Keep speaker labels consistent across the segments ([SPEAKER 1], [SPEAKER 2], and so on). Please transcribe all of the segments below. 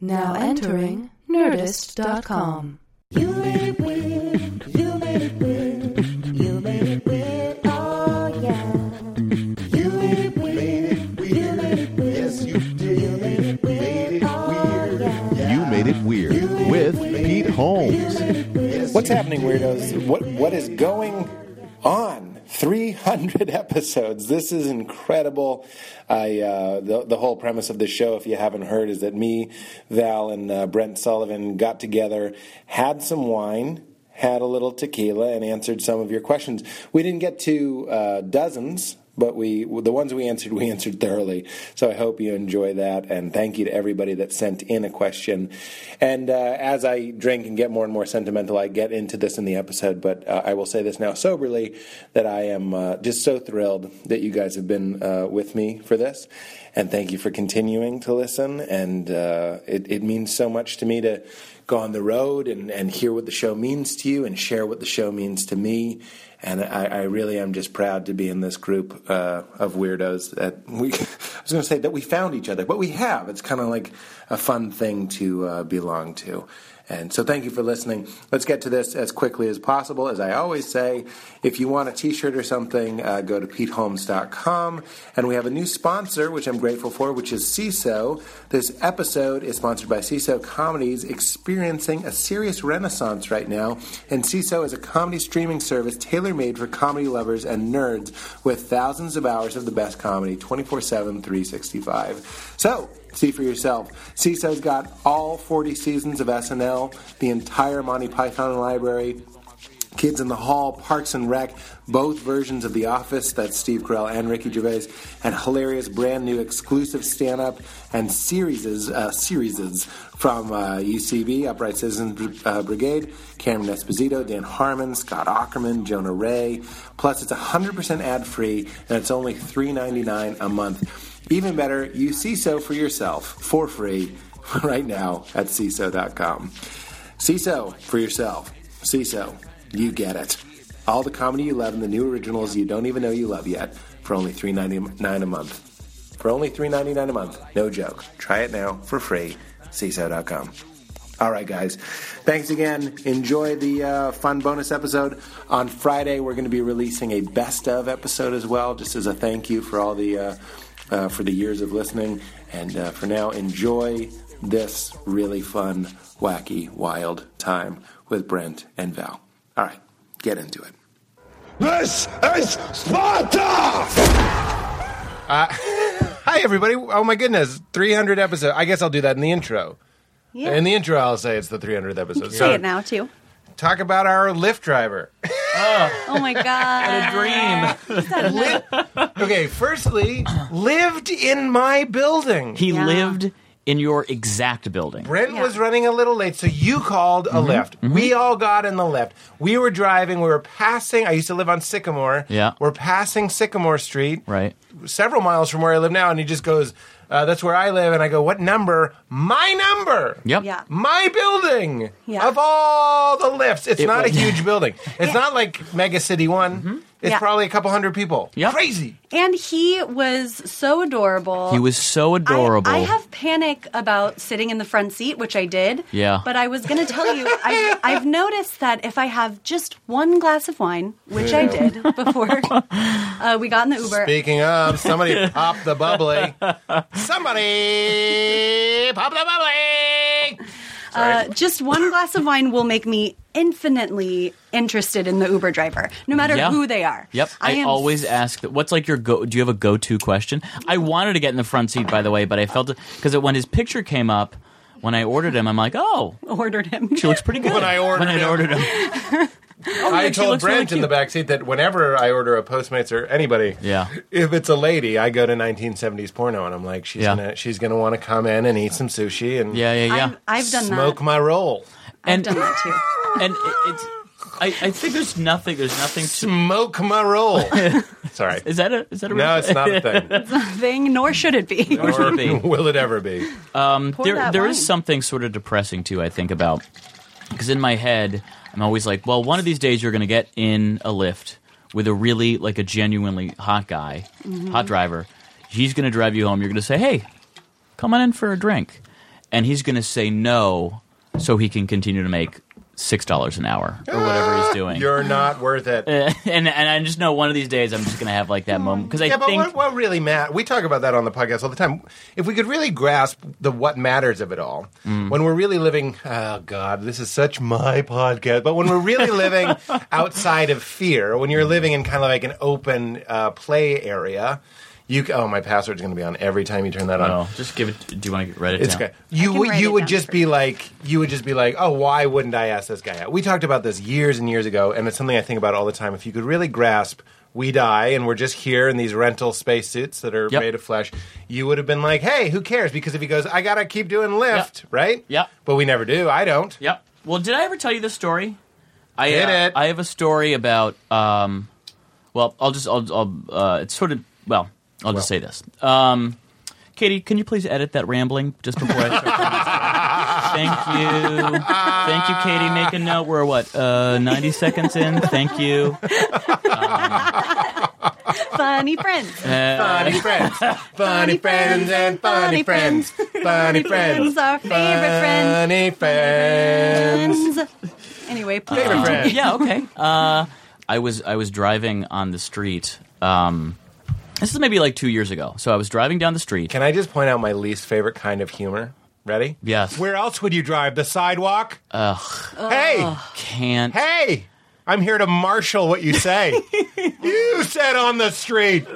[SPEAKER 1] Now entering Nerdist.com.
[SPEAKER 2] You made it weird. You made it weird. You made it weird. Oh yeah. You made it weird. You made it weird. Yes, you did. You made it weird. Oh yeah.
[SPEAKER 3] You Made It Weird with Pete Holmes.
[SPEAKER 4] What's happening, weirdos? What what is going on? 300 episodes. This is incredible. I uh, the the whole premise of this show, if you haven't heard, is that me, Val, and uh, Brent Sullivan got together, had some wine, had a little tequila, and answered some of your questions. We didn't get to uh, dozens. But we, the ones we answered, we answered thoroughly. So I hope you enjoy that, and thank you to everybody that sent in a question. And uh, as I drink and get more and more sentimental, I get into this in the episode. But uh, I will say this now soberly that I am uh, just so thrilled that you guys have been uh, with me for this, and thank you for continuing to listen. And uh, it, it means so much to me to go on the road and, and hear what the show means to you and share what the show means to me. And I, I really am just proud to be in this group uh, of weirdos that we, I was going to say that we found each other, but we have. It's kind of like a fun thing to uh, belong to. And so thank you for listening. Let's get to this as quickly as possible. As I always say, if you want a t-shirt or something, uh, go to peteholmes.com. And we have a new sponsor, which I'm grateful for, which is CISO. This episode is sponsored by CISO Comedies, experiencing a serious renaissance right now. And CISO is a comedy streaming service tailor-made for comedy lovers and nerds with thousands of hours of the best comedy 24-7, 365. So see for yourself. CISO's got all 40 seasons of SNL, the entire Monty Python library, Kids in the Hall, Parks and Rec, both versions of The Office, that's Steve Carell and Ricky Gervais, and hilarious brand new exclusive stand up and series, uh, series from uh, UCB, Upright Citizens uh, Brigade, Cameron Esposito, Dan Harmon, Scott Ackerman, Jonah Ray. Plus, it's 100% ad free and it's only $3.99 a month. Even better, you CISO for yourself for free right now at CISO.com. CISO for yourself. CISO, you get it. All the comedy you love and the new originals you don't even know you love yet for only $3.99 a month. For only $3.99 a month. No joke. Try it now for free. CISO.com. All right, guys. Thanks again. Enjoy the uh, fun bonus episode. On Friday, we're going to be releasing a best of episode as well, just as a thank you for all the uh, uh, for the years of listening. And uh, for now, enjoy this really fun, wacky, wild time with Brent and Val. All right, get into it.
[SPEAKER 5] This is Sparta!
[SPEAKER 4] Uh, Hi, everybody. Oh, my goodness. 300 episodes. I guess I'll do that in the intro.
[SPEAKER 6] Yeah.
[SPEAKER 4] In the intro, I'll say it's the 300th episode.
[SPEAKER 6] Say it now too.
[SPEAKER 4] Talk about our Lyft driver.
[SPEAKER 6] Oh my god!
[SPEAKER 7] dream.
[SPEAKER 4] okay, firstly, lived in my building.
[SPEAKER 7] He
[SPEAKER 6] Yeah.
[SPEAKER 7] lived in your exact building.
[SPEAKER 4] Brent
[SPEAKER 6] Yeah.
[SPEAKER 4] was running a little late, so you called a
[SPEAKER 7] Mm-hmm.
[SPEAKER 4] lift. We all got in the lift. We were driving. We were passing. I used to live on Sycamore.
[SPEAKER 7] Yeah.
[SPEAKER 4] We're passing Sycamore Street,
[SPEAKER 7] Right.
[SPEAKER 4] several miles from where I live now. And he just goes, uh, "That's where I live." And I go, "What number? My number."
[SPEAKER 7] Yep.
[SPEAKER 6] Yeah.
[SPEAKER 4] My building
[SPEAKER 6] Yeah.
[SPEAKER 4] of all the lifts. It's
[SPEAKER 7] It
[SPEAKER 4] not
[SPEAKER 7] was- Mm-hmm.
[SPEAKER 4] a huge building. It's not like Mega City One. It's
[SPEAKER 6] Yeah.
[SPEAKER 4] probably a couple hundred people.
[SPEAKER 7] Yep.
[SPEAKER 4] Crazy.
[SPEAKER 6] And he was so adorable.
[SPEAKER 7] He was so adorable.
[SPEAKER 6] I, I have panic about sitting in the front seat, which I did.
[SPEAKER 7] Yeah.
[SPEAKER 6] But I was going to tell you, I've, I've noticed that if I have just one glass of wine, which I did before uh, we got in the Uber,
[SPEAKER 4] Speaking of, somebody pop the bubbly. Somebody pop the bubbly.
[SPEAKER 6] uh, just one glass of wine will make me infinitely interested in the Uber driver, no matter
[SPEAKER 7] Yeah.
[SPEAKER 6] who they are.
[SPEAKER 7] Yep. I,
[SPEAKER 6] am
[SPEAKER 7] always ask that. What's like your go? Do you have a go-to question? I wanted to get in the front seat, by the way, but I felt because when his picture came up, when I ordered him, I'm like, oh,
[SPEAKER 6] ordered him.
[SPEAKER 7] she looks pretty good.
[SPEAKER 4] When I ordered
[SPEAKER 7] When I'd
[SPEAKER 4] him.
[SPEAKER 7] ordered him.
[SPEAKER 4] I
[SPEAKER 7] look, she
[SPEAKER 4] told
[SPEAKER 7] oh, looks really
[SPEAKER 4] Brent in the back seat that whenever I order a Postmates or anybody,
[SPEAKER 7] Yeah.
[SPEAKER 4] if it's a lady, I go to 1970s porno, and I'm like, she's
[SPEAKER 7] Yeah.
[SPEAKER 4] gonna she's gonna want to come in and eat some sushi and
[SPEAKER 7] yeah, yeah, yeah.
[SPEAKER 6] I've, I've done
[SPEAKER 4] smoke
[SPEAKER 6] that.
[SPEAKER 4] my roll,
[SPEAKER 6] I've
[SPEAKER 7] and
[SPEAKER 6] done that too.
[SPEAKER 7] and it, it's. I, I think there's nothing. There's nothing. To,
[SPEAKER 4] smoke my roll. Sorry,
[SPEAKER 7] is that a? Is that a?
[SPEAKER 4] no, it's not a thing.
[SPEAKER 6] Thing, nor should it be.
[SPEAKER 7] Or should it be?
[SPEAKER 4] Or will it ever be?
[SPEAKER 6] Pour
[SPEAKER 7] there,
[SPEAKER 6] that
[SPEAKER 7] there
[SPEAKER 6] wine.
[SPEAKER 7] is something sort of depressing too. I think about because in my head, I'm always like, well, one of these days you're going to get in a lift with a really like a genuinely hot guy, hot driver. He's going to drive you home. You're going to say, hey, come on in for a drink. and he's going to say no so he can continue to make six dollars an hour or whatever he's doing.
[SPEAKER 8] Ah, You're not worth it.
[SPEAKER 7] Uh, and and I just know one of these days I'm just going to have like that moment because I
[SPEAKER 8] yeah, but
[SPEAKER 7] think
[SPEAKER 8] what, what really matters? We talk about that on the podcast all the time. If we could really grasp the what matters of it all, when we're really living, oh God, this is such my podcast. But when we're really living outside of fear, when you're living in kind of like an open uh, play area, you c- oh my password's going to be on every time you turn that on.
[SPEAKER 7] no, Oh, just give it. Do you want to write it
[SPEAKER 8] It's
[SPEAKER 7] down?
[SPEAKER 8] okay. You
[SPEAKER 6] can
[SPEAKER 8] would
[SPEAKER 6] write
[SPEAKER 8] you
[SPEAKER 6] it
[SPEAKER 8] would
[SPEAKER 6] down
[SPEAKER 8] just
[SPEAKER 6] for
[SPEAKER 8] be like you would just be like, oh, why wouldn't I ask this guy out? We talked about this years and years ago, and it's something I think about all the time. If you could really grasp, we die, and we're just here in these rental spacesuits that are
[SPEAKER 7] Yep.
[SPEAKER 8] made of flesh. You would have been like, hey, who cares? Because if he goes, I gotta keep doing Lyft, right?
[SPEAKER 7] Yep.
[SPEAKER 8] But we never do. I don't.
[SPEAKER 7] Yep. Well, did I ever tell you this story? I
[SPEAKER 8] Hit
[SPEAKER 7] uh,
[SPEAKER 8] it.
[SPEAKER 7] I have a story about. Um, well, I'll just. I'll. I'll uh, it's sort of. Well, I'll just say this. Um, Katie, can you please edit that rambling just before I start? telling the story? Thank you. Thank you, Katie. Make a note. We're what? Uh, Ninety seconds in. Thank you.
[SPEAKER 6] Funny friends.
[SPEAKER 7] Uh,
[SPEAKER 8] Funny friends, funny friends, and funny friends, funny friends,
[SPEAKER 6] Our favorite friends.
[SPEAKER 8] funny friends.
[SPEAKER 6] Anyway,
[SPEAKER 7] Uh,
[SPEAKER 6] please.
[SPEAKER 8] Favorite
[SPEAKER 6] continue.
[SPEAKER 8] friends.
[SPEAKER 7] yeah. Okay. Uh, I was I was driving on the street. Um, this is maybe like two years ago. So I was driving down the street.
[SPEAKER 8] Can I just point out my least favorite kind of humor? Ready?
[SPEAKER 7] Yes.
[SPEAKER 8] Where else would you drive? The sidewalk? Ugh. Hey,
[SPEAKER 7] Can't.
[SPEAKER 8] hey! I'm here to marshal what you say. you said on the street.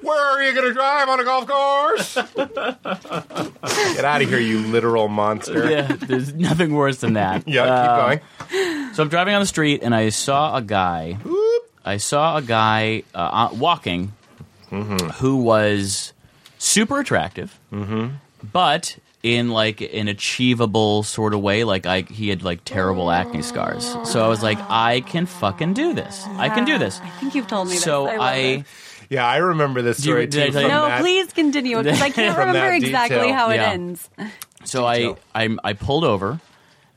[SPEAKER 8] Where are you going to drive on a golf course? Get out of here, you literal monster.
[SPEAKER 7] yeah, there's nothing worse than that.
[SPEAKER 8] Yeah,
[SPEAKER 7] Uh,
[SPEAKER 8] keep going.
[SPEAKER 7] So I'm driving on the street and I saw a guy. I saw a guy uh, uh, walking who was super attractive, but in like an achievable sort of way. Like I, he had like terrible acne scars. So I was like, I can fucking do this. I can do this.
[SPEAKER 6] I think you've told me
[SPEAKER 7] So
[SPEAKER 6] this.
[SPEAKER 7] I,
[SPEAKER 6] love it.
[SPEAKER 8] Yeah, I remember this
[SPEAKER 7] you-
[SPEAKER 8] story
[SPEAKER 7] did I
[SPEAKER 8] too.
[SPEAKER 7] tell you-
[SPEAKER 8] from
[SPEAKER 6] No,
[SPEAKER 8] that-
[SPEAKER 6] please continue because I can't
[SPEAKER 8] From that
[SPEAKER 6] remember exactly
[SPEAKER 8] detail.
[SPEAKER 6] how it
[SPEAKER 7] Yeah.
[SPEAKER 6] ends.
[SPEAKER 7] So I, I I pulled over.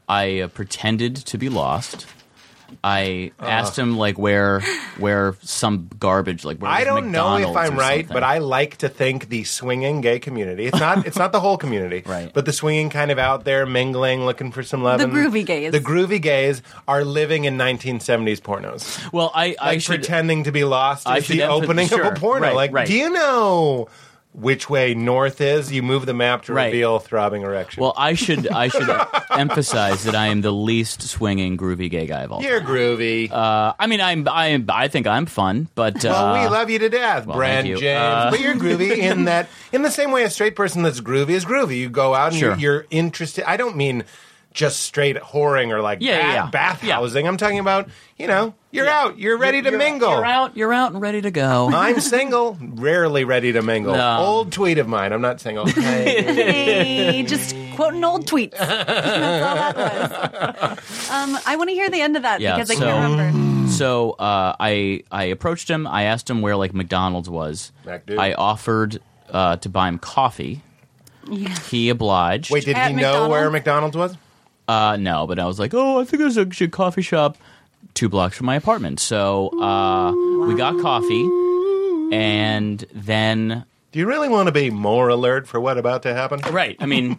[SPEAKER 7] I uh, pretended to be lost. I
[SPEAKER 8] Uh.
[SPEAKER 7] asked him like where where some garbage like where
[SPEAKER 8] I
[SPEAKER 7] was
[SPEAKER 8] don't know if
[SPEAKER 7] McDonald's
[SPEAKER 8] I'm
[SPEAKER 7] or
[SPEAKER 8] right,
[SPEAKER 7] something.
[SPEAKER 8] but I like to think the swinging gay community. It's not. It's not the whole community,
[SPEAKER 7] Right.
[SPEAKER 8] But the swinging kind of out there, mingling, looking for some love.
[SPEAKER 6] The
[SPEAKER 8] and-
[SPEAKER 6] groovy gays.
[SPEAKER 8] The groovy gays are living in 1970s pornos,
[SPEAKER 7] well I I
[SPEAKER 8] like
[SPEAKER 7] should
[SPEAKER 8] pretending to be lost.
[SPEAKER 7] I
[SPEAKER 8] Is
[SPEAKER 7] should
[SPEAKER 8] the
[SPEAKER 7] emph-
[SPEAKER 8] opening
[SPEAKER 7] sure,
[SPEAKER 8] of a porno.
[SPEAKER 7] right,
[SPEAKER 8] like,
[SPEAKER 7] right.
[SPEAKER 8] do you know which way north is? You move the map to
[SPEAKER 7] Right.
[SPEAKER 8] reveal throbbing erection.
[SPEAKER 7] well I should I should emphasize that I am the least swinging groovy gay guy of all. time.
[SPEAKER 8] you're
[SPEAKER 7] uh,
[SPEAKER 8] groovy.
[SPEAKER 7] I mean I'm I I think I'm fun, but uh,
[SPEAKER 8] Well, we love you to death, Brand
[SPEAKER 7] thank you.
[SPEAKER 8] James.
[SPEAKER 7] Uh,
[SPEAKER 8] but you're groovy in that, in the same way a straight person that's groovy is groovy. You go out and
[SPEAKER 7] Sure.
[SPEAKER 8] you're, you're interested. I don't mean just straight whoring or like
[SPEAKER 7] Yeah, yeah, yeah.
[SPEAKER 8] bath, bathhousing. I'm talking about, you know, you're out, you're ready to mingle.
[SPEAKER 7] you're out you're out and ready to go.
[SPEAKER 8] I'm single, rarely ready to mingle.
[SPEAKER 7] No.
[SPEAKER 8] Old tweet of mine. I'm not single.
[SPEAKER 6] Hey, just quoting old tweets. That's all that was. Um, I want to hear the end of that
[SPEAKER 7] Yeah,
[SPEAKER 6] because I
[SPEAKER 7] so-
[SPEAKER 6] can't remember.
[SPEAKER 8] Hmm.
[SPEAKER 7] So uh, I I approached him. I asked him where like McDonald's was.
[SPEAKER 8] Mac dude.
[SPEAKER 7] I offered uh, to buy him coffee. He obliged.
[SPEAKER 8] Wait, did
[SPEAKER 6] At
[SPEAKER 8] he know where McDonald's was?
[SPEAKER 7] uh, no, but I was like, oh, I think there's a good coffee shop two blocks from my apartment. So uh, we got coffee, and then
[SPEAKER 8] Do you really want to be more alert for what about to happen?
[SPEAKER 7] right. I mean,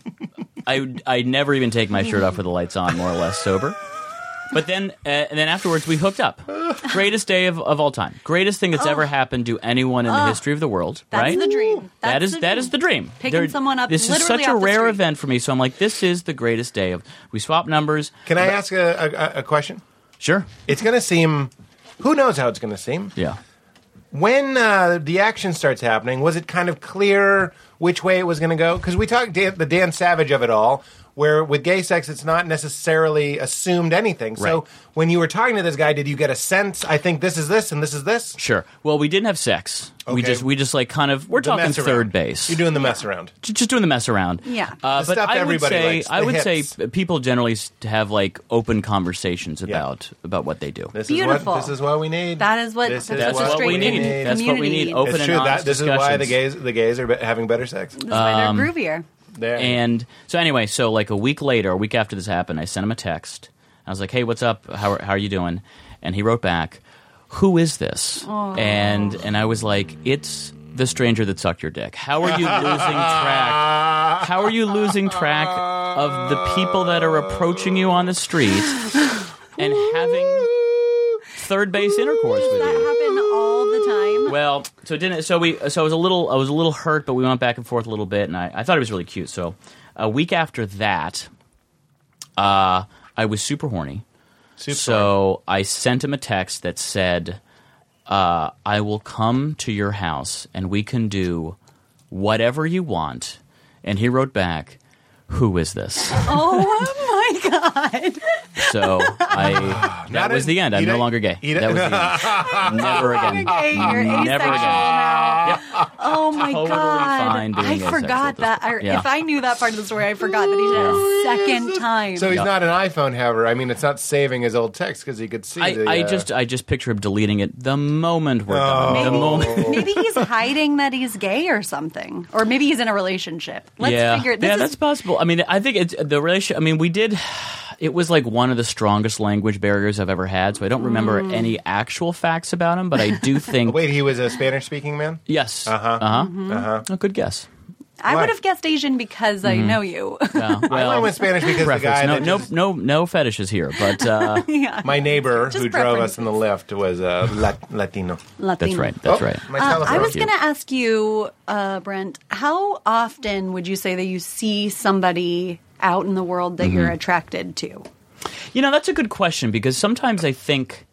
[SPEAKER 7] I I never even take my shirt off with the lights on, more or less sober. But then, uh, and then afterwards, we hooked up. Greatest day of, of all time. Greatest thing that's ever happened to anyone in the history of the world.
[SPEAKER 6] Oh. That's
[SPEAKER 7] right?
[SPEAKER 6] the dream. That's
[SPEAKER 7] That is
[SPEAKER 6] the
[SPEAKER 7] that
[SPEAKER 6] dream.
[SPEAKER 7] is the dream.
[SPEAKER 6] Picking someone up
[SPEAKER 7] This is
[SPEAKER 6] literally
[SPEAKER 7] such a
[SPEAKER 6] off the
[SPEAKER 7] rare
[SPEAKER 6] street.
[SPEAKER 7] event for me. So I'm like, this is the greatest day of. We swap numbers.
[SPEAKER 8] Can I ask a, a, a question?
[SPEAKER 7] Sure.
[SPEAKER 8] It's going to seem, who knows how it's going to seem?
[SPEAKER 7] Yeah.
[SPEAKER 8] when uh, the action starts happening, was it kind of clear which way it was going to go? Because we talked Dan, the Dan Savage of it all, where with gay sex, it's not necessarily assumed anything. So
[SPEAKER 7] Right.
[SPEAKER 8] when you were talking to this guy, did you get a sense? I think this is this and this is this.
[SPEAKER 7] Sure. Well, we didn't have sex. We
[SPEAKER 8] Okay.
[SPEAKER 7] just we just like kind of we're
[SPEAKER 8] The
[SPEAKER 7] talking
[SPEAKER 8] mess around.
[SPEAKER 7] third base.
[SPEAKER 8] You're doing the mess around.
[SPEAKER 7] J- just doing the mess around.
[SPEAKER 6] Yeah.
[SPEAKER 7] Uh,
[SPEAKER 8] The
[SPEAKER 7] but
[SPEAKER 8] stuff
[SPEAKER 7] I would
[SPEAKER 8] everybody
[SPEAKER 7] say
[SPEAKER 8] likes, the
[SPEAKER 7] I would
[SPEAKER 8] hits.
[SPEAKER 7] say people generally s- have like open conversations about about what they do.
[SPEAKER 8] This
[SPEAKER 6] Beautiful.
[SPEAKER 8] is what this is what we need.
[SPEAKER 6] That is what-
[SPEAKER 8] this
[SPEAKER 6] that's
[SPEAKER 8] is
[SPEAKER 7] That's
[SPEAKER 6] what
[SPEAKER 7] what,
[SPEAKER 6] straight
[SPEAKER 7] we
[SPEAKER 6] people
[SPEAKER 7] need.
[SPEAKER 6] need.
[SPEAKER 7] That's what we
[SPEAKER 6] Community.
[SPEAKER 7] need. Open
[SPEAKER 8] it's
[SPEAKER 7] and
[SPEAKER 8] true.
[SPEAKER 7] honest
[SPEAKER 8] That, this is why the
[SPEAKER 7] discussions.
[SPEAKER 8] gays the gays are be- having better sex. Uh,
[SPEAKER 6] This
[SPEAKER 7] Um,
[SPEAKER 6] is why they're groovier.
[SPEAKER 8] There.
[SPEAKER 7] And so anyway, so like a week later, a week after this happened, I sent him a text. I was like, "Hey, what's up? How are, how are you doing?" And he wrote back, "Who is this?" And and I was like, "It's the stranger that sucked your dick. How are you losing track? How are you losing track of the people that are approaching you on the street and having third base intercourse with
[SPEAKER 6] That
[SPEAKER 7] you.
[SPEAKER 6] happen all the time.
[SPEAKER 7] Well, so it didn't so we so I was a little I was a little hurt, but we went back and forth a little bit, and I, I thought it was really cute. So a week after that, uh, I was super horny. so I sent him a text that said, uh, "I will come to your house and we can do whatever you want." And he wrote back, "Who is this?"
[SPEAKER 6] oh my god!
[SPEAKER 7] So I that
[SPEAKER 8] Not
[SPEAKER 7] was
[SPEAKER 8] in-
[SPEAKER 7] the end. I'm
[SPEAKER 8] you
[SPEAKER 7] no
[SPEAKER 8] don't-
[SPEAKER 7] longer gay.
[SPEAKER 8] you
[SPEAKER 7] That
[SPEAKER 8] don't-
[SPEAKER 7] was the end. Never again.
[SPEAKER 6] Okay, you're
[SPEAKER 7] Never
[SPEAKER 6] asexual
[SPEAKER 7] again.
[SPEAKER 6] now. Oh my
[SPEAKER 7] Totally
[SPEAKER 6] god!
[SPEAKER 7] fine being
[SPEAKER 6] I
[SPEAKER 7] asexual at
[SPEAKER 6] forgot
[SPEAKER 7] this
[SPEAKER 6] that.
[SPEAKER 7] point.
[SPEAKER 6] I,
[SPEAKER 7] Yeah.
[SPEAKER 6] If I knew that part of the story, I forgot that he did it a second time.
[SPEAKER 8] So he's
[SPEAKER 7] Yeah.
[SPEAKER 8] not an iPhone haver. I mean, it's not saving his old text because he could see.
[SPEAKER 7] I,
[SPEAKER 8] the,
[SPEAKER 7] I
[SPEAKER 8] uh,
[SPEAKER 7] just I just picture him deleting it the moment we're done. The
[SPEAKER 8] Oh.
[SPEAKER 7] moment.
[SPEAKER 6] maybe he's hiding that he's gay or something, or maybe he's in a relationship. Let's
[SPEAKER 7] yeah,
[SPEAKER 6] figure. This
[SPEAKER 7] yeah,
[SPEAKER 6] is,
[SPEAKER 7] that's possible. I mean, I think it's the relation. I mean, we did. It was like one of the strongest language barriers I've ever had, so I don't remember
[SPEAKER 6] Mm.
[SPEAKER 7] any actual facts about him, but I do think.
[SPEAKER 8] Wait, Uh-huh. he was a Spanish speaking man?
[SPEAKER 7] Yes. Uh huh. Uh huh. A good guess.
[SPEAKER 6] I
[SPEAKER 8] Why?
[SPEAKER 6] would have guessed Asian because
[SPEAKER 7] Mm-hmm.
[SPEAKER 6] I know you.
[SPEAKER 7] Yeah,
[SPEAKER 8] I
[SPEAKER 7] well,
[SPEAKER 8] went with Spanish because the
[SPEAKER 7] preference.
[SPEAKER 8] guy
[SPEAKER 7] No,
[SPEAKER 8] that
[SPEAKER 7] no,
[SPEAKER 8] just-
[SPEAKER 7] no, no fetishes here, but uh,
[SPEAKER 6] yeah,
[SPEAKER 8] my neighbor
[SPEAKER 6] Just
[SPEAKER 8] who drove us
[SPEAKER 6] preferences.
[SPEAKER 8] in the lift was uh, Lat- Latino.
[SPEAKER 7] that's
[SPEAKER 6] Latino.
[SPEAKER 7] right. That's
[SPEAKER 8] Oh,
[SPEAKER 7] right.
[SPEAKER 8] My
[SPEAKER 6] Uh, I
[SPEAKER 8] telephone.
[SPEAKER 6] was going to ask you, uh, Brent, how often would you say that you see somebody out in the world
[SPEAKER 7] Mm-hmm.
[SPEAKER 6] that you're attracted to?
[SPEAKER 7] You know, that's a good question because sometimes I think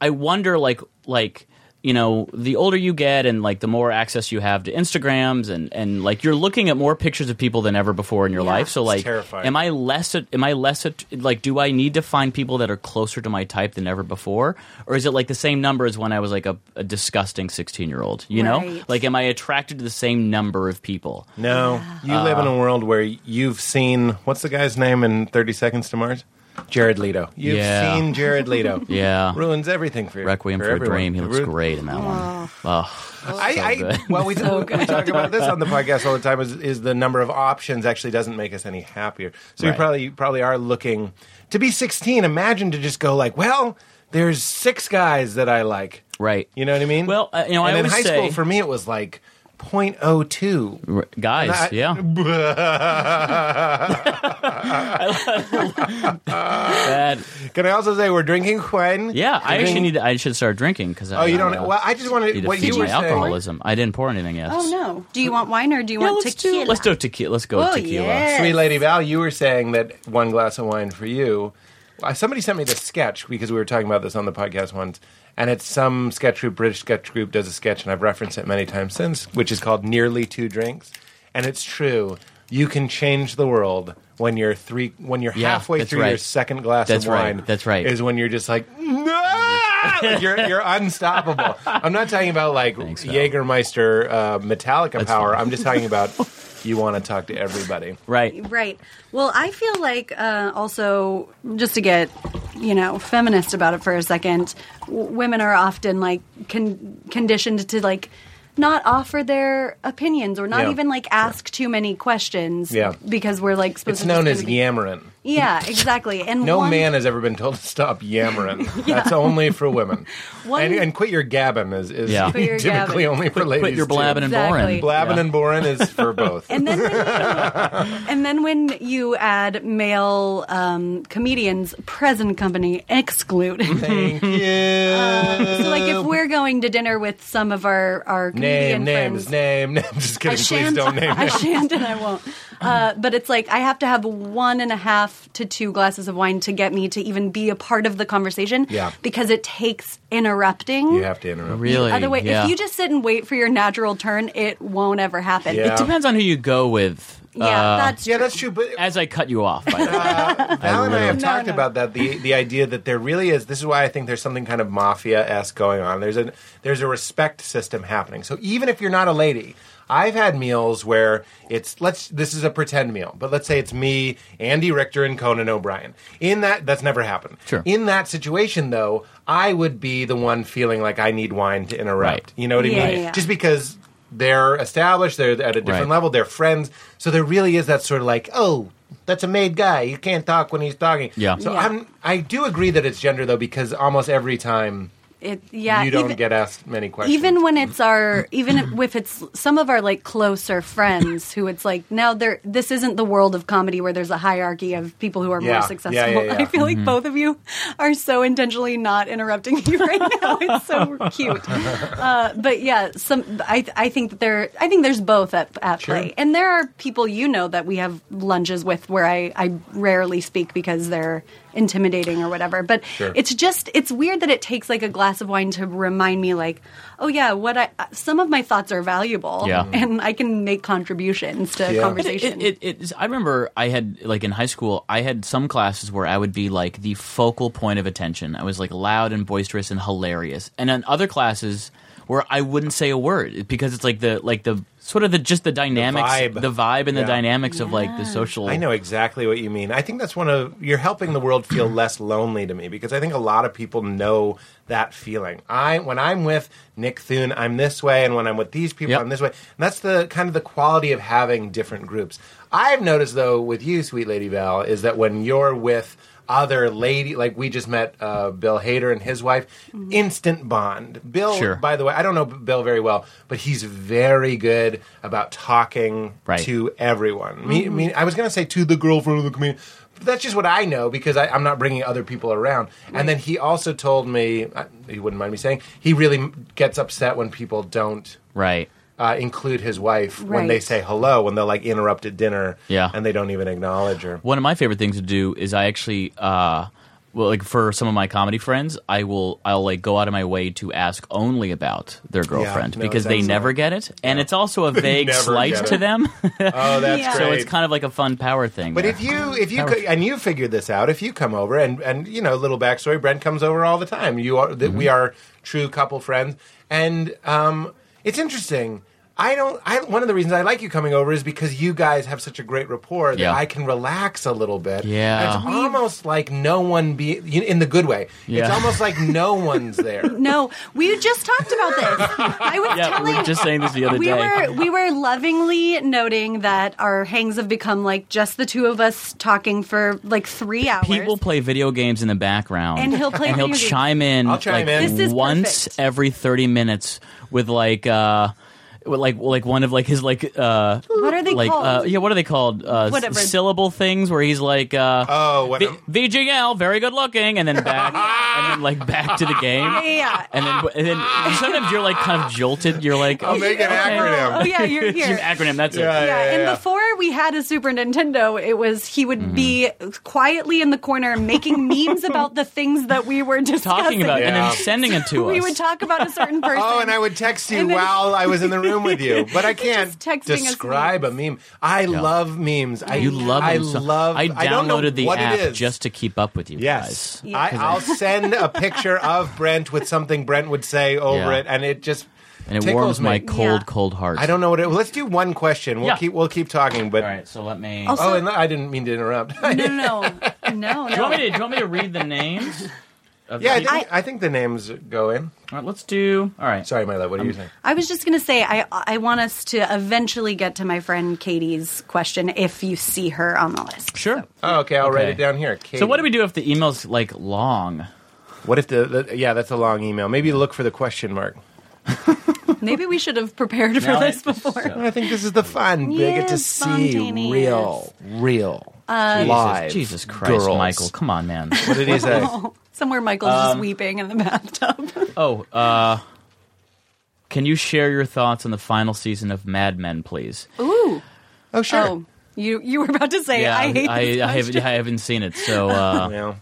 [SPEAKER 7] I wonder like like you know, the older you get and like the more access you have to Instagrams and and like you're looking at more pictures of people than ever before in your life. So like
[SPEAKER 8] terrifying.
[SPEAKER 7] am I less at, am I less at, like do I need to find people that are closer to my type than ever before or is it like the same number as when I was like a, a disgusting 16-year-old, you know?
[SPEAKER 6] Right.
[SPEAKER 7] Like am I attracted to the same number of people?
[SPEAKER 8] No, you live in a world where you've seen what's the guy's name in Thirty Seconds to Mars? Jared Leto. You've
[SPEAKER 7] Yeah.
[SPEAKER 8] seen Jared Leto.
[SPEAKER 7] Yeah.
[SPEAKER 8] ruins everything for you.
[SPEAKER 7] Requiem for, a
[SPEAKER 8] everyone.
[SPEAKER 7] Dream. He looks
[SPEAKER 8] Ru-
[SPEAKER 7] great in that one. Ugh.
[SPEAKER 8] I, I,
[SPEAKER 7] good.
[SPEAKER 8] Well, we, we talk about this on the podcast all the time. Is, is the number of options actually doesn't make us any happier? So
[SPEAKER 7] Right.
[SPEAKER 8] you probably you probably are looking to be 16. Imagine to just go like, well, there's six guys that I like.
[SPEAKER 7] Right.
[SPEAKER 8] You know what I mean?
[SPEAKER 7] Well, uh, you know, I
[SPEAKER 8] and in
[SPEAKER 7] always
[SPEAKER 8] high
[SPEAKER 7] say-
[SPEAKER 8] school for me it was like 0.02.
[SPEAKER 7] R- Guys,
[SPEAKER 8] And I-
[SPEAKER 7] yeah. That-
[SPEAKER 8] Can I also say we're drinking wine?
[SPEAKER 7] yeah, I
[SPEAKER 8] Drinking-
[SPEAKER 7] actually need. To, I should start drinking because
[SPEAKER 8] Oh, you don't. Well, I just wanted
[SPEAKER 7] need to
[SPEAKER 8] what
[SPEAKER 7] feed
[SPEAKER 8] you were
[SPEAKER 7] my
[SPEAKER 8] saying.
[SPEAKER 7] alcoholism. I didn't pour anything yet.
[SPEAKER 6] Oh, no. Do you want wine or do you
[SPEAKER 7] Yeah,
[SPEAKER 6] want
[SPEAKER 7] let's
[SPEAKER 6] tequila?
[SPEAKER 7] do. Let's do tequila. Let's go
[SPEAKER 6] Oh,
[SPEAKER 7] tequila.
[SPEAKER 6] yeah.
[SPEAKER 8] Sweet Lady Val, you were saying that one glass of wine for you. Uh, Somebody sent me the sketch because we were talking about this on the podcast once, and it's some sketch group, British sketch group, does a sketch, and I've referenced it many times since, which is called "Nearly Two Drinks," and it's true. You can change the world when you're three, when you're
[SPEAKER 7] Yeah,
[SPEAKER 8] halfway
[SPEAKER 7] that's
[SPEAKER 8] through your
[SPEAKER 7] right.
[SPEAKER 8] second glass
[SPEAKER 7] That's
[SPEAKER 8] of
[SPEAKER 7] right,
[SPEAKER 8] wine.
[SPEAKER 7] that's right.
[SPEAKER 8] Is when you're just like, no, Like, you're you're unstoppable. I'm not talking about like
[SPEAKER 7] Val.
[SPEAKER 8] Jägermeister uh, Metallica power.
[SPEAKER 7] fine.
[SPEAKER 8] I'm just talking about you want to talk to everybody.
[SPEAKER 7] Right.
[SPEAKER 6] Right. Well, I feel like uh, also just to get you know feminist about it for a second, w- women are often like con- conditioned to like not offer their opinions or not
[SPEAKER 8] Yeah.
[SPEAKER 6] even like ask too many questions.
[SPEAKER 8] Yeah.
[SPEAKER 6] Because we're like supposed
[SPEAKER 8] It's
[SPEAKER 6] to.
[SPEAKER 8] known
[SPEAKER 6] just
[SPEAKER 8] as
[SPEAKER 6] kinda be-
[SPEAKER 8] yammering.
[SPEAKER 6] Yeah, exactly. And
[SPEAKER 8] No
[SPEAKER 6] one-
[SPEAKER 8] man has ever been told to stop yammering. That's only for women.
[SPEAKER 6] One-
[SPEAKER 8] and, and quit your gabbing is, is
[SPEAKER 7] Yeah.
[SPEAKER 6] Quit your
[SPEAKER 8] typically
[SPEAKER 6] gabbing.
[SPEAKER 8] only for ladies.
[SPEAKER 7] Quit your
[SPEAKER 8] too.
[SPEAKER 7] blabbing and boring.
[SPEAKER 6] Exactly.
[SPEAKER 8] Blabbing
[SPEAKER 7] Yeah.
[SPEAKER 8] and boring is for both.
[SPEAKER 6] And then, when you, and then when you add male um, comedians, present company excluded.
[SPEAKER 8] Thank you.
[SPEAKER 6] so like if we're going to dinner with some of our our
[SPEAKER 8] name,
[SPEAKER 6] comedian
[SPEAKER 8] names,
[SPEAKER 6] friends,
[SPEAKER 8] name, name. Just
[SPEAKER 6] I
[SPEAKER 8] kidding. Please
[SPEAKER 6] shan't.
[SPEAKER 8] don't name
[SPEAKER 6] I
[SPEAKER 8] names.
[SPEAKER 6] shan't, and I won't. Uh, but it's like I have to have one and a half to two glasses of wine to get me to even be a part of the conversation.
[SPEAKER 8] Yeah.
[SPEAKER 6] because it takes interrupting.
[SPEAKER 8] You have to interrupt.
[SPEAKER 7] Really.
[SPEAKER 6] Other way,
[SPEAKER 7] yeah.
[SPEAKER 6] if you just sit and wait for your natural turn, it won't ever happen.
[SPEAKER 8] Yeah.
[SPEAKER 7] It depends on who you go with.
[SPEAKER 6] Yeah,
[SPEAKER 7] uh,
[SPEAKER 6] that's
[SPEAKER 8] Yeah, that's true. But
[SPEAKER 7] As I cut you off, by the way.
[SPEAKER 8] Val and I have
[SPEAKER 6] No,
[SPEAKER 8] talked
[SPEAKER 6] no.
[SPEAKER 8] about that. The the idea that there really is. This is why I think there's something kind of mafia esque going on. There's a there's a respect system happening. So even if you're not a lady. I've had meals where it's let's this is a pretend meal, but let's say it's me, Andy Richter, and Conan O'Brien. In that that's never happened.
[SPEAKER 7] Sure.
[SPEAKER 8] In that situation though, I would be the one feeling like I need wine to interrupt.
[SPEAKER 7] Right.
[SPEAKER 8] You know what I
[SPEAKER 6] Yeah,
[SPEAKER 8] mean?
[SPEAKER 6] yeah.
[SPEAKER 8] Just because they're established, they're at a different
[SPEAKER 7] Right.
[SPEAKER 8] level, they're friends. So there really is that sort of like, oh, that's a made guy. You can't talk when he's talking.
[SPEAKER 7] Yeah.
[SPEAKER 8] So
[SPEAKER 6] Yeah.
[SPEAKER 8] I'm I do agree that it's gender though because almost every time
[SPEAKER 6] it yeah
[SPEAKER 8] you don't
[SPEAKER 6] even-
[SPEAKER 8] get asked many questions.
[SPEAKER 6] even when it's our even if it's some of our like closer friends who it's like now there this isn't the world of comedy where there's a hierarchy of people who are
[SPEAKER 8] Yeah.
[SPEAKER 6] more
[SPEAKER 8] Yeah,
[SPEAKER 6] successful
[SPEAKER 8] yeah, yeah.
[SPEAKER 6] i feel like both of you are so intentionally not interrupting me right now it's so cute uh, but yeah some i i think that there i think there's both at, at
[SPEAKER 8] Sure.
[SPEAKER 6] play and there are people you know that we have lunches with where i i rarely speak because they're intimidating or whatever but
[SPEAKER 8] Sure.
[SPEAKER 6] it's just it's weird that it takes like a glass of wine to remind me like oh yeah what i uh, some of my thoughts are valuable
[SPEAKER 7] Yeah.
[SPEAKER 6] and i can make contributions to
[SPEAKER 8] Yeah.
[SPEAKER 6] conversation
[SPEAKER 7] It, it, it, I remember I had like in high school I had some classes where I would be like the focal point of attention. I was like loud and boisterous and hilarious, and in other classes where I wouldn't say a word because it's like the like the sort of the just the dynamics,
[SPEAKER 8] vibe.
[SPEAKER 7] and the
[SPEAKER 8] Yeah.
[SPEAKER 7] dynamics of like the social.
[SPEAKER 8] I know exactly what you mean. I think that's one of you're helping the world feel less lonely to me because I think a lot of people know that feeling. I when I'm with Nick Thune, I'm this way, and when I'm with these people,
[SPEAKER 7] Yep.
[SPEAKER 8] I'm this way. And that's the kind of the quality of having different groups. I've noticed though with you, sweet lady Val, is that when you're with other lady like we just met uh, Bill Hader and his wife, instant bond. Bill,
[SPEAKER 7] Mm-hmm. Sure.
[SPEAKER 8] by the way, I don't know Bill very well, but he's very good about talking
[SPEAKER 7] Right.
[SPEAKER 8] to everyone. Me, me, I was going to say to the girlfriend of the comedian. But that's just what I know because I, I'm not bringing other people around. And then he also told me, uh, he wouldn't mind me saying, he really m- gets upset when people don't
[SPEAKER 7] Right.
[SPEAKER 8] uh, include his wife when they
[SPEAKER 6] Right.
[SPEAKER 8] say hello, when they'll like interrupt at dinner
[SPEAKER 7] Yeah.
[SPEAKER 8] and they don't even acknowledge her.
[SPEAKER 7] One of my favorite things to do is I actually, uh, well, like for some of my comedy friends, I will I'll like go out of my way to ask only about their girlfriend
[SPEAKER 8] no,
[SPEAKER 7] because they
[SPEAKER 8] that's
[SPEAKER 7] never
[SPEAKER 8] right.
[SPEAKER 7] get it, and it's also a vague
[SPEAKER 8] never
[SPEAKER 7] slight
[SPEAKER 8] get
[SPEAKER 7] to
[SPEAKER 8] it.
[SPEAKER 7] them.
[SPEAKER 8] Oh, that's
[SPEAKER 6] Yeah.
[SPEAKER 8] great.
[SPEAKER 7] so it's kind of like a fun power thing.
[SPEAKER 8] But
[SPEAKER 7] there.
[SPEAKER 8] if you if you could, and you figured this out, if you come over and and you know little backstory, Brent comes over all the time. You are that
[SPEAKER 7] Mm-hmm.
[SPEAKER 8] we are true couple friends, and um, it's interesting. I don't. I one of the reasons I like you coming over is because you guys have such a great rapport that
[SPEAKER 7] Yeah.
[SPEAKER 8] I can relax a little bit.
[SPEAKER 7] Yeah.
[SPEAKER 8] it's almost like no one be you- in the good way. It's
[SPEAKER 7] Yeah.
[SPEAKER 8] almost like no one's there.
[SPEAKER 6] no we just talked about this i was
[SPEAKER 7] yeah, we
[SPEAKER 6] telling
[SPEAKER 7] were just saying this the other
[SPEAKER 6] we
[SPEAKER 7] day.
[SPEAKER 6] were we were lovingly noting that our hangs have become like just the two of us talking for like three hours.
[SPEAKER 7] Pete will play video games in the background,
[SPEAKER 6] And he'll play
[SPEAKER 7] and he'll
[SPEAKER 6] video games.
[SPEAKER 7] chime in.
[SPEAKER 8] I'll chime
[SPEAKER 7] like,
[SPEAKER 8] in.
[SPEAKER 6] This is
[SPEAKER 7] once
[SPEAKER 6] perfect.
[SPEAKER 7] every thirty minutes with like. uh with, like like one of like his like uh
[SPEAKER 6] what are they
[SPEAKER 7] like
[SPEAKER 6] called?
[SPEAKER 7] uh yeah what are they called uh s-
[SPEAKER 6] Whatever.
[SPEAKER 7] syllable things where he's like uh
[SPEAKER 8] Oh, what?
[SPEAKER 7] v- VGL very good looking and then back and then like back to the
[SPEAKER 6] yeah,
[SPEAKER 7] game
[SPEAKER 6] yeah.
[SPEAKER 7] and then and then sometimes you're like kind of jolted you're like
[SPEAKER 8] I'll make an
[SPEAKER 7] okay.
[SPEAKER 8] acronym.
[SPEAKER 6] Oh yeah, you're
[SPEAKER 7] It's an
[SPEAKER 6] here.
[SPEAKER 7] acronym that's it
[SPEAKER 8] Yeah,
[SPEAKER 6] yeah,
[SPEAKER 8] yeah,
[SPEAKER 6] and
[SPEAKER 8] yeah.
[SPEAKER 6] before we had a Super Nintendo, it was he would be quietly in the corner making memes about the things that we were discussing.
[SPEAKER 7] talking about and then
[SPEAKER 8] Yeah.
[SPEAKER 7] sending it to us
[SPEAKER 6] we would talk about a certain person.
[SPEAKER 8] Oh, and I would text you
[SPEAKER 6] And then-
[SPEAKER 8] while I was in the room with you, but I can't
[SPEAKER 6] Just texting us
[SPEAKER 8] describe a meme. I love memes. I,
[SPEAKER 7] You love
[SPEAKER 8] I
[SPEAKER 7] them so-
[SPEAKER 8] love.
[SPEAKER 7] I
[SPEAKER 8] don't know
[SPEAKER 7] downloaded the
[SPEAKER 8] what it
[SPEAKER 7] app
[SPEAKER 8] is.
[SPEAKER 7] just to keep up with you
[SPEAKER 8] yes.
[SPEAKER 7] guys.
[SPEAKER 8] I, I'll send a picture of Brent with something Brent would say over
[SPEAKER 7] Yeah.
[SPEAKER 8] it, and it just
[SPEAKER 7] And it
[SPEAKER 8] tickles
[SPEAKER 7] warms
[SPEAKER 8] me.
[SPEAKER 7] my cold,
[SPEAKER 6] Yeah.
[SPEAKER 7] cold heart.
[SPEAKER 8] I don't know what it. Let's do one question. We'll
[SPEAKER 7] Yeah.
[SPEAKER 8] keep. We'll keep talking, but.
[SPEAKER 7] All right, so let me.
[SPEAKER 6] Also-
[SPEAKER 8] Oh, and I didn't mean to interrupt.
[SPEAKER 6] no, no, no, no.
[SPEAKER 7] do, you
[SPEAKER 6] no.
[SPEAKER 7] want me to, do you want me to read the names? of the
[SPEAKER 8] yeah, I
[SPEAKER 7] people?
[SPEAKER 8] think, I, think the names go in.
[SPEAKER 7] All right, let's do. All right.
[SPEAKER 8] Sorry, my love. What
[SPEAKER 7] Um,
[SPEAKER 8] are you saying?
[SPEAKER 6] I was just going to say, I I want us to eventually get to my friend Katie's question if you see her on the list.
[SPEAKER 7] Sure.
[SPEAKER 8] Oh, okay. I'll write
[SPEAKER 7] okay.
[SPEAKER 8] it down here.
[SPEAKER 7] So what
[SPEAKER 8] Katie.
[SPEAKER 7] do we do if the email's like long?
[SPEAKER 8] What if the, the? Yeah, that's a long email. Maybe look for the question mark.
[SPEAKER 6] Maybe we should have prepared for
[SPEAKER 7] Now uh, I-
[SPEAKER 6] this before.
[SPEAKER 8] I think this is the fun. They
[SPEAKER 6] Yeah,
[SPEAKER 8] get to see
[SPEAKER 6] spontaneous.
[SPEAKER 8] real, real,
[SPEAKER 7] Jesus,
[SPEAKER 8] live.
[SPEAKER 7] Jesus Christ,
[SPEAKER 8] girls.
[SPEAKER 7] Michael, come on, man.
[SPEAKER 8] What did he say?
[SPEAKER 6] Oh. Somewhere Michael's
[SPEAKER 7] Um,
[SPEAKER 6] just weeping in the bathtub.
[SPEAKER 7] oh, uh, can you share your thoughts on the final season of Mad Men, please?
[SPEAKER 6] Ooh.
[SPEAKER 8] Oh, sure.
[SPEAKER 6] Oh, you you were about to say I hate
[SPEAKER 7] I,
[SPEAKER 6] this
[SPEAKER 7] I, haven't,
[SPEAKER 6] question.
[SPEAKER 7] I haven't seen it. So, uh,
[SPEAKER 8] Well,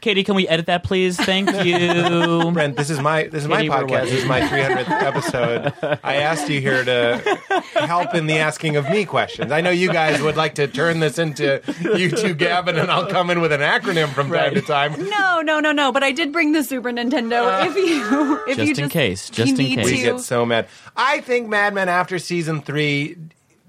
[SPEAKER 7] Katie, can we edit that, please? Thank you.
[SPEAKER 8] Brent, this is my this is
[SPEAKER 7] Katie,
[SPEAKER 8] my
[SPEAKER 7] we're
[SPEAKER 8] podcast. This is my 300th episode. I asked you here to help in the asking of me questions. I know you guys would like to turn this into you two Gavin, and I'll come in with an acronym from time to time.
[SPEAKER 6] No, no, no, no. But I did bring the Super Nintendo. if you, if
[SPEAKER 7] Uh, Just
[SPEAKER 6] you
[SPEAKER 7] in
[SPEAKER 6] just
[SPEAKER 7] case,
[SPEAKER 6] if
[SPEAKER 7] just
[SPEAKER 6] you
[SPEAKER 7] in
[SPEAKER 6] need
[SPEAKER 7] case.
[SPEAKER 6] to-
[SPEAKER 8] We get so mad. I think Mad Men after season three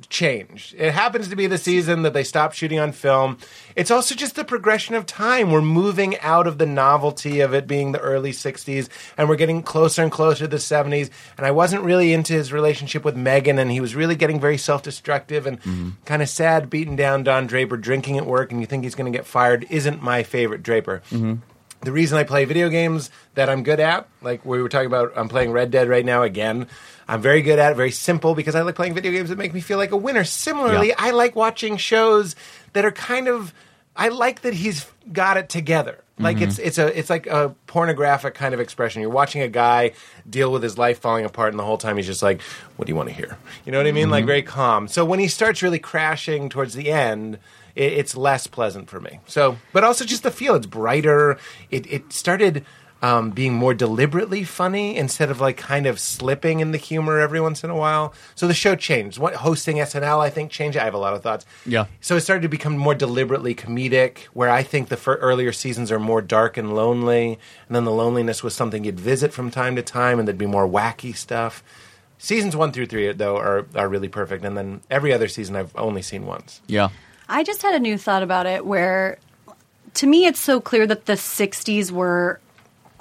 [SPEAKER 8] changed. It happens to be the season that they stopped shooting on film. It's also just the progression of time. We're moving out of the novelty of it being the early 60s and we're getting closer and closer to the 70s. And I wasn't really into his relationship with Megan and he was really getting very self-destructive and kind of sad, beaten down Don Draper drinking at work and you think he's going to get fired isn't my favorite Draper. the reason I play video games that I'm good at, like we were talking about, I'm playing Red Dead right now again. I'm very good at it, very simple because I like playing video games that make me feel like a winner. Similarly,
[SPEAKER 7] Yeah.
[SPEAKER 8] I like watching shows that are kind of I like that he's got it together. Like it's it's a it's like a pornographic kind of expression. You're watching a guy deal with his life falling apart, and the whole time he's just like, "What do you want to hear?" You know what I mean? Like very calm. So when he starts really crashing towards the end, it, it's less pleasant for me. So, but also just the feel. It's brighter. It it started um, being more deliberately funny instead of like kind of slipping in the humor every once in a while. So the show changed. What hosting SNL I think changed. I have a lot of thoughts.
[SPEAKER 7] Yeah.
[SPEAKER 8] So it started to become more deliberately comedic, where I think the fir- earlier seasons are more dark and lonely, and then the loneliness was something you'd visit from time to time, and there'd be more wacky stuff. Seasons one through three, though, are are really perfect, and then every other season I've only seen once.
[SPEAKER 7] Yeah.
[SPEAKER 6] I just had a new thought about it where to me it's so clear that the 60s were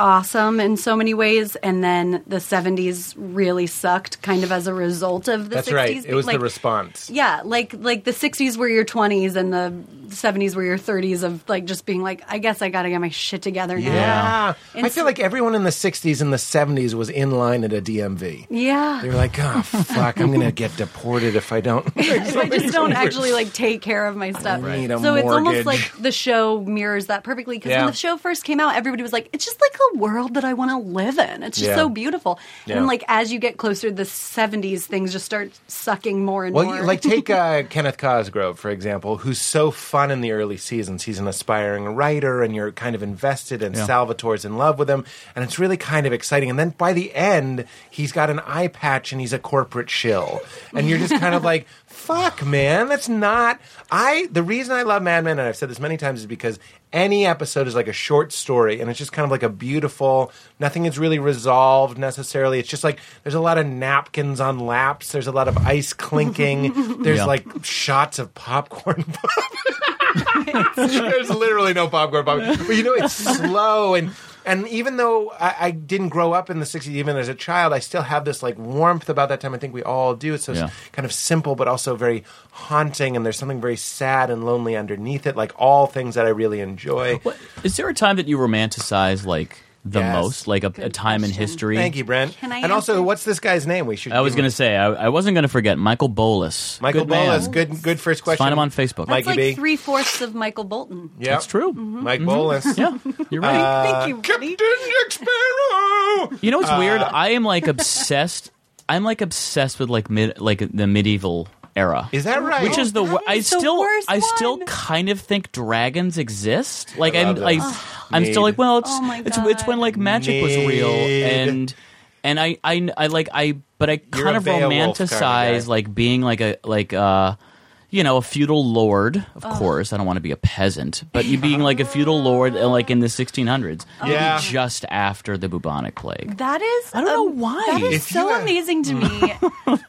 [SPEAKER 6] awesome in so many ways and then the 70s really sucked kind of as a result of the
[SPEAKER 8] That's
[SPEAKER 6] 60s
[SPEAKER 8] right. It was
[SPEAKER 6] Like,
[SPEAKER 8] the response.
[SPEAKER 6] yeah like like the 60s were your 20s and the 70s were your 30s of like just being like i guess i gotta get my shit together now
[SPEAKER 8] Yeah.
[SPEAKER 6] And
[SPEAKER 8] I feel
[SPEAKER 6] so-
[SPEAKER 8] like everyone in the 60s and the 70s was in line at a DMV.
[SPEAKER 6] yeah
[SPEAKER 8] They were like, oh, fuck, I'm going to get deported if I don't.
[SPEAKER 6] if I just don't actually like take care of my stuff.
[SPEAKER 8] need a
[SPEAKER 6] so it's
[SPEAKER 8] mortgage.
[SPEAKER 6] almost like the show mirrors that perfectly because
[SPEAKER 8] Yeah.
[SPEAKER 6] when the show first came out, everybody was like, "It's just like a world that I want to live in. It's just
[SPEAKER 8] Yeah.
[SPEAKER 6] so beautiful."
[SPEAKER 8] Yeah.
[SPEAKER 6] And like as you get closer to the '70s, things just start sucking more and
[SPEAKER 8] Well,
[SPEAKER 6] more.
[SPEAKER 8] you- like take uh, Kenneth Cosgrove for example, who's so fun in the early seasons. He's an aspiring writer, and you're kind of invested, and
[SPEAKER 7] Yeah.
[SPEAKER 8] Salvatore's in love with him, and it's really kind of exciting. And then by the end, he's got an eye patch, and he's a corporate shill, and you're just kind of like, "Fuck, man, that's not." I the reason I love Mad Men, and I've said this many times, is because any episode is like a short story, and it's just kind of like a beautiful. Nothing is really resolved necessarily. It's just like there's a lot of napkins on laps. There's a lot of ice clinking. There's
[SPEAKER 7] Yeah.
[SPEAKER 8] like shots of popcorn. There's literally no popcorn, popcorn. But you know, it's slow and. And even though I, I didn't grow up in the '60s, even as a child, I still have this like warmth about that time. I think we all do. It's so
[SPEAKER 7] Yeah.
[SPEAKER 8] kind of simple, but also very haunting, and there's something very sad and lonely underneath it. Like all things that I really enjoy.
[SPEAKER 7] What, is there a time that you romanticize like the
[SPEAKER 8] Yes.
[SPEAKER 7] most, like a, a time in
[SPEAKER 6] question.
[SPEAKER 7] history?
[SPEAKER 8] Thank you, Brent.
[SPEAKER 6] Can I
[SPEAKER 8] and also,
[SPEAKER 6] answer?
[SPEAKER 8] what's this guy's name? We should.
[SPEAKER 7] I was
[SPEAKER 8] give him-
[SPEAKER 7] going to say I, I wasn't going to forget Michael Bolas.
[SPEAKER 8] Michael
[SPEAKER 7] Good man.
[SPEAKER 8] Bolas. Good, good first question.
[SPEAKER 7] Find him on Facebook.
[SPEAKER 6] that's
[SPEAKER 8] Mikey B.
[SPEAKER 6] like three fourths of Michael Bolton.
[SPEAKER 8] Yeah,
[SPEAKER 7] That's true. Mm-hmm.
[SPEAKER 8] Mike Bolas.
[SPEAKER 7] Yeah, you're right.
[SPEAKER 8] Uh,
[SPEAKER 6] Thank you, buddy.
[SPEAKER 8] Captain Jack Sparrow.
[SPEAKER 7] You know what's weird?
[SPEAKER 8] uh,
[SPEAKER 7] I am like obsessed. I'm like obsessed with like mid, like the medieval era.
[SPEAKER 8] Is that right?
[SPEAKER 7] Which is the wor-
[SPEAKER 6] that
[SPEAKER 7] I
[SPEAKER 6] is Oh, the
[SPEAKER 7] still
[SPEAKER 6] worst
[SPEAKER 7] I still
[SPEAKER 6] one.
[SPEAKER 7] kind of think dragons exist. Like
[SPEAKER 8] I
[SPEAKER 7] I'm
[SPEAKER 8] love
[SPEAKER 7] I,
[SPEAKER 8] them.
[SPEAKER 7] I'm still like well it's
[SPEAKER 6] Oh my
[SPEAKER 7] it's it's when
[SPEAKER 6] God.
[SPEAKER 7] like magic was real
[SPEAKER 8] Need.
[SPEAKER 7] and and I, I I like I but I
[SPEAKER 8] You're
[SPEAKER 7] kind
[SPEAKER 8] a
[SPEAKER 7] of
[SPEAKER 8] Beowulf kind of
[SPEAKER 7] romanticize
[SPEAKER 8] guy.
[SPEAKER 7] like being like a like uh you know a feudal lord of course I don't want to be a peasant but you being like a feudal lord uh, like in the 1600s maybe
[SPEAKER 8] Yeah.
[SPEAKER 7] just after the bubonic plague
[SPEAKER 6] That is.
[SPEAKER 7] I don't know
[SPEAKER 6] um,
[SPEAKER 7] why.
[SPEAKER 6] That is
[SPEAKER 8] If you
[SPEAKER 6] so
[SPEAKER 8] had-
[SPEAKER 6] amazing to me.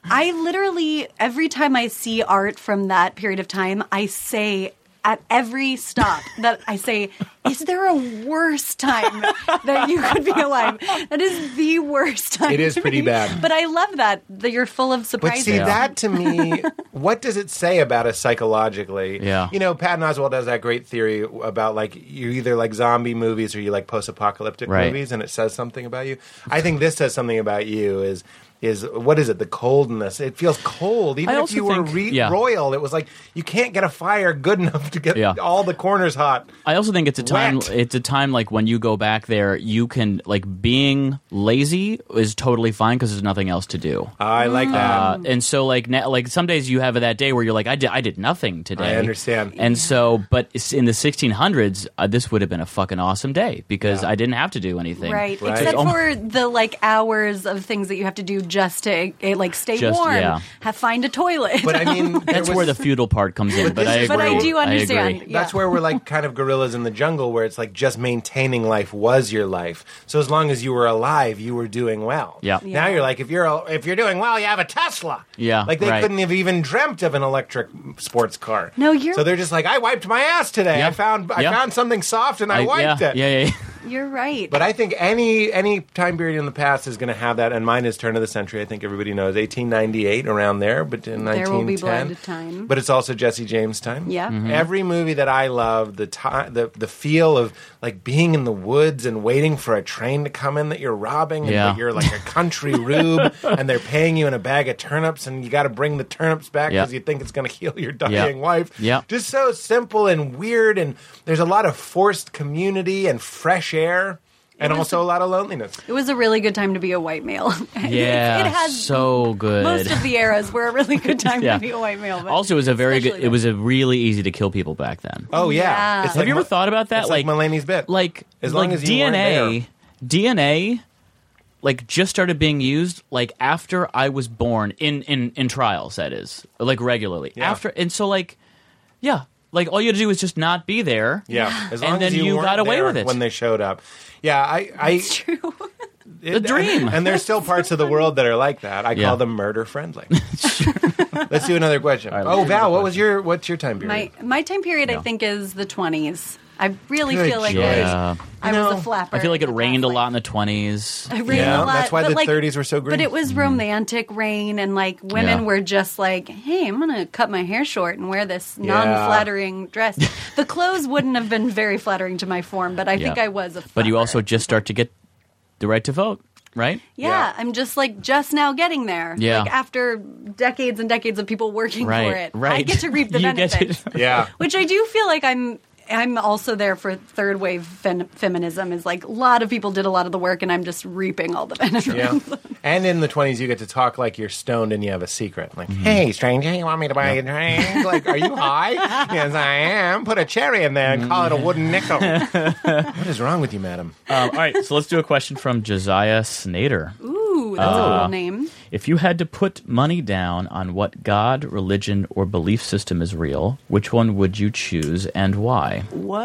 [SPEAKER 6] I literally every time I see art from that period of time, I say at every stop that I say, "Is there a worse time that you could be alive?" That is the worst time.
[SPEAKER 8] It is
[SPEAKER 6] to
[SPEAKER 8] pretty
[SPEAKER 6] be-
[SPEAKER 8] bad.
[SPEAKER 6] But I love that that you're full of
[SPEAKER 8] But
[SPEAKER 6] surprises.
[SPEAKER 8] see, that to me, what does it say about us psychologically?
[SPEAKER 7] Yeah.
[SPEAKER 8] You know, Patton Oswald has that great theory about like you either like zombie movies or you like post apocalyptic
[SPEAKER 7] Right.
[SPEAKER 8] movies and it says something about you. I think this says something about you is is what is it? The coldness. It feels cold. Even
[SPEAKER 7] I
[SPEAKER 8] if
[SPEAKER 7] also
[SPEAKER 8] you were
[SPEAKER 7] think-
[SPEAKER 8] re-
[SPEAKER 7] yeah.
[SPEAKER 8] royal, it was like you can't get a fire good enough to get
[SPEAKER 7] Yeah.
[SPEAKER 8] all the corners hot.
[SPEAKER 7] I also think it's a time.
[SPEAKER 8] Wet.
[SPEAKER 7] It's a time like when you go back there, you can like being lazy is totally fine because there's nothing else to do.
[SPEAKER 8] I like that.
[SPEAKER 7] Uh, and so like na like some days you have that day where you're like I did I did nothing today.
[SPEAKER 8] I understand.
[SPEAKER 7] And so, but it's in the 1600s, uh, this would have been a fucking awesome day because I didn't have to do anything.
[SPEAKER 6] Right.
[SPEAKER 8] Right.
[SPEAKER 6] except
[SPEAKER 7] Oh my-
[SPEAKER 6] for the like hours of things that you have to do just to eh, like stay
[SPEAKER 7] Just-
[SPEAKER 6] warm,
[SPEAKER 7] yeah.
[SPEAKER 6] have find a toilet.
[SPEAKER 8] But I mean, there
[SPEAKER 7] That's
[SPEAKER 8] was-
[SPEAKER 7] where the feudal part comes in. But,
[SPEAKER 8] this
[SPEAKER 7] I
[SPEAKER 8] is-
[SPEAKER 7] agree.
[SPEAKER 8] But I do
[SPEAKER 6] understand.
[SPEAKER 7] agree.
[SPEAKER 8] That's
[SPEAKER 6] Yeah.
[SPEAKER 8] where we're like kind of gorillas in the jungle, where it's like just maintaining life was your life. So as long as you were alive, you were doing well.
[SPEAKER 7] Yeah.
[SPEAKER 8] Now you're like, if you're if you're doing well, you have a Tesla.
[SPEAKER 7] Yeah,
[SPEAKER 8] Like they
[SPEAKER 7] right.
[SPEAKER 8] couldn't have even dreamt of an electric sports car.
[SPEAKER 6] No, you're-
[SPEAKER 8] So they're just like, I wiped my ass today.
[SPEAKER 7] Yeah.
[SPEAKER 8] I found I
[SPEAKER 7] Yeah.
[SPEAKER 8] found something soft and I,
[SPEAKER 7] I-
[SPEAKER 8] wiped
[SPEAKER 7] yeah,
[SPEAKER 8] it.
[SPEAKER 7] yeah, yeah,
[SPEAKER 6] You're right.
[SPEAKER 8] But I think any any time period in the past is going to have that, and mine is turn of the century. I think everybody knows 1898 around there, but in
[SPEAKER 6] There Will Be
[SPEAKER 8] 1910.
[SPEAKER 6] Blood time.
[SPEAKER 8] But it's also Jesse James time.
[SPEAKER 6] Yeah.
[SPEAKER 7] Mm-hmm.
[SPEAKER 6] Mhm.
[SPEAKER 8] Every movie that I love, the time, the the feel of like being in the woods and waiting for a train to come in that you're robbing, and
[SPEAKER 7] Yeah.
[SPEAKER 8] that you're like a country rube, and they're paying you in a bag of turnips, and you got to bring the turnips back
[SPEAKER 7] Yeah.
[SPEAKER 8] because you think it's going to heal your dying
[SPEAKER 7] Yeah.
[SPEAKER 8] wife.
[SPEAKER 7] Yeah.
[SPEAKER 8] Just so simple and weird, and there's a lot of forced community and fresh air, and also a lot of loneliness.
[SPEAKER 6] it was a really good time to be a white male. It-
[SPEAKER 7] Yeah,
[SPEAKER 6] it, has
[SPEAKER 7] so good.
[SPEAKER 6] most of the eras were a really good time
[SPEAKER 7] Yeah.
[SPEAKER 6] to be a white male. But
[SPEAKER 7] also, it was a very good.
[SPEAKER 6] especially
[SPEAKER 7] It was a really easy to kill people back then.
[SPEAKER 8] Oh yeah,
[SPEAKER 6] Yeah.
[SPEAKER 8] It's
[SPEAKER 6] Have
[SPEAKER 8] like
[SPEAKER 7] Have you ever
[SPEAKER 8] Ma-
[SPEAKER 7] thought about that?
[SPEAKER 8] it's like Mulaney's bit.
[SPEAKER 7] like
[SPEAKER 8] As long
[SPEAKER 7] like
[SPEAKER 8] as you weren't
[SPEAKER 7] DNA, DNA, like just started being used like after I was born in in in trials. That is like regularly
[SPEAKER 8] Yeah.
[SPEAKER 7] after, and so like yeah, like all you had to do was just not be there.
[SPEAKER 8] yeah, as long
[SPEAKER 7] and
[SPEAKER 8] as
[SPEAKER 7] then you,
[SPEAKER 8] weren't
[SPEAKER 7] got away
[SPEAKER 8] there
[SPEAKER 7] with it.
[SPEAKER 8] when they showed up. Yeah, I, I
[SPEAKER 6] true.
[SPEAKER 8] it-
[SPEAKER 7] The dream.
[SPEAKER 8] and there's still parts of the world that are like that. I
[SPEAKER 7] Yeah.
[SPEAKER 8] call them murder friendly. Let's do another question.
[SPEAKER 7] right,
[SPEAKER 8] oh
[SPEAKER 7] let's do
[SPEAKER 8] Val,
[SPEAKER 7] another
[SPEAKER 8] what was your what's your time
[SPEAKER 6] my
[SPEAKER 8] period?
[SPEAKER 6] my time period, I think, is the twenties. I really
[SPEAKER 8] Good
[SPEAKER 6] feel like
[SPEAKER 8] choice.
[SPEAKER 6] I-
[SPEAKER 7] Yeah.
[SPEAKER 6] I,
[SPEAKER 8] You
[SPEAKER 6] was
[SPEAKER 8] know,
[SPEAKER 6] a flapper.
[SPEAKER 7] I feel like
[SPEAKER 6] in
[SPEAKER 7] it
[SPEAKER 6] the
[SPEAKER 7] rained
[SPEAKER 6] past,
[SPEAKER 7] a
[SPEAKER 6] like-
[SPEAKER 7] lot in the twenties.
[SPEAKER 6] It rained
[SPEAKER 8] Yeah,
[SPEAKER 6] a lot.
[SPEAKER 8] that's why
[SPEAKER 6] but
[SPEAKER 8] the
[SPEAKER 6] like,
[SPEAKER 8] 30s were so green.
[SPEAKER 6] But it was romantic rain, and like women
[SPEAKER 7] Mm. Yeah.
[SPEAKER 6] were just like, "Hey, I'm gonna cut my hair short and wear this
[SPEAKER 8] Yeah.
[SPEAKER 6] non-flattering dress." the clothes wouldn't have been very flattering to my form, but I think
[SPEAKER 7] Yeah.
[SPEAKER 6] I was a. Flapper.
[SPEAKER 7] But you also just start to get the right to vote, right?
[SPEAKER 6] Yeah,
[SPEAKER 8] Yeah.
[SPEAKER 6] I'm just like just now getting there.
[SPEAKER 7] Yeah.
[SPEAKER 6] Like after decades and decades of people working
[SPEAKER 7] Right,
[SPEAKER 6] for it. I
[SPEAKER 7] right.
[SPEAKER 6] get to reap the
[SPEAKER 7] You get
[SPEAKER 6] benefits.
[SPEAKER 7] to-
[SPEAKER 8] Yeah.
[SPEAKER 6] Which I do feel like I'm I'm also there for third wave fen- feminism is like a lot of people did a lot of the work and I'm just reaping all the benefits.
[SPEAKER 8] Yeah. And in the 20s, you get to talk like you're stoned and you have a secret. Like, hey, stranger, you want me to buy you a drink? Like, are you high? yes, I am. Put a cherry in there and call it a wooden nickel. what is wrong with you, madam?
[SPEAKER 7] Um, all right, so let's do a question from Josiah Snader.
[SPEAKER 6] Ooh, that's a
[SPEAKER 7] Ah.
[SPEAKER 6] cool name.
[SPEAKER 7] If you had to put money down on what God, religion, or belief system is real, which one would you choose and why?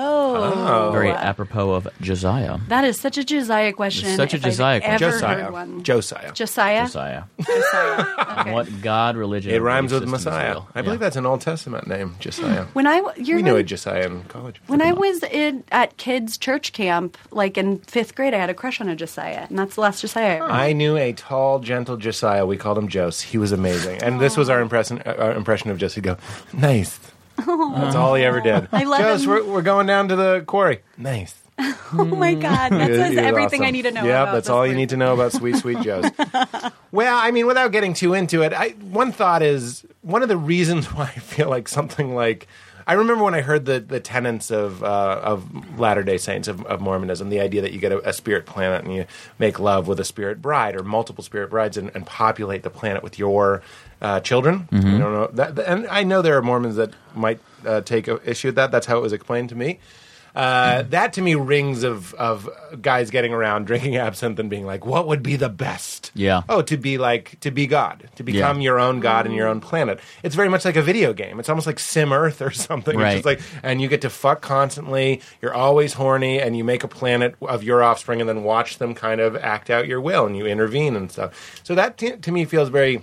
[SPEAKER 6] Whoa.
[SPEAKER 7] Very apropos of Josiah.
[SPEAKER 6] That is such a Josiah question.
[SPEAKER 7] Such a
[SPEAKER 6] if I've
[SPEAKER 7] Josiah question.
[SPEAKER 6] ever
[SPEAKER 8] Josiah.
[SPEAKER 6] Heard one.
[SPEAKER 8] Josiah.
[SPEAKER 6] Josiah.
[SPEAKER 7] Josiah.
[SPEAKER 6] Josiah. Okay.
[SPEAKER 7] What God, religion,
[SPEAKER 8] It
[SPEAKER 7] or
[SPEAKER 8] rhymes
[SPEAKER 7] belief
[SPEAKER 8] with
[SPEAKER 7] system is
[SPEAKER 8] Messiah.
[SPEAKER 7] real?
[SPEAKER 8] I believe
[SPEAKER 7] Yeah.
[SPEAKER 8] that's an Old Testament name, Josiah.
[SPEAKER 6] When I you're
[SPEAKER 8] We knew
[SPEAKER 6] right.
[SPEAKER 8] a Josiah in college.
[SPEAKER 6] When I was in, at kids' church camp, like in fifth grade, I had a crush on a Josiah, and that's the last Josiah. I ever
[SPEAKER 8] I knew a tall, gentle Josiah. We called him Jose. He was amazing. And this
[SPEAKER 6] Oh.
[SPEAKER 8] was our impression, uh, our impression of Jose. He'd go, nice. That's all he ever did.
[SPEAKER 6] I love
[SPEAKER 8] Jose,
[SPEAKER 6] him.
[SPEAKER 8] We're, we're going down to the quarry. Nice.
[SPEAKER 6] Oh my God, that
[SPEAKER 8] It-
[SPEAKER 6] says
[SPEAKER 8] it was
[SPEAKER 6] everything I
[SPEAKER 8] Mm. awesome.
[SPEAKER 6] need to know.
[SPEAKER 8] Yeah,
[SPEAKER 6] about
[SPEAKER 8] that's
[SPEAKER 6] this
[SPEAKER 8] all you
[SPEAKER 6] word.
[SPEAKER 8] need to know about Sweet Sweet Joe's. well, I mean, without getting too into it, I, one thought is one of the reasons why I feel like something like I remember when I heard the the tenets of uh, of Latter Day Saints of, of Mormonism, the idea that you get a, a spirit planet and you make love with a spirit bride or multiple spirit brides and, and populate the planet with your uh, children. I don't know, that, and I know there are Mormons that might uh, take a issue with that. That's how it was explained to me. Uh, that to me rings of of guys getting around drinking absinthe and being like, "What would be the best?"
[SPEAKER 7] Yeah.
[SPEAKER 8] Oh, to be like to be God, to become your own God and your own planet. It's very much like a video game. It's almost like Sim Earth or something.
[SPEAKER 7] Right.
[SPEAKER 8] It's just like, and you get to fuck constantly. You're always horny, and you make a planet of your offspring, and then watch them kind of act out your will, and you intervene and stuff. So that t- to me feels very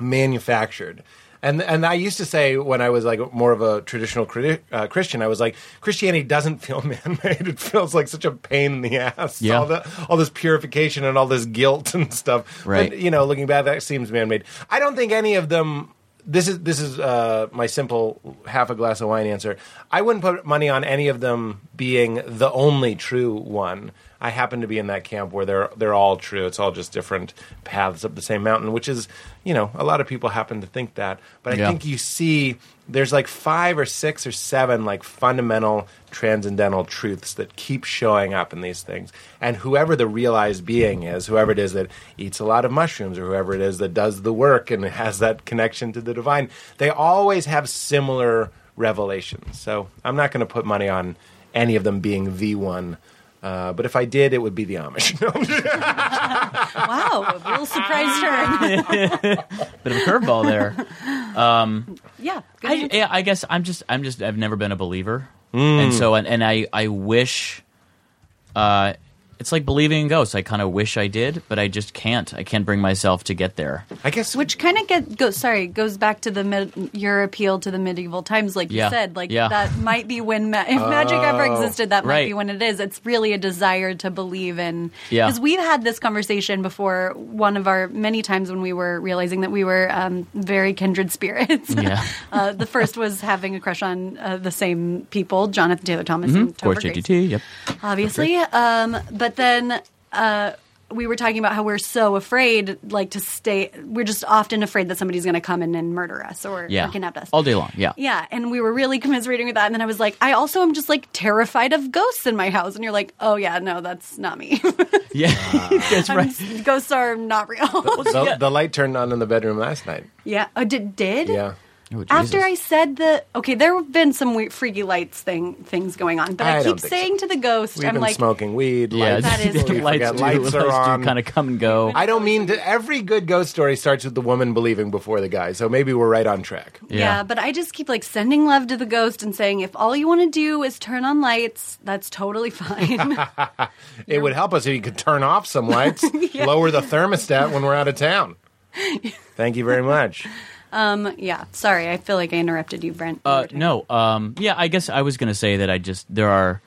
[SPEAKER 8] manufactured. And and I used to say when I was like more of a traditional cri- uh, Christian, I was like Christianity doesn't feel man made. It feels like such a pain in the ass.
[SPEAKER 7] Yeah.
[SPEAKER 8] All the all this purification and all this guilt and stuff.
[SPEAKER 7] Right.
[SPEAKER 8] But, you know, looking back, that seems man made. I don't think any of them. This is this is uh, my simple half a glass of wine answer. I wouldn't put money on any of them being the only true one. I happen to be in that camp where they're they're all true. It's all just different paths up the same mountain, which is you know a lot of people happen to think that. But I
[SPEAKER 7] Yeah.
[SPEAKER 8] think you see there's like five or six or seven like fundamental transcendental truths that keep showing up in these things. And whoever the realized being is, whoever it is that eats a lot of mushrooms or whoever it is that does the work and has that connection to the divine, they always have similar revelations. So I'm not going to put money on any of them being the one. Uh, but if I did, it would be the Amish. No, I'm just-
[SPEAKER 6] Wow, a real surprise turn.
[SPEAKER 7] Bit of a curveball there.
[SPEAKER 6] yeah, good
[SPEAKER 7] I,
[SPEAKER 6] answer.
[SPEAKER 7] yeah, I guess I'm just I'm
[SPEAKER 8] Mm.
[SPEAKER 7] just I've never been a believer, and so and, and I I wish, uh, it's like believing in ghosts. I kind of wish I did, but I just can't. I can't bring myself to get there.
[SPEAKER 8] I guess
[SPEAKER 6] Which kind of get goes sorry goes back to the mid, your appeal to the medieval times, like
[SPEAKER 7] Yeah.
[SPEAKER 6] you said. Like
[SPEAKER 7] Yeah.
[SPEAKER 6] that might be when ma- if magic
[SPEAKER 8] Oh.
[SPEAKER 6] ever existed, that might
[SPEAKER 7] Right.
[SPEAKER 6] be when it is. It's really a desire to believe in.
[SPEAKER 7] Yeah.
[SPEAKER 6] Because we've had this conversation before. One of our many times when we were realizing that we were um, very kindred spirits.
[SPEAKER 7] Yeah.
[SPEAKER 6] uh, the first was having a crush on uh, the same people, Jonathan Taylor Thomas and
[SPEAKER 7] Mm-hmm. Of course,
[SPEAKER 6] Topher Grace
[SPEAKER 7] JTT. Yep.
[SPEAKER 6] obviously. Um, but then uh, we were talking about how we're so afraid, like to stay. We're just often afraid that somebody's going to come in and murder us or,
[SPEAKER 7] Yeah.
[SPEAKER 6] or kidnap us
[SPEAKER 7] All day long. Yeah.
[SPEAKER 6] Yeah, and we were really commiserating with that. And then I was like, I also am just like terrified of ghosts in my house. And you're like, Oh yeah, no, that's not me.
[SPEAKER 7] Yeah. That's
[SPEAKER 6] I'm
[SPEAKER 7] right.
[SPEAKER 6] s- Ghosts are not real.
[SPEAKER 8] the,
[SPEAKER 7] yeah.
[SPEAKER 8] the light turned on in the bedroom last night.
[SPEAKER 6] yeah. Oh, did did
[SPEAKER 8] Yeah.
[SPEAKER 7] Oh,
[SPEAKER 6] After
[SPEAKER 7] Jesus.
[SPEAKER 6] I said the okay, there have been some weird freaky lights thing things going on, but
[SPEAKER 8] I
[SPEAKER 6] I,
[SPEAKER 8] don't
[SPEAKER 6] keep
[SPEAKER 8] think so.
[SPEAKER 6] saying to the ghost,
[SPEAKER 8] We've
[SPEAKER 6] I'm
[SPEAKER 8] been
[SPEAKER 6] like,
[SPEAKER 8] smoking weed.
[SPEAKER 7] yeah,
[SPEAKER 8] lights,
[SPEAKER 6] that is
[SPEAKER 8] we
[SPEAKER 6] true.
[SPEAKER 8] forgot
[SPEAKER 7] lights,
[SPEAKER 8] lights
[SPEAKER 7] do,
[SPEAKER 8] are on.
[SPEAKER 7] kind of come and go.
[SPEAKER 8] I don't mean to, every good ghost story starts with the woman believing before the guy, so maybe we're right on track.
[SPEAKER 6] Yeah.
[SPEAKER 7] Yeah.
[SPEAKER 6] but I just keep like sending love to the ghost and saying, if all you want to do is turn on lights, that's totally fine.
[SPEAKER 8] It would help us if you could turn off some lights, lower the thermostat when we're out of town. Thank you very much.
[SPEAKER 6] um, yeah, sorry, I feel like I interrupted you, Brent.
[SPEAKER 7] Uh, no. Um, yeah, I guess I was going to say that I just there are.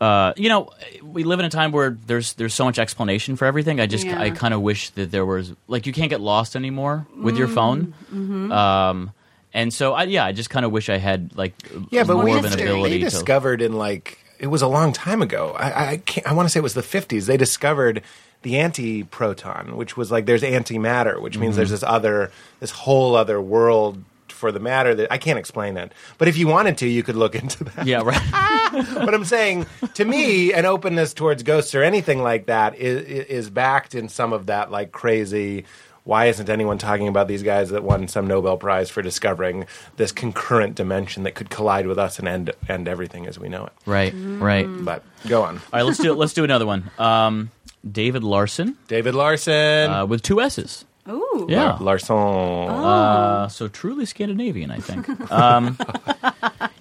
[SPEAKER 7] Uh, you know, we live in a time where there's there's so much explanation for everything. I just
[SPEAKER 6] Yeah.
[SPEAKER 7] I kind of wish that there was like you can't get lost anymore with
[SPEAKER 6] Mm,
[SPEAKER 7] your phone.
[SPEAKER 6] mm-hmm.
[SPEAKER 7] Um, and so I yeah, I just kind of wish I had like
[SPEAKER 8] Yeah, but
[SPEAKER 7] more
[SPEAKER 8] we,
[SPEAKER 7] of an
[SPEAKER 6] discovered-
[SPEAKER 7] ability
[SPEAKER 8] they
[SPEAKER 7] to
[SPEAKER 8] discovered in like it was a long time ago. I I, can't, I want to say it was the fifties. They discovered the anti-proton, which was like there's antimatter, which means
[SPEAKER 7] Mm-hmm.
[SPEAKER 8] there's this other, this whole other world for the matter that I can't explain it. But if you wanted to, you could look into that.
[SPEAKER 7] yeah right
[SPEAKER 8] but I'm saying to me, an openness towards ghosts or anything like that is, is backed in some of that like crazy. Why isn't anyone talking about these guys that won some Nobel Prize for discovering this concurrent dimension that could collide with us and end end everything as we know it?
[SPEAKER 7] right
[SPEAKER 6] Mm-hmm.
[SPEAKER 7] right. All
[SPEAKER 8] But go on,
[SPEAKER 7] right, let's do let's do another one. Um, David Larson
[SPEAKER 8] David Larson.
[SPEAKER 7] uh, with two S's.
[SPEAKER 6] Ooh.
[SPEAKER 7] Yeah,
[SPEAKER 8] Larson.
[SPEAKER 7] Uh, so truly Scandinavian, I think. Um,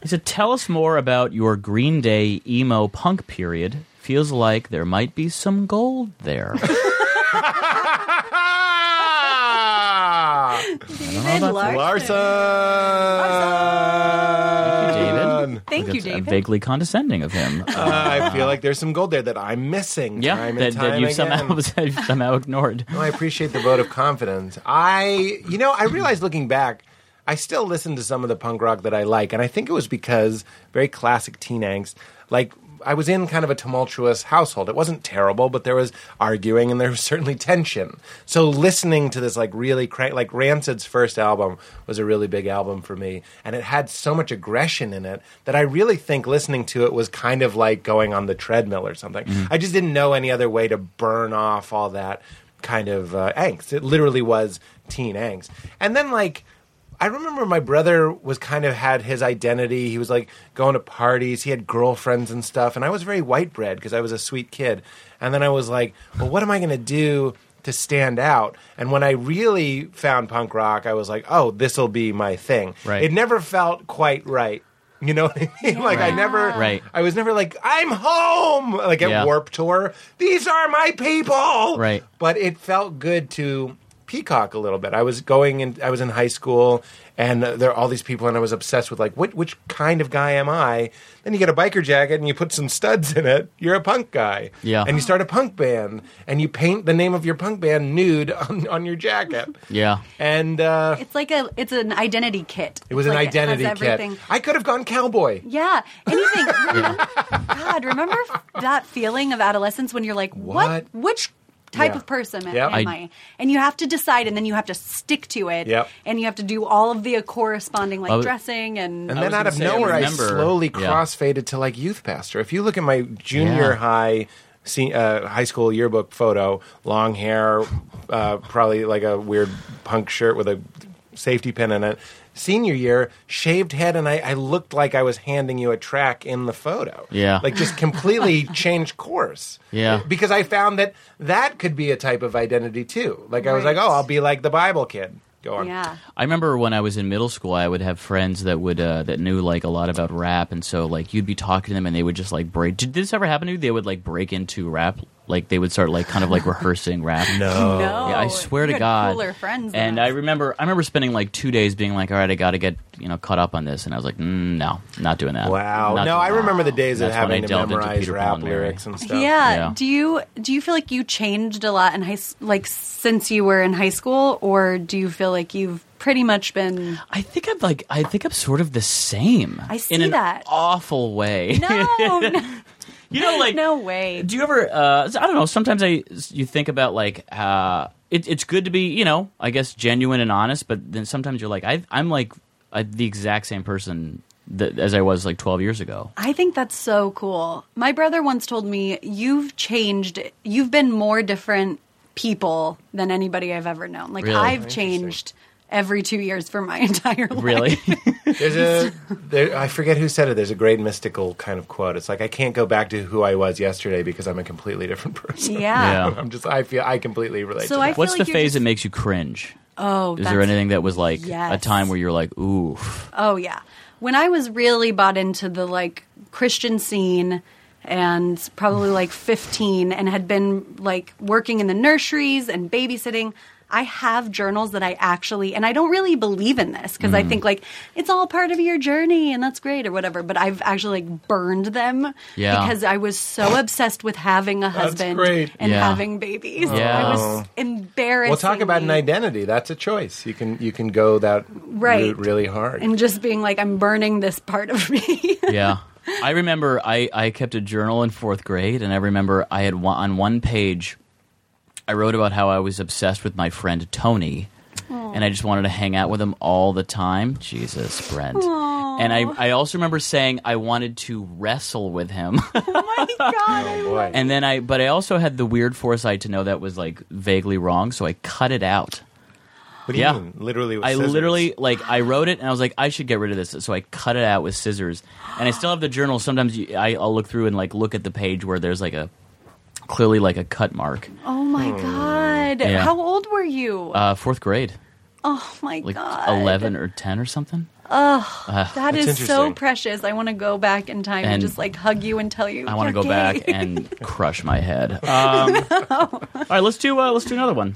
[SPEAKER 7] he said, "Tell us more about your Green Day emo punk period. Feels like there might be some gold there.
[SPEAKER 8] Ah!
[SPEAKER 6] David Larson.
[SPEAKER 8] Larson.
[SPEAKER 7] David,
[SPEAKER 6] Thank you,
[SPEAKER 7] That's, uh,
[SPEAKER 6] David.
[SPEAKER 7] Vaguely condescending of him. Uh,
[SPEAKER 8] I feel like there's some gold there that I'm missing.
[SPEAKER 7] yeah,
[SPEAKER 8] time
[SPEAKER 7] that,
[SPEAKER 8] and
[SPEAKER 7] that
[SPEAKER 8] time
[SPEAKER 7] you've
[SPEAKER 8] again.
[SPEAKER 7] somehow you've somehow ignored.
[SPEAKER 8] No, I appreciate the vote of confidence. I, you know, I realized looking back, I still listen to some of the punk rock that I like, and I think it was because very classic teen angst. Like I was in kind of a tumultuous household. It wasn't terrible, but there was arguing and there was certainly tension. So listening to this like really crank, like Rancid's first album was a really big album for me, and it had so much aggression in it that I really think listening to it was kind of like going on the treadmill or something. I just didn't know any other way to burn off all that kind of uh, angst. It literally was teen angst. And then like I remember my brother was kind of had his identity. He was like going to parties. He had girlfriends and stuff. And I was very white bread because I was a sweet kid. And then I was like, well, what am I going to do to stand out? And when I really found punk rock, I was like, oh, this will be my thing.
[SPEAKER 7] Right.
[SPEAKER 8] It never felt quite right. You know what I mean? Like I never,
[SPEAKER 7] Right.
[SPEAKER 8] I was never like, I'm home. Like at
[SPEAKER 7] Yeah.
[SPEAKER 8] Warp Tour, these are my people.
[SPEAKER 7] Right.
[SPEAKER 8] But it felt good to peacock a little bit. I was going in. I was in high school, and uh, there were all these people, and I was obsessed with like, which, which kind of guy am I? Then you get a biker jacket and you put some studs in it. You're a punk guy.
[SPEAKER 7] Yeah.
[SPEAKER 8] And you start a punk band, and you paint the name of your punk band nude on, on your jacket.
[SPEAKER 7] Yeah,
[SPEAKER 8] And uh,
[SPEAKER 6] It's like a it's an identity kit.
[SPEAKER 8] it was
[SPEAKER 6] It's
[SPEAKER 8] an
[SPEAKER 6] like
[SPEAKER 8] identity
[SPEAKER 6] it has everything.
[SPEAKER 8] kit. I could have gone cowboy.
[SPEAKER 6] Yeah. Anything. Remember, God, remember that feeling of adolescence when you're like, what?
[SPEAKER 8] What?
[SPEAKER 6] Which type
[SPEAKER 8] Yeah.
[SPEAKER 6] of person am,
[SPEAKER 8] Yep.
[SPEAKER 6] am
[SPEAKER 7] I-
[SPEAKER 6] I, And you have to decide, and then you have to stick to it.
[SPEAKER 8] Yep.
[SPEAKER 6] And you have to do all of the corresponding, like
[SPEAKER 7] I was-
[SPEAKER 6] dressing and.
[SPEAKER 8] And
[SPEAKER 7] I
[SPEAKER 8] then
[SPEAKER 7] was
[SPEAKER 8] out
[SPEAKER 7] gonna
[SPEAKER 8] of
[SPEAKER 7] say, I
[SPEAKER 8] nowhere, I,
[SPEAKER 7] remember-
[SPEAKER 8] slowly
[SPEAKER 7] yeah.
[SPEAKER 8] crossfaded to like youth pastor. If you look at my junior
[SPEAKER 7] Yeah.
[SPEAKER 8] high se- uh, high school yearbook photo, long hair, uh, probably like a weird punk shirt with a safety pin in it. Senior year, shaved head, and I, I looked like I was handing you a track in the photo.
[SPEAKER 7] Yeah.
[SPEAKER 8] like just completely changed course.
[SPEAKER 7] Yeah.
[SPEAKER 8] because I found that that could be a type of identity too. Like I was
[SPEAKER 6] Right.
[SPEAKER 8] like, oh, I'll be like the Bible kid. Go on.
[SPEAKER 6] Yeah.
[SPEAKER 7] I remember when I was in middle school, I would have friends that would uh, that knew like a lot about rap, and so like you'd be talking to them, and they would just like break. Did this ever happen to you? They would like break into rap, like they would start like kind of like rehearsing rap.
[SPEAKER 8] No.
[SPEAKER 6] No.
[SPEAKER 7] Yeah, I swear
[SPEAKER 6] you
[SPEAKER 7] to
[SPEAKER 6] had
[SPEAKER 7] God.
[SPEAKER 6] Cooler friends. than
[SPEAKER 7] and
[SPEAKER 6] us.
[SPEAKER 7] I remember, I remember spending like two days being like, "All right, I got to get you know caught up on this," and I was like, mm, "No, not doing that."
[SPEAKER 8] Wow.
[SPEAKER 7] Not
[SPEAKER 8] no,
[SPEAKER 7] doing
[SPEAKER 8] I
[SPEAKER 7] that.
[SPEAKER 8] remember the days of
[SPEAKER 7] That's when I
[SPEAKER 8] having to
[SPEAKER 7] delved into
[SPEAKER 8] memorize
[SPEAKER 7] Peter
[SPEAKER 8] rap
[SPEAKER 7] Pan Mary.
[SPEAKER 8] lyrics and stuff.
[SPEAKER 6] Yeah.
[SPEAKER 7] Yeah.
[SPEAKER 6] Do you do you feel like you changed a lot in high s- like since you were in high school, or do you feel like you've pretty much been?
[SPEAKER 7] I think I'm like, I think I'm sort of the same.
[SPEAKER 6] I see
[SPEAKER 7] in an
[SPEAKER 6] that.
[SPEAKER 7] awful way.
[SPEAKER 6] No, no,
[SPEAKER 7] you know, like
[SPEAKER 6] no way.
[SPEAKER 7] Do you ever? Uh, I don't know. Sometimes I you think about like uh, it, it's good to be you know I guess genuine and honest, but then sometimes you're like I I'm like I, the exact same person that, as I was like 12 years ago.
[SPEAKER 6] I think that's so cool. My brother once told me you've changed. You've been more different people than anybody I've ever known. Like
[SPEAKER 7] Really?
[SPEAKER 6] I've changed every two years for my entire life.
[SPEAKER 7] Really,
[SPEAKER 8] There's a, there, I forget who said it. There's a great mystical kind of quote. It's like I can't go back to who I was yesterday because I'm a completely different person.
[SPEAKER 6] Yeah.
[SPEAKER 7] Yeah.
[SPEAKER 8] I'm just. I feel. I completely relate.
[SPEAKER 6] So
[SPEAKER 8] to
[SPEAKER 6] I
[SPEAKER 8] that.
[SPEAKER 6] feel
[SPEAKER 7] what's
[SPEAKER 6] like
[SPEAKER 7] the
[SPEAKER 6] you're
[SPEAKER 7] phase
[SPEAKER 6] just-
[SPEAKER 7] that makes you cringe?
[SPEAKER 6] Oh,
[SPEAKER 7] Is there
[SPEAKER 6] that's-
[SPEAKER 7] anything that was like a
[SPEAKER 6] Yes.
[SPEAKER 7] time where you're like, ooh,
[SPEAKER 6] Oh yeah. When I was really bought into the like Christian scene and probably like 15 and had been like working in the nurseries and babysitting, I have journals that I actually and I don't really believe in this because I
[SPEAKER 7] Mm.
[SPEAKER 6] think like it's all part of your journey and that's great or whatever, but I've actually like burned them
[SPEAKER 7] Yeah.
[SPEAKER 6] because I was so obsessed with having a husband
[SPEAKER 8] great.
[SPEAKER 6] and
[SPEAKER 7] Yeah.
[SPEAKER 6] having babies. I
[SPEAKER 7] Yeah.
[SPEAKER 6] was embarrassed.
[SPEAKER 8] We'll talk about an identity. That's a choice. You can you can go that
[SPEAKER 6] Right.
[SPEAKER 8] route really hard.
[SPEAKER 6] and just being like I'm burning this part of me.
[SPEAKER 7] yeah. I remember I, I kept a journal in fourth grade, and I remember I had one, on one page, I wrote about how I was obsessed with my friend Tony, and I just wanted to hang out with him all the time. Jesus, Brent. And I, I also remember saying I wanted to wrestle with him.
[SPEAKER 6] oh my god. I
[SPEAKER 8] Boy.
[SPEAKER 7] and then I, but I also had the weird foresight to know that was like vaguely wrong, so I cut it out.
[SPEAKER 8] what do you
[SPEAKER 7] yeah.
[SPEAKER 8] mean? Literally, with
[SPEAKER 7] I
[SPEAKER 8] scissors?
[SPEAKER 7] literally like I wrote it and I was like I should get rid of this, so I cut it out with scissors. And I still have the journal. Sometimes you, I, I'll look through and like look at the page where there's like a clearly like a cut mark.
[SPEAKER 6] Oh my god!
[SPEAKER 7] Yeah.
[SPEAKER 6] How old were you?
[SPEAKER 7] Uh, fourth grade,
[SPEAKER 6] oh my
[SPEAKER 7] like
[SPEAKER 6] god!
[SPEAKER 7] eleven or ten or something.
[SPEAKER 6] That
[SPEAKER 8] That's
[SPEAKER 6] is so
[SPEAKER 8] interesting.
[SPEAKER 6] precious. I want to go back in time and,
[SPEAKER 7] And
[SPEAKER 6] just like hug you and tell you.
[SPEAKER 7] I want to go
[SPEAKER 6] you're gay.
[SPEAKER 7] back and crush my head. Um, All right, let's do uh, let's do another one.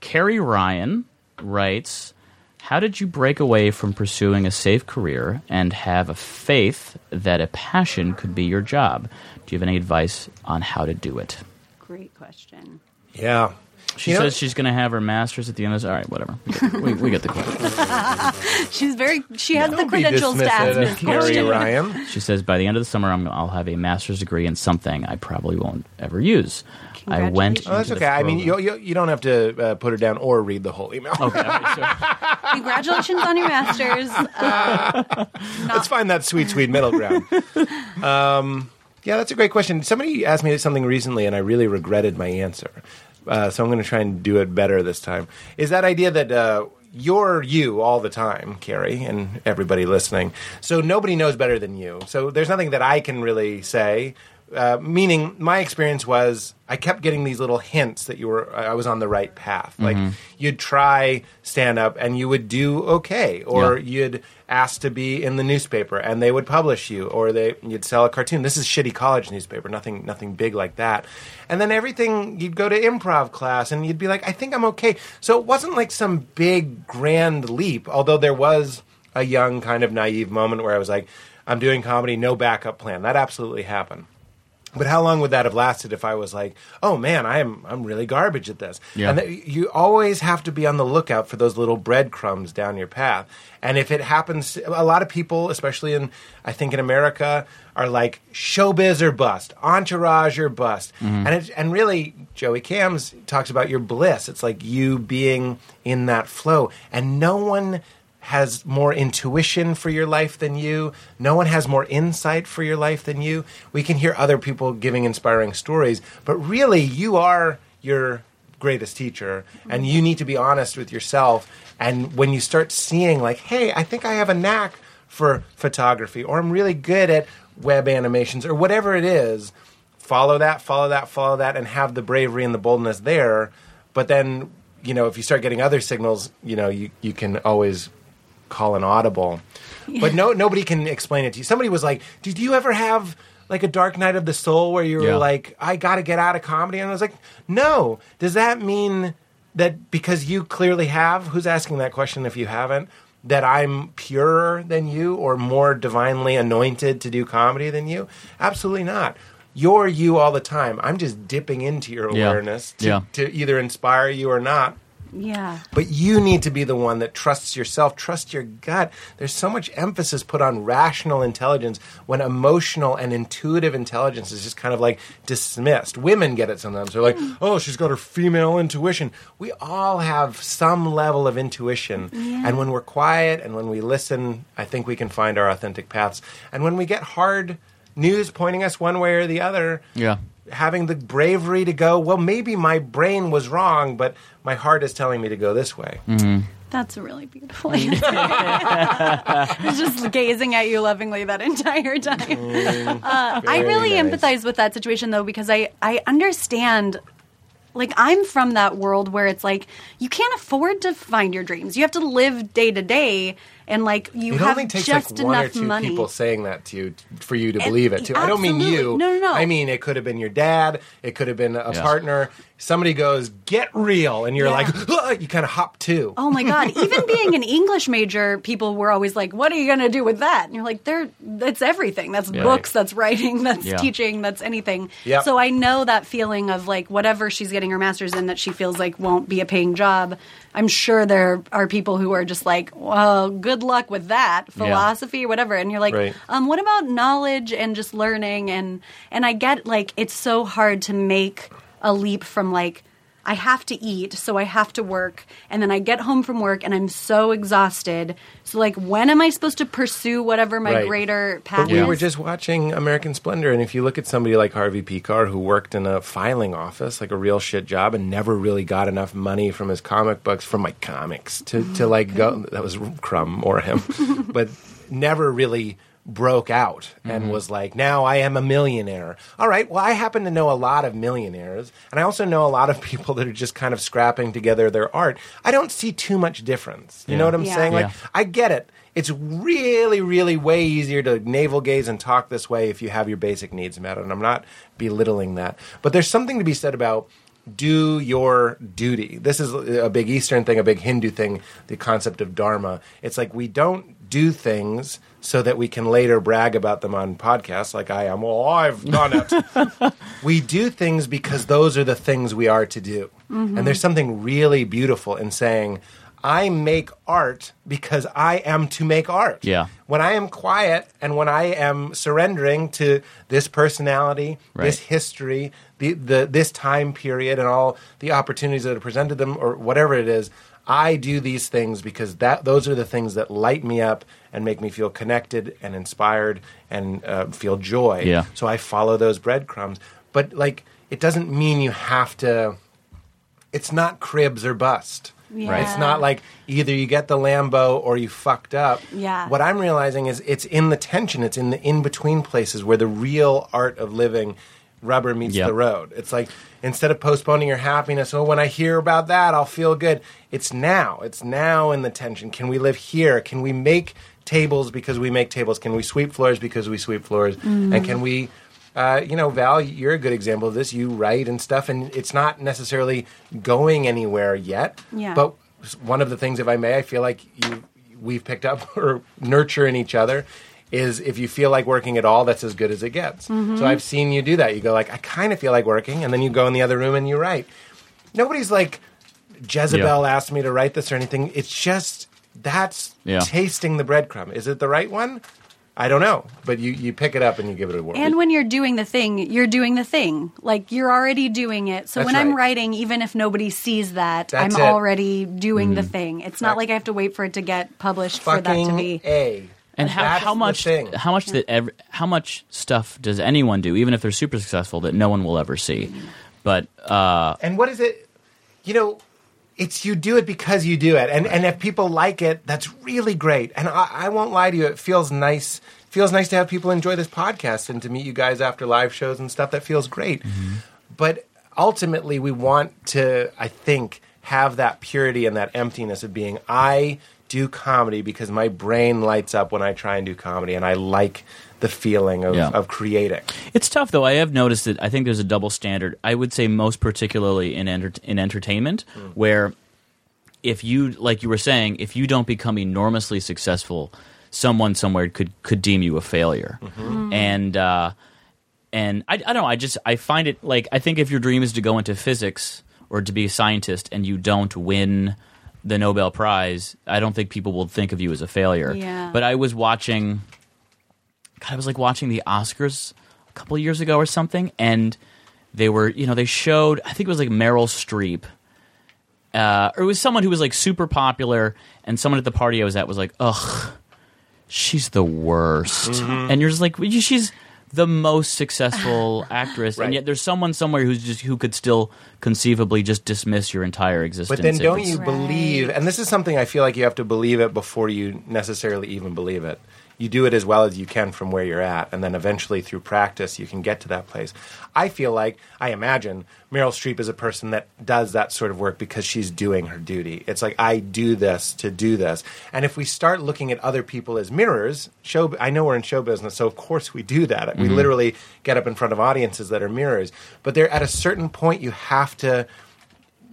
[SPEAKER 7] Carrie Ryan writes, "How did you break away from pursuing a safe career and have a faith that a passion could be your job? Do you have any advice on how to do it?"
[SPEAKER 6] Great question.
[SPEAKER 8] Yeah.
[SPEAKER 7] She
[SPEAKER 8] You know-
[SPEAKER 7] says she's going to have her master's at the end of. All right, whatever. We, we get the question.
[SPEAKER 6] She's very. She has the
[SPEAKER 8] Don't be
[SPEAKER 6] credentials to ask
[SPEAKER 8] dismissive
[SPEAKER 6] this
[SPEAKER 8] of Carrie
[SPEAKER 6] question.
[SPEAKER 8] Ryan.
[SPEAKER 7] She says by the end of the summer, I'm, I'll have a master's degree in something I probably won't ever use. I went.
[SPEAKER 6] Congratulations.
[SPEAKER 8] Oh, that's
[SPEAKER 7] into
[SPEAKER 8] okay.
[SPEAKER 7] the
[SPEAKER 8] I mean,
[SPEAKER 7] program-
[SPEAKER 8] you, you, you don't have to uh, put it down or read the whole email.
[SPEAKER 7] Okay, sure.
[SPEAKER 6] Congratulations on your masters. Uh,
[SPEAKER 8] Let's find that sweet, sweet middle ground. um, yeah, that's a great question. Somebody asked me something recently, and I really regretted my answer. Uh, so I'm going to try and do it better this time. Is that idea that uh, you're you all the time, Carrie, and everybody listening? So nobody knows better than you. So there's nothing that I can really say. Uh, meaning, my experience was I kept getting these little hints that you were I was on the right path. Like you'd try stand up and you would do okay, or
[SPEAKER 7] Yeah.
[SPEAKER 8] you'd ask to be in the newspaper and they would publish you or they you'd sell a cartoon this is shitty college newspaper nothing nothing big like that and then everything you'd go to improv class and you'd be like i think i'm okay so it wasn't like some big grand leap although there was a young kind of naive moment where i was like i'm doing comedy no backup plan that absolutely happened but how long would that have lasted if I was like, "Oh man, I'm I'm really garbage at this"?
[SPEAKER 7] Yeah.
[SPEAKER 8] And that, you always have to be on the lookout for those little breadcrumbs down your path. And if it happens, a lot of people, especially in I think in America, are like showbiz or bust, entourage or bust. And it, and really, Joey Cams talks about your bliss. It's like you being in that flow, and no one has more intuition for your life than you. No one has more insight for your life than you. We can hear other people giving inspiring stories, but really, you are your greatest teacher, and you need to be honest with yourself. And when you start seeing, like, hey, I think I have a knack for photography, or I'm really good at web animations, or whatever it is, follow that, follow that, follow that, and have the bravery and the boldness there. But then you know, if you start getting other signals, you know, you, you can always call an audible. But no, nobody can explain it to you. Somebody was like, "Did you ever have like a dark night of the soul where you were
[SPEAKER 7] Yeah.
[SPEAKER 8] like, I got to get out of comedy?" And I was like, "No." Does that mean that because you clearly have? Who's asking that question? If you haven't, that I'm purer than you or more divinely anointed to do comedy than you? Absolutely not. You're you all the time. I'm just dipping into your
[SPEAKER 7] Yeah.
[SPEAKER 8] awareness to,
[SPEAKER 7] Yeah.
[SPEAKER 8] to either inspire you or not.
[SPEAKER 6] Yeah.
[SPEAKER 8] But you need to be the one that trusts yourself, trust your gut. There's so much emphasis put on rational intelligence when emotional and intuitive intelligence is just kind of like dismissed. Women get it sometimes. They're like, oh, she's got her female intuition. We all have some level of intuition. And when we're quiet and when we listen, I think we can find our authentic paths. And when we get hard news pointing us one way or the other,
[SPEAKER 7] Yeah.
[SPEAKER 8] having the bravery to go, well, maybe my brain was wrong, but my heart is telling me to go this way.
[SPEAKER 6] That's a really beautiful
[SPEAKER 8] Mm.
[SPEAKER 6] answer. I was just gazing at you lovingly that entire time. Uh, I
[SPEAKER 8] Mm. Very
[SPEAKER 6] really
[SPEAKER 8] nice.
[SPEAKER 6] empathize with that situation though because I I understand. Like I'm from that world where it's like you can't afford to find your dreams. You have to live day to day, and like you
[SPEAKER 8] It
[SPEAKER 6] have
[SPEAKER 8] only takes
[SPEAKER 6] just
[SPEAKER 8] like one or
[SPEAKER 6] enough
[SPEAKER 8] two
[SPEAKER 6] money.
[SPEAKER 8] people saying that to you t- for you to
[SPEAKER 6] It-
[SPEAKER 8] believe it. Too. I don't mean
[SPEAKER 6] absolutely.
[SPEAKER 8] you.
[SPEAKER 6] No, no, no.
[SPEAKER 8] I mean it could have been your dad. It could have been a
[SPEAKER 7] Yes.
[SPEAKER 8] partner. Somebody goes, "Get real," and you're
[SPEAKER 6] Yeah.
[SPEAKER 8] like, "Ugh," you kind of hop too.
[SPEAKER 6] Oh my god! Even being an English major, people were always like, "What are you going to do with that?" And you're like, "There, that's everything. That's
[SPEAKER 7] Yeah.
[SPEAKER 6] books. That's writing. That's
[SPEAKER 7] Yeah.
[SPEAKER 6] teaching. That's anything."
[SPEAKER 8] Yep.
[SPEAKER 6] So I know that feeling of like whatever she's getting her master's in that she feels like won't be a paying job. I'm sure there are people who are just like, "Well, good luck with that philosophy, or whatever." And you're like,
[SPEAKER 8] Right.
[SPEAKER 6] um, "What about knowledge and just learning?" And and I get like it's so hard to make a leap from like I have to eat, so I have to work, and then I get home from work and I'm so exhausted. So like, when am I supposed to pursue whatever my
[SPEAKER 8] Right.
[SPEAKER 6] greater
[SPEAKER 8] But
[SPEAKER 6] path
[SPEAKER 8] we
[SPEAKER 6] is?
[SPEAKER 8] were just watching American Splendor, and if you look at somebody like Harvey Picar, who worked in a filing office, like a real shit job, and never really got enough money from his comic books, from my comics, to,
[SPEAKER 6] Oh,
[SPEAKER 8] to like go. That was Crumb or him, but never really broke out and was like, now I am a millionaire. All right, well, I happen to know a lot of millionaires, and I also know a lot of people that are just kind of scrapping together their art. I don't see too much difference. You know what I'm
[SPEAKER 6] Yeah.
[SPEAKER 8] saying? Like,
[SPEAKER 7] Yeah.
[SPEAKER 8] I get it. It's really, really way easier to navel gaze and talk this way if you have your basic needs met. And I'm not belittling that. But there's something to be said about do your duty. This is a big Eastern thing, a big Hindu thing, the concept of dharma. It's like we don't do things so that we can later brag about them on podcasts like I am. Well, I've done it. we do things because those are the things we are to do. And there's something really beautiful in saying, I make art because I am to make art.
[SPEAKER 7] Yeah.
[SPEAKER 8] When I am quiet and when I am surrendering to this personality, this
[SPEAKER 7] Right.
[SPEAKER 8] history, the, the this time period and all the opportunities that are presented them or whatever it is, I do these things because that those are the things that light me up and make me feel connected and inspired and uh, feel joy.
[SPEAKER 7] Yeah.
[SPEAKER 8] So I follow those breadcrumbs. But like, it doesn't mean you have to. It's not cribs or bust.
[SPEAKER 6] Yeah.
[SPEAKER 8] It's not like either you get the Lambo or you fucked up.
[SPEAKER 6] Yeah.
[SPEAKER 8] What I'm realizing is it's in the tension. It's in the in between places where the real art of living. Rubber meets
[SPEAKER 7] Yep.
[SPEAKER 8] the road. It's like instead of postponing your happiness, oh, when I hear about that, I'll feel good. It's now. It's now in the tension. Can we live here? Can we make tables because we make tables? Can we sweep floors because we sweep floors? And can we, uh, you know, Val, you're a good example of this. You write and stuff, and it's not necessarily going anywhere yet.
[SPEAKER 6] Yeah.
[SPEAKER 8] But one of the things, if I may, I feel like you we've picked up or nurture in each other is if you feel like working at all, that's as good as it gets.
[SPEAKER 6] Mm-hmm.
[SPEAKER 8] So I've seen you do that. You go like, I kind of feel like working, and then you go in the other room and you write. Nobody's like Jezebel
[SPEAKER 7] Yeah.
[SPEAKER 8] asked me to write this or anything. It's just that's
[SPEAKER 7] Yeah.
[SPEAKER 8] tasting the breadcrumb. Is it the right one? I don't know, but you you pick it up and you give it a whirl.
[SPEAKER 6] And when you're doing the thing, you're doing the thing. Like you're already doing it. So
[SPEAKER 8] That's
[SPEAKER 6] when I'm
[SPEAKER 8] right.
[SPEAKER 6] writing, even if nobody sees that,
[SPEAKER 8] That's
[SPEAKER 6] I'm
[SPEAKER 8] it.
[SPEAKER 6] already doing the thing. It's not
[SPEAKER 8] Fuck.
[SPEAKER 6] like I have to wait for it to get published for that
[SPEAKER 8] Fucking
[SPEAKER 6] to be.
[SPEAKER 8] a.
[SPEAKER 7] And how,
[SPEAKER 8] That's
[SPEAKER 7] how
[SPEAKER 8] the
[SPEAKER 7] much
[SPEAKER 8] thing.
[SPEAKER 7] how much that ev- how much stuff does anyone do, even if they're super successful, that no one will ever see? But uh,
[SPEAKER 8] And what is it? You know, it's you do it because you do it, and and if people like it, that's really great. And I, I won't lie to you, it feels nice. Feels nice to have people enjoy this podcast and to meet you guys after live shows and stuff. That feels great. But ultimately, we want to, I think, have that purity and that emptiness of being I do comedy because my brain lights up when I try and do comedy, and I like the feeling of,
[SPEAKER 7] Yeah.
[SPEAKER 8] of creating.
[SPEAKER 7] It's tough though. I have noticed that I think there's a double standard. I would say most particularly in enter- in entertainment,
[SPEAKER 8] Hmm.
[SPEAKER 7] where if you like you were saying, if you don't become enormously successful, someone somewhere could could deem you a failure, and. uh and I, I don't know. I just I find it like I think if your dream is to go into physics or to be a scientist and you don't win the Nobel Prize, I don't think people will think of you as a failure.
[SPEAKER 6] Yeah.
[SPEAKER 7] But I was watching, God, I was like watching the Oscars a couple years ago or something, and they were you know they showed I think it was like Meryl Streep. Uh, or it was someone who was like super popular, and someone at the party I was at was like, "Ugh, she's the worst.
[SPEAKER 8] Mm-hmm.
[SPEAKER 7] And you're just like, well, you- she's the most successful actress, and
[SPEAKER 8] Right.
[SPEAKER 7] yet there's someone somewhere who's just who could still conceivably just dismiss your entire existence.
[SPEAKER 8] But then,
[SPEAKER 7] if
[SPEAKER 8] don't
[SPEAKER 7] it's-
[SPEAKER 8] you believe? And this is something I feel like you have to believe it before you necessarily even believe it. You do it as well as you can from where you're at, and then eventually through practice, you can get to that place. I feel like, I imagine Meryl Streep is a person that does that sort of work because she's doing her duty. It's like, I do this to do this. And if we start looking at other people as mirrors, show, I know we're in show business, so of course we do that. We literally get up in front of audiences that are mirrors. But there, at a certain point, you have to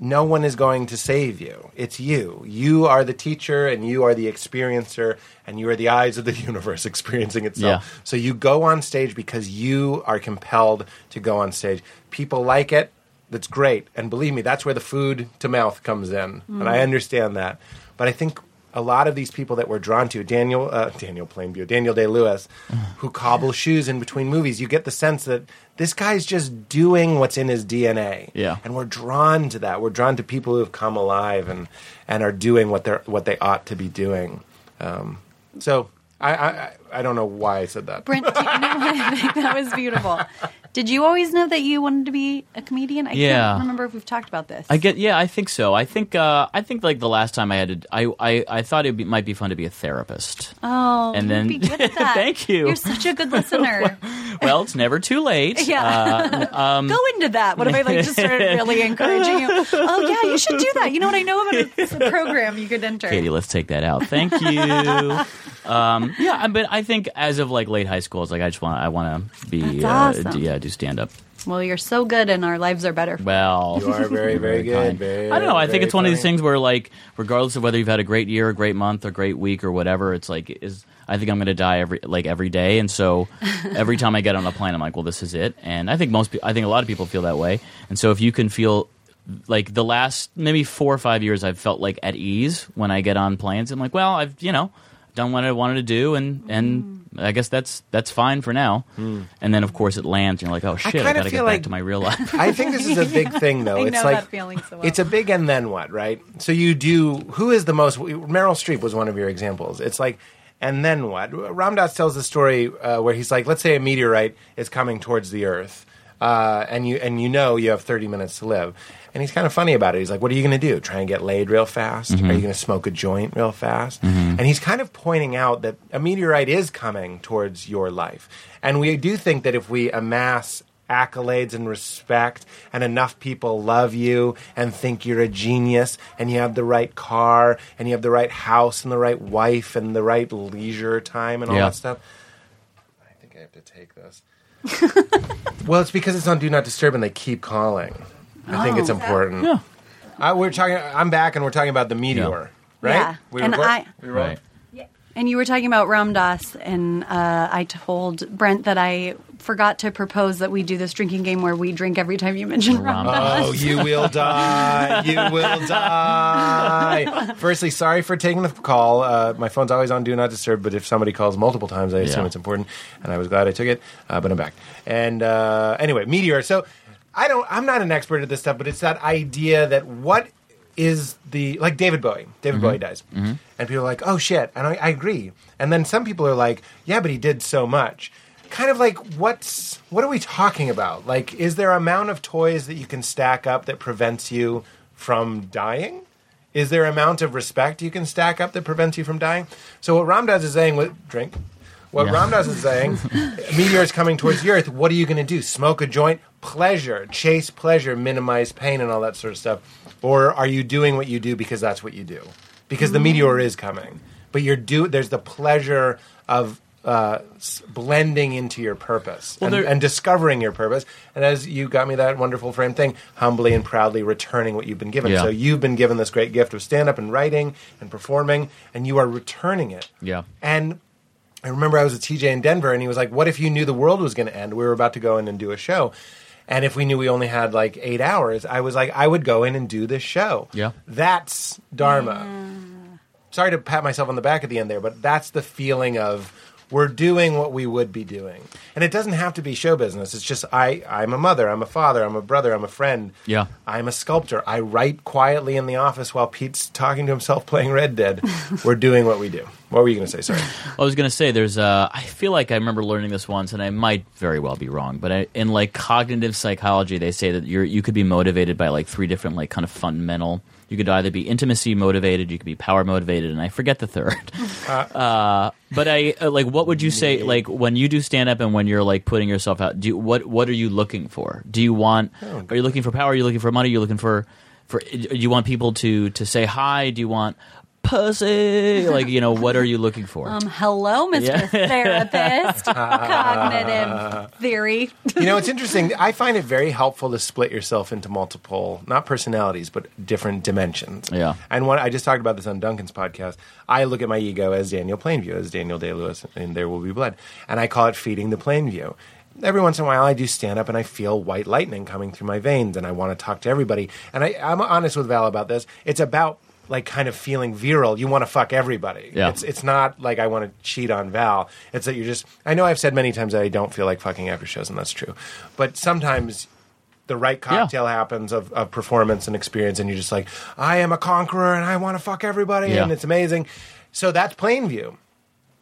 [SPEAKER 8] no one is going to save you. It's you. You are the teacher and you are the experiencer and you are the eyes of the universe experiencing itself.
[SPEAKER 7] Yeah.
[SPEAKER 8] So you go on stage because you are compelled to go on stage. People like it. That's great. And believe me, that's where the food to mouth comes in. And I understand that. But I think a lot of these people that we're drawn to, Daniel, uh, Daniel Plainview, Daniel Day Lewis, who cobble shoes in between movies, you get the sense that this guy's just doing what's in his DNA.
[SPEAKER 7] Yeah.
[SPEAKER 8] And we're drawn to that. We're drawn to people who have come alive and, and are doing what they're what they ought to be doing. Um, so I, I I- I don't know why I said that.
[SPEAKER 6] Brent, do you know what I think that was beautiful? Did you always know that you wanted to be a comedian? I
[SPEAKER 7] Yeah.
[SPEAKER 6] can't remember if we've talked about this.
[SPEAKER 7] I get, yeah, I think so. I think, uh, I think like the last time I had, to, I, I, I thought it be, might be fun to be a therapist.
[SPEAKER 8] Uh.
[SPEAKER 6] oh,
[SPEAKER 7] and
[SPEAKER 6] you'd
[SPEAKER 7] then-
[SPEAKER 6] be good at that.
[SPEAKER 7] Thank you.
[SPEAKER 6] You're such a good listener.
[SPEAKER 7] well, it's never too late.
[SPEAKER 6] Yeah.
[SPEAKER 7] Uh,
[SPEAKER 6] Go into that. What if I like just started really encouraging you? Oh yeah, you should do that. You know what I know about it? It's a program you could enter.
[SPEAKER 7] Katie, let's take that out. Thank you. um, yeah, I- but I think as of like late high school, it's like I just want, I want to be,
[SPEAKER 6] That's
[SPEAKER 7] uh,
[SPEAKER 6] awesome.
[SPEAKER 7] d- yeah, do stand up.
[SPEAKER 6] Well, you're so good, and our lives are better.
[SPEAKER 7] Well,
[SPEAKER 8] You are very, very good.
[SPEAKER 7] kind.
[SPEAKER 8] Very,
[SPEAKER 7] I don't know. I think
[SPEAKER 8] very
[SPEAKER 7] it's one of these
[SPEAKER 8] funny.
[SPEAKER 7] things where, like, regardless of whether you've had a great year, a great month, a great week, or whatever, it's like is I think I'm going to die every like every day, and so every time I get on a plane, I'm like, well, this is it. And I think most, pe- I think a lot of people feel that way. And so if you can feel like the last maybe four or five years, I've felt like at ease when I get on planes. I'm like, well, I've you know done what I wanted to do, and and
[SPEAKER 8] Mm.
[SPEAKER 7] I guess that's that's fine for now. And then of course it lands, and you're like, oh shit, I,
[SPEAKER 8] Hmm. kinda
[SPEAKER 7] got to get
[SPEAKER 8] feel
[SPEAKER 7] back
[SPEAKER 8] like-
[SPEAKER 7] to my real life.
[SPEAKER 8] I think this is a big thing, though.
[SPEAKER 6] I
[SPEAKER 8] it's
[SPEAKER 6] know
[SPEAKER 8] like
[SPEAKER 6] that feeling so well.
[SPEAKER 8] it's a big and then what, right? So you do. Who is the most? Meryl Streep was one of your examples. It's like. And then what? Ram Dass tells the story uh, where he's like, let's say a meteorite is coming towards the Earth, uh, and you and you know you have 30 minutes to live, and he's kind of funny about it. He's like, what are you going to do? Try and get laid real fast? Are you going to smoke a joint real fast? And he's kind of pointing out that a meteorite is coming towards your life, and we do think that if we amass accolades and respect and enough people love you and think you're a genius and you have the right car and you have the right house and the right wife and the right leisure time and all
[SPEAKER 7] Yeah.
[SPEAKER 8] that stuff. I think I have to take this. well, it's because it's on Do Not Disturb and they keep calling. I think it's important.
[SPEAKER 7] Oh. Yeah.
[SPEAKER 8] I, we're talking. I'm back and we're talking about the meteor, right?
[SPEAKER 6] Yeah.
[SPEAKER 8] We
[SPEAKER 6] And
[SPEAKER 8] record-
[SPEAKER 6] I-
[SPEAKER 8] we roll?
[SPEAKER 6] And you were talking about Ram Dass, and uh, I told Brent that I forgot to propose that we do this drinking game where we drink every time you mention Ram. Dass.
[SPEAKER 8] Oh, you will die. You will die. Firstly, sorry for taking the call. Uh, my phone's always on Do Not Disturb, but if somebody calls multiple times, I assume
[SPEAKER 7] Yeah.
[SPEAKER 8] it's important. And I was glad I took it, uh, but I'm back. And uh, anyway, Meteor. So I don't. I'm not an expert at this stuff, but it's that idea that what is the like David Bowie. David Bowie dies, and people are like, "Oh shit," and I, I agree. And then some people are like, "Yeah, but he did so much." Kind of like what's what are we talking about? Like, is there amount of toys that you can stack up that prevents you from dying? Is there amount of respect you can stack up that prevents you from dying? So what Ram Dass is saying with drink What
[SPEAKER 7] Yeah.
[SPEAKER 8] Ramdas is saying, meteor is coming towards the Earth. What are you going to do? Smoke a joint? Pleasure, chase pleasure, minimize pain, and all that sort of stuff. Or are you doing what you do because that's what you do? Because the meteor is coming, but you're do. There's the pleasure of uh, s- blending into your purpose
[SPEAKER 7] Well,
[SPEAKER 8] and,
[SPEAKER 7] there-
[SPEAKER 8] and discovering your purpose. And as you got me that wonderful frame thing, humbly and proudly returning what you've been given.
[SPEAKER 7] Yeah.
[SPEAKER 8] So you've been given this great gift of stand up and writing and performing, and you are returning it.
[SPEAKER 7] Yeah.
[SPEAKER 8] And I remember I was with TJ in Denver, and he was like, "What if you knew the world was going to end? We were about to go in and do a show." And if we knew we only had like eight hours, I was like, I would go in and do this show.
[SPEAKER 7] Yeah.
[SPEAKER 8] That's Dharma sorry to pat myself on the back at the end there, but that's the feeling of we're doing what we would be doing. And it doesn't have to be show business. It's just I I'm a mother, I'm a father, I'm a brother, I'm a friend.
[SPEAKER 7] Yeah.
[SPEAKER 8] I'm a sculptor. I write quietly in the office while Pete's talking to himself playing Red Dead. we're doing what we do. What were you going to say, sorry?
[SPEAKER 7] I was going to say there's uh, I feel like I remember learning this once, and I might very well be wrong, but I, in like cognitive psychology, they say that you're you could be motivated by like three different like kind of fundamental. You could either be intimacy motivated, you could be power motivated, and I forget the third. Uh, but I uh, like what would you say like when you do stand up and when you're like putting yourself out? Do you, what what are you looking for? Do you want? Are you looking for power? Are you looking for money? Are you looking for for? Do you want people to to say hi? Do you want? Pussy, like you know, what are you looking for?
[SPEAKER 6] Um, hello, Mr. Therapist. Cognitive theory.
[SPEAKER 8] you know, it's interesting. I find it very helpful to split yourself into multiple, not personalities, but different dimensions.
[SPEAKER 7] Yeah.
[SPEAKER 8] And what I just talked about this on Duncan's podcast. I look at my ego as Daniel Plainview, as Daniel Day Lewis, and There Will Be Blood, and I call it feeding the Plainview. Every once in a while, I do stand up and I feel white lightning coming through my veins, and I want to talk to everybody. And I, I'm honest with Val about this. It's about like kind of feeling virile. You want to fuck everybody.
[SPEAKER 7] Yeah.
[SPEAKER 8] It's, it's not like I want to cheat on Val. It's that you're just. I know I've said many times that I don't feel like fucking after shows, and that's true. But sometimes the right cocktail happens of, of performance and experience, and you're just like, I am a conqueror, and I want to fuck everybody,
[SPEAKER 7] Yeah.
[SPEAKER 8] and it's amazing. So that's plain view.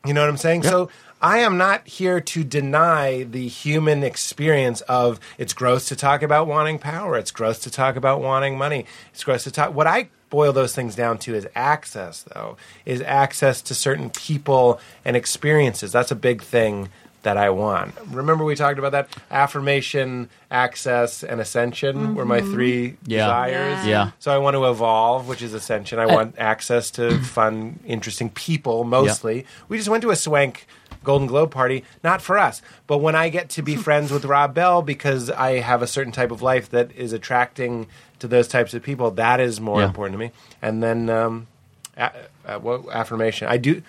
[SPEAKER 8] You know what I'm saying? So I am not here to deny the human experience of it's gross to talk about wanting power, it's gross to talk about wanting money, it's gross to talk. What I boil those things down to is access, though, is access to certain people and experiences. That's a big thing that I want. Remember we talked about that affirmation, access, and ascension were my three
[SPEAKER 7] Mm-hmm. Yeah.
[SPEAKER 8] desires.
[SPEAKER 7] Yeah. Eh.
[SPEAKER 8] So I want to evolve, which is ascension. I want access to fun, interesting people mostly. We just went to a swank Golden Globe party, not for us, but when I get to be friends with Rob Bell because I have a certain type of life that is attracting to those types of people, that is more
[SPEAKER 7] Yeah.
[SPEAKER 8] important to me. And then um, a- uh, what affirmation? I do.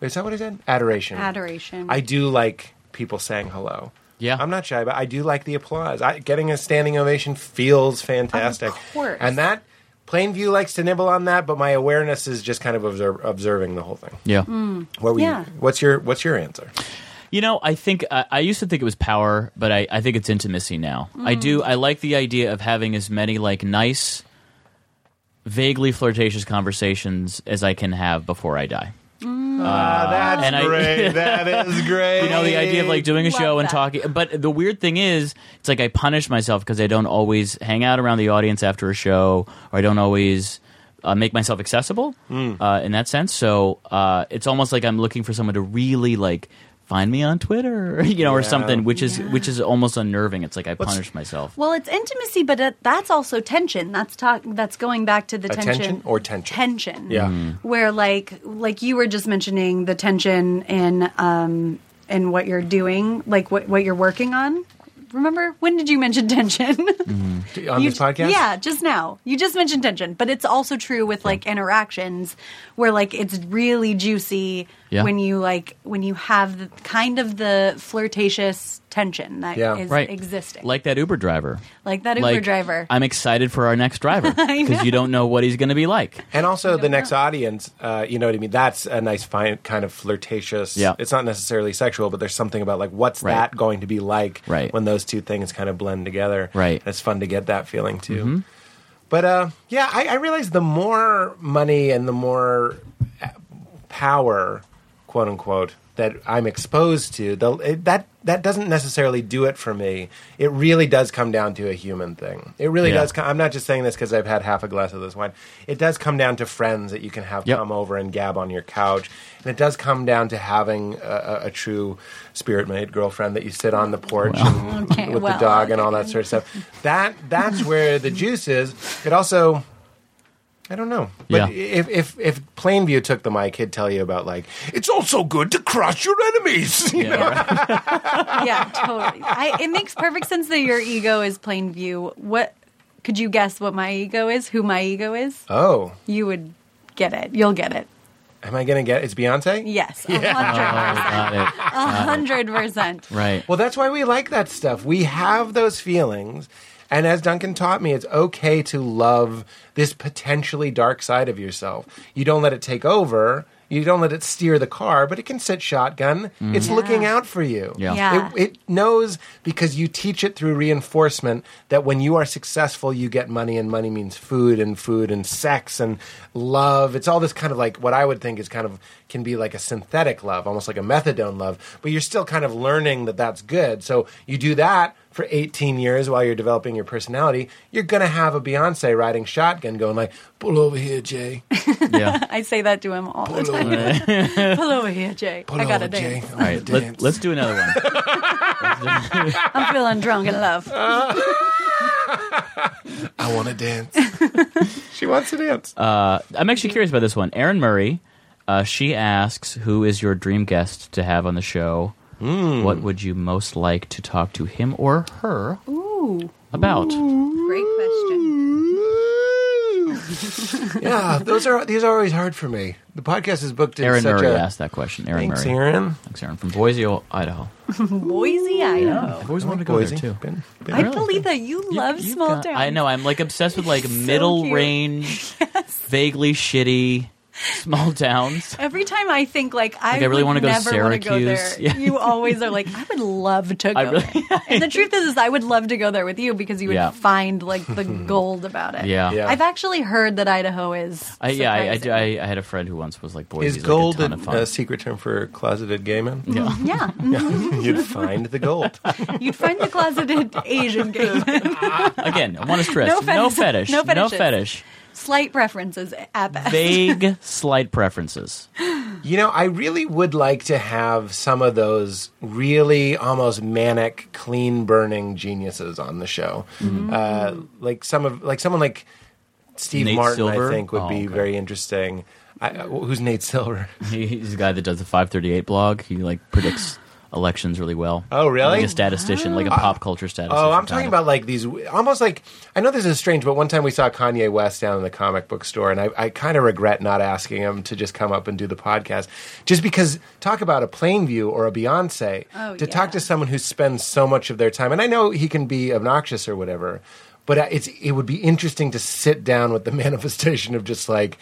[SPEAKER 8] Is that what I said? Adoration.
[SPEAKER 6] Adoration.
[SPEAKER 8] I do like people saying hello.
[SPEAKER 7] Yeah.
[SPEAKER 8] I'm not shy, but I do like the applause. I, getting a standing ovation feels fantastic.
[SPEAKER 6] course.
[SPEAKER 8] And that Plainview likes to nibble on that, but my awareness is just kind of observe, observing the whole thing.
[SPEAKER 7] Yeah.
[SPEAKER 8] What were
[SPEAKER 6] Yeah.
[SPEAKER 8] you, what's your What's your answer?
[SPEAKER 7] You know, I think I I used to think it was power, but I, I think it's intimacy now. I do. I like the idea of having as many like nice, vaguely flirtatious conversations as I can have before I die.
[SPEAKER 8] Ah, that's
[SPEAKER 7] Uh, and I- great.
[SPEAKER 8] that is great.
[SPEAKER 7] You know, the idea of like doing a
[SPEAKER 6] Love
[SPEAKER 7] show and
[SPEAKER 6] that.
[SPEAKER 7] talking. But the weird thing is, it's like I punish myself because I don't always hang out around the audience after a show, or I don't always uh, make myself accessible
[SPEAKER 8] Hmm.
[SPEAKER 7] uh, in that sense. So uh, it's almost like I'm looking for someone to really like find me on Twitter, you know, or
[SPEAKER 8] Yeah.
[SPEAKER 7] something, which is which is almost unnerving. It's like I punish myself.
[SPEAKER 6] Well, it's intimacy, but it, that's also tension. That's talk. That's going back to the
[SPEAKER 8] Attention
[SPEAKER 6] tension
[SPEAKER 8] or tension?
[SPEAKER 6] Tension. Mm-hmm.
[SPEAKER 8] Yeah. Mm.
[SPEAKER 6] Where like like you were just mentioning the tension in um in what you're doing, like what what you're working on. Remember when did you mention tension?
[SPEAKER 8] on
[SPEAKER 6] You-
[SPEAKER 8] this podcast.
[SPEAKER 6] Yeah, just now. You just mentioned tension, but it's also true with like interactions where like it's really juicy
[SPEAKER 7] Yeah.
[SPEAKER 6] when you like when you have the, kind of the flirtatious tension that is
[SPEAKER 8] Yeah.
[SPEAKER 7] Right,
[SPEAKER 6] existing.
[SPEAKER 7] like that Uber driver,
[SPEAKER 6] Like that Uber
[SPEAKER 7] Like,
[SPEAKER 6] driver.
[SPEAKER 7] I'm excited for our next driver because you don't know what he's going to be like.
[SPEAKER 8] And also the next audience, uh, you know what I mean? That's a nice fine, kind of flirtatious.
[SPEAKER 7] Yeah.
[SPEAKER 8] It's not necessarily sexual, but there's something about like, what's
[SPEAKER 7] Right.
[SPEAKER 8] that going to be like
[SPEAKER 7] Right.
[SPEAKER 8] when those two things kind of blend together?
[SPEAKER 7] Right. Mm-hmm.
[SPEAKER 8] And it's fun to get that feeling too. But uh, yeah, I, I realize the more money and the more uh, power, quote unquote, that I'm exposed to, the, it, that that doesn't necessarily do it for me. It really does come down to a human thing. It really
[SPEAKER 7] Yeah.
[SPEAKER 8] does. Come, I'm not just saying this because I've had half a glass of this wine. It does come down to friends that you can have
[SPEAKER 7] Yep.
[SPEAKER 8] come over and gab on your couch, and it does come down to having a, a, a true spirit made girlfriend that you sit on the porch and,
[SPEAKER 6] Okay,
[SPEAKER 8] with
[SPEAKER 6] well,
[SPEAKER 8] the dog and all that sort of stuff. That that's where the juice is. It also I don't know. But
[SPEAKER 7] Yeah.
[SPEAKER 8] if, if if Plainview took the mic, he'd tell you about like it's also good to crush your enemies. You know?
[SPEAKER 7] Yeah, right.
[SPEAKER 6] yeah, totally. I, it makes perfect sense that your ego is plain view. What could you guess what my ego is? Who my ego is?
[SPEAKER 8] Oh,
[SPEAKER 6] You would get it. You'll get it.
[SPEAKER 8] am I gonna get it's Beyonce?
[SPEAKER 6] Yes, a hundred percent.
[SPEAKER 7] Got it.
[SPEAKER 6] A hundred percent.
[SPEAKER 7] Right.
[SPEAKER 8] Well, that's why we like that stuff. We have those feelings. And as Duncan taught me, it's okay to love this potentially dark side of yourself. You don't let it take over. You don't let it steer the car, but it can sit shotgun. It's looking out for you.
[SPEAKER 7] Yeah.
[SPEAKER 6] Yeah.
[SPEAKER 8] It, it knows because you teach it through reinforcement that when you are successful, you get money, and money means food, and food, and sex, and love. It's all this kind of like what I would think is kind of can be like a synthetic love, almost like a methadone love, but you're still kind of learning that that's good. So you do that for 18 years while you're developing your personality. You're going to have a Beyonce riding shotgun going like, pull over here, Jay.
[SPEAKER 7] yeah.
[SPEAKER 6] I say that to him all the
[SPEAKER 8] Pull
[SPEAKER 6] time.
[SPEAKER 8] over,
[SPEAKER 6] Pull over here, Jay.
[SPEAKER 8] pull
[SPEAKER 6] I got
[SPEAKER 8] over,
[SPEAKER 6] a
[SPEAKER 8] Jay.
[SPEAKER 6] dance.
[SPEAKER 8] I
[SPEAKER 7] All
[SPEAKER 8] wanna
[SPEAKER 7] right, let,
[SPEAKER 8] dance."
[SPEAKER 7] let's do another one.
[SPEAKER 6] I'm feeling drunk in love.
[SPEAKER 8] I want to dance. she wants to dance.
[SPEAKER 7] I'm actually curious about this one. Erin Murray, uh, she asks, "Who is your dream guest to have on the show? What would you most like to talk to him or her
[SPEAKER 6] Ooh,
[SPEAKER 7] about?"
[SPEAKER 6] great question.
[SPEAKER 8] yeah, those are these are always hard for me. The podcast is booked in
[SPEAKER 7] Erin
[SPEAKER 8] such
[SPEAKER 7] Murray
[SPEAKER 8] a
[SPEAKER 7] asked that question. Erin
[SPEAKER 8] thanks,
[SPEAKER 7] Murray,
[SPEAKER 8] Aaron.
[SPEAKER 7] thanks, Erin from Boise, Idaho.
[SPEAKER 6] Boise, Idaho.
[SPEAKER 7] I've always wanted to go
[SPEAKER 8] Boise.
[SPEAKER 7] there too.
[SPEAKER 8] Been- been
[SPEAKER 6] I
[SPEAKER 8] around.
[SPEAKER 6] believe that you
[SPEAKER 7] You-
[SPEAKER 6] love
[SPEAKER 7] you've
[SPEAKER 6] small
[SPEAKER 7] got-
[SPEAKER 6] towns.
[SPEAKER 7] I know. I'm like obsessed with like
[SPEAKER 6] cute.
[SPEAKER 7] middle range, vaguely shitty small towns.
[SPEAKER 6] Every time I think like I,
[SPEAKER 7] I really
[SPEAKER 6] would
[SPEAKER 7] wanna go to
[SPEAKER 6] never wanna go
[SPEAKER 7] Syracuse.
[SPEAKER 6] there,
[SPEAKER 7] Yeah.
[SPEAKER 6] you always are like, I would love to go
[SPEAKER 7] I really-
[SPEAKER 6] there. And the truth is, is I would love to go there with you because you would
[SPEAKER 7] Yeah.
[SPEAKER 6] find like the gold about it.
[SPEAKER 7] Yeah.
[SPEAKER 8] Yeah.
[SPEAKER 6] I've actually heard that Idaho is.
[SPEAKER 7] I, yeah, I, I, do-
[SPEAKER 6] surprising.
[SPEAKER 7] I, I had a friend who once was like, "Boise
[SPEAKER 8] is
[SPEAKER 7] is
[SPEAKER 8] gold
[SPEAKER 7] like a ton
[SPEAKER 8] a,
[SPEAKER 7] of fun."
[SPEAKER 8] a secret term for closeted gay men?
[SPEAKER 7] yeah.
[SPEAKER 6] Yeah,
[SPEAKER 8] You'd find the gold.
[SPEAKER 6] you'd find the closeted Asian gay.
[SPEAKER 7] Again, one is dressed.
[SPEAKER 6] No
[SPEAKER 7] No fetish.
[SPEAKER 6] fetish. No
[SPEAKER 7] No
[SPEAKER 6] fetishes.
[SPEAKER 7] fetish.
[SPEAKER 6] Slight preferences at best.
[SPEAKER 7] Vague, slight preferences.
[SPEAKER 8] You know, I really would like to have some of those really almost manic, clean burning geniuses on the show.
[SPEAKER 7] Mm-hmm.
[SPEAKER 8] Uh, like some of, like someone like Steve
[SPEAKER 7] Nate
[SPEAKER 8] Martin,
[SPEAKER 7] Silver?
[SPEAKER 8] I think would
[SPEAKER 7] Oh,
[SPEAKER 8] be
[SPEAKER 7] okay.
[SPEAKER 8] very interesting. I, uh, who's Nate Silver?
[SPEAKER 7] He- He's the guy that does the 538 blog. He like predicts elections really well.
[SPEAKER 8] Oh, really?
[SPEAKER 7] Like a statistician, like a pop culture statistician.
[SPEAKER 8] Oh, I'm
[SPEAKER 7] kind
[SPEAKER 8] talking
[SPEAKER 7] of.
[SPEAKER 8] about like these almost like I know this is strange, but one time we saw Kanye West down in the comic book store, and I, I kind of regret not asking him to just come up and do the podcast, just because talk about a plain view or a Beyonce
[SPEAKER 6] Oh,
[SPEAKER 8] to
[SPEAKER 6] yeah.
[SPEAKER 8] talk to someone who spends so much of their time, and I know he can be obnoxious or whatever, but uh, it's it would be interesting to sit down with the manifestation of just like.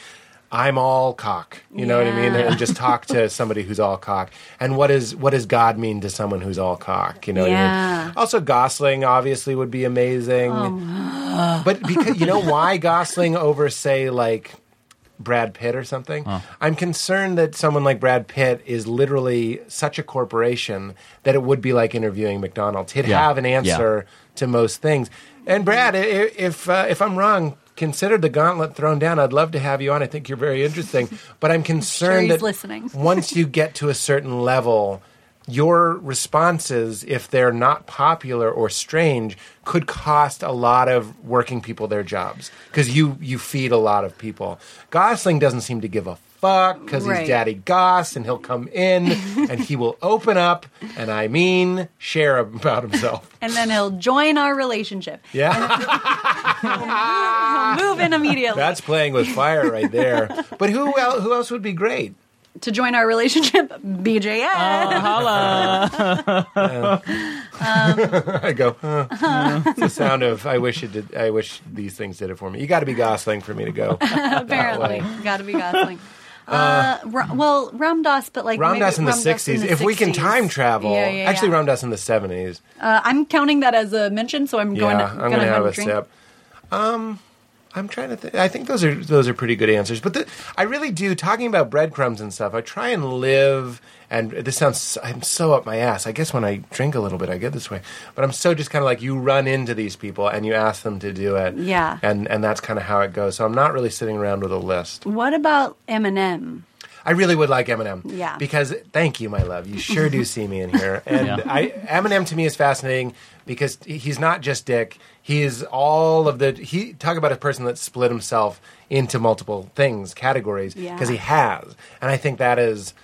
[SPEAKER 8] I'm all cock. You know what I mean?
[SPEAKER 6] Yeah.
[SPEAKER 8] And just talk to somebody who's all cock. And what is what does God mean to someone who's all cock? You know what I
[SPEAKER 6] Yeah.
[SPEAKER 8] mean? Also, Gosling obviously would be amazing.
[SPEAKER 6] Oh.
[SPEAKER 8] but because you know why Gosling over say like Brad Pitt or something? I'm concerned that someone like Brad Pitt is literally such a corporation that it would be like interviewing McDonald's. He'd
[SPEAKER 7] Yeah.
[SPEAKER 8] have an
[SPEAKER 7] Yeah.
[SPEAKER 8] answer to most things. And Brad, i- i- if uh, if I'm wrong. Consider the gauntlet thrown down. I'd love to have you on. I think you're very interesting, but I'm concerned
[SPEAKER 6] he's
[SPEAKER 8] that
[SPEAKER 6] listening.
[SPEAKER 8] once you get to a certain level, your responses, if they're not popular or strange, could cost a lot of working people their jobs because you you feed a lot of people. Gosling doesn't seem to give a fuck because
[SPEAKER 6] Right.
[SPEAKER 8] he's Daddy Goss, and he'll come in and he will open up and I mean share about himself.
[SPEAKER 6] and then he'll join our relationship.
[SPEAKER 8] Yeah,
[SPEAKER 7] Ah.
[SPEAKER 6] He'll move in immediately
[SPEAKER 8] that's playing with fire right there. But who el- who else would be great?
[SPEAKER 6] to join our relationship. BJS.
[SPEAKER 8] Oh, I go. "Huh." it's the sound of I wish it did. I wish these things did it for me. You got to be Gosling for me to go.
[SPEAKER 6] Apparently,
[SPEAKER 8] way.
[SPEAKER 6] got to be Gosling. Uh, Ra- well, Ram Dass, but like
[SPEAKER 8] Ram
[SPEAKER 6] maybe
[SPEAKER 8] Dass in the
[SPEAKER 6] Ram Dass in
[SPEAKER 8] sixties.
[SPEAKER 6] the
[SPEAKER 8] If we can
[SPEAKER 6] 60s.
[SPEAKER 8] time travel,
[SPEAKER 6] Yeah, yeah,
[SPEAKER 8] actually
[SPEAKER 6] yeah.
[SPEAKER 8] Ram Dass in the seventies.
[SPEAKER 6] Uh, I'm counting that as a mention, so I'm
[SPEAKER 8] Yeah,
[SPEAKER 6] going.
[SPEAKER 8] I'm gonna have a
[SPEAKER 6] drink.
[SPEAKER 8] sip. Um, I'm trying to. think. I think those are those are pretty good answers. But the, I really do talking about breadcrumbs and stuff. I try and live. And this sounds. I'm so up my ass. I guess when I drink a little bit, I get this way. But I'm so just kind of like you run into these people and you ask them to do it.
[SPEAKER 6] Yeah.
[SPEAKER 8] And and that's kind of how it goes. So I'm not really sitting around with a list.
[SPEAKER 6] What about Eminem?
[SPEAKER 8] I really would like Eminem.
[SPEAKER 6] Yeah.
[SPEAKER 8] Because thank you, my love. You sure do see me in here. And
[SPEAKER 7] Yeah.
[SPEAKER 8] I, Eminem to me is fascinating because he's not just Dick. He is all of the. He talk about a person that split himself into multiple things, categories,
[SPEAKER 6] Yeah.
[SPEAKER 8] because he has. And I think that is.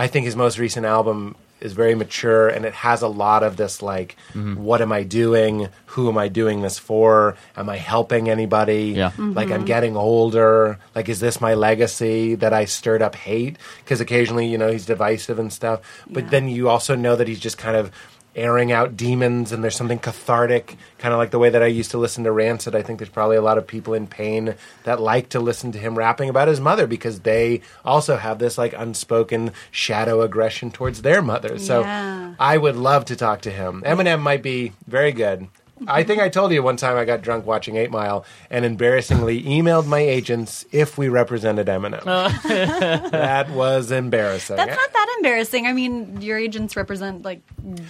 [SPEAKER 8] I think his most recent album is very mature and it has a lot of this like what am I doing? Who am I doing this for? Am I helping anybody?
[SPEAKER 7] Yeah.
[SPEAKER 8] Like
[SPEAKER 6] Mm-hmm.
[SPEAKER 8] I'm getting older. Like is this my legacy that I stirred up hate? Cuz occasionally, you know, he's divisive and stuff. But
[SPEAKER 6] Yeah.
[SPEAKER 8] then you also know that he's just kind of airing out demons and there's something cathartic kind of like the way that I used to listen to Rancid I think there's probably a lot of people in pain that like to listen to him rapping about his mother because they also have this like unspoken shadow aggression towards their mother so
[SPEAKER 6] Yeah.
[SPEAKER 8] I would love to talk to him Eminem might be very good I think I told you one time I got drunk watching 8 Mile and embarrassingly emailed my agents if we represented Eminem that was embarrassing
[SPEAKER 6] That's not that embarrassing. I mean, your agents represent like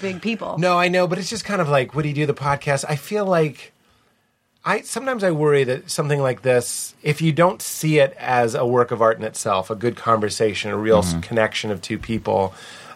[SPEAKER 6] big people.
[SPEAKER 8] No, I know, but it's just kind of like, would he do the podcast? I feel like I sometimes I worry that something like this, if you don't see it as a work of art in itself, a good conversation, a real s connection of two people,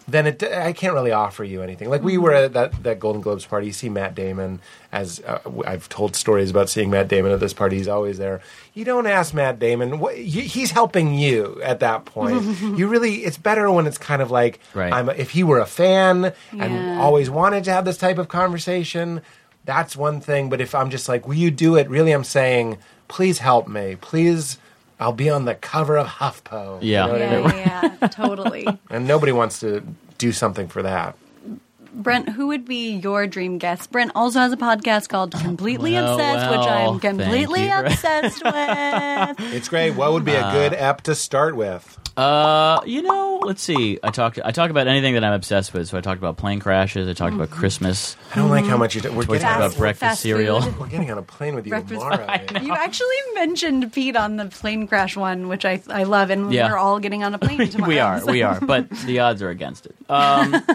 [SPEAKER 8] then it, I can't really offer you anything. Like we were at that, that Golden Globes party. You see Matt Damon as uh, w- I've told stories about seeing Matt Damon at this party. He's always there. You don't ask Matt Damon. What, you, he's helping you at that point. you really. It's better when it's kind of like
[SPEAKER 7] Right.
[SPEAKER 8] I'm. a- If he were a fan and
[SPEAKER 6] Yeah.
[SPEAKER 8] always wanted to have this type of conversation, that's one thing. But if I'm just like, will you do it? Really, I'm saying, please help me. Please, I'll be on the cover of HuffPo. You
[SPEAKER 7] Yeah.
[SPEAKER 8] know what I mean?
[SPEAKER 6] Yeah, yeah, yeah, totally.
[SPEAKER 8] And nobody wants to do something for that.
[SPEAKER 6] Brent, who would be your dream guest? Brent also has a podcast called Completely
[SPEAKER 7] Well,
[SPEAKER 6] Obsessed, which
[SPEAKER 7] well,
[SPEAKER 6] I'm completely
[SPEAKER 7] thank you, Brent.
[SPEAKER 6] obsessed with.
[SPEAKER 8] It's great. What would be a good app to start with?
[SPEAKER 7] Uh, you know, let's see. I talked. I talk about anything that I'm obsessed with. So I talked about plane crashes. I talked about Christmas.
[SPEAKER 8] I don't like how much you. do- We're getting, on
[SPEAKER 7] about
[SPEAKER 6] Fast-
[SPEAKER 8] a,
[SPEAKER 7] breakfast
[SPEAKER 6] fast
[SPEAKER 7] cereal.
[SPEAKER 6] food.
[SPEAKER 8] we're getting on a plane with you
[SPEAKER 6] Breakfast-
[SPEAKER 8] tomorrow. man.
[SPEAKER 6] You actually mentioned Pete on the plane crash one, which I I love, and
[SPEAKER 7] Yeah.
[SPEAKER 6] we're all getting on a plane tomorrow.
[SPEAKER 7] we are.
[SPEAKER 6] so-
[SPEAKER 7] We are. But the odds are against it. Um,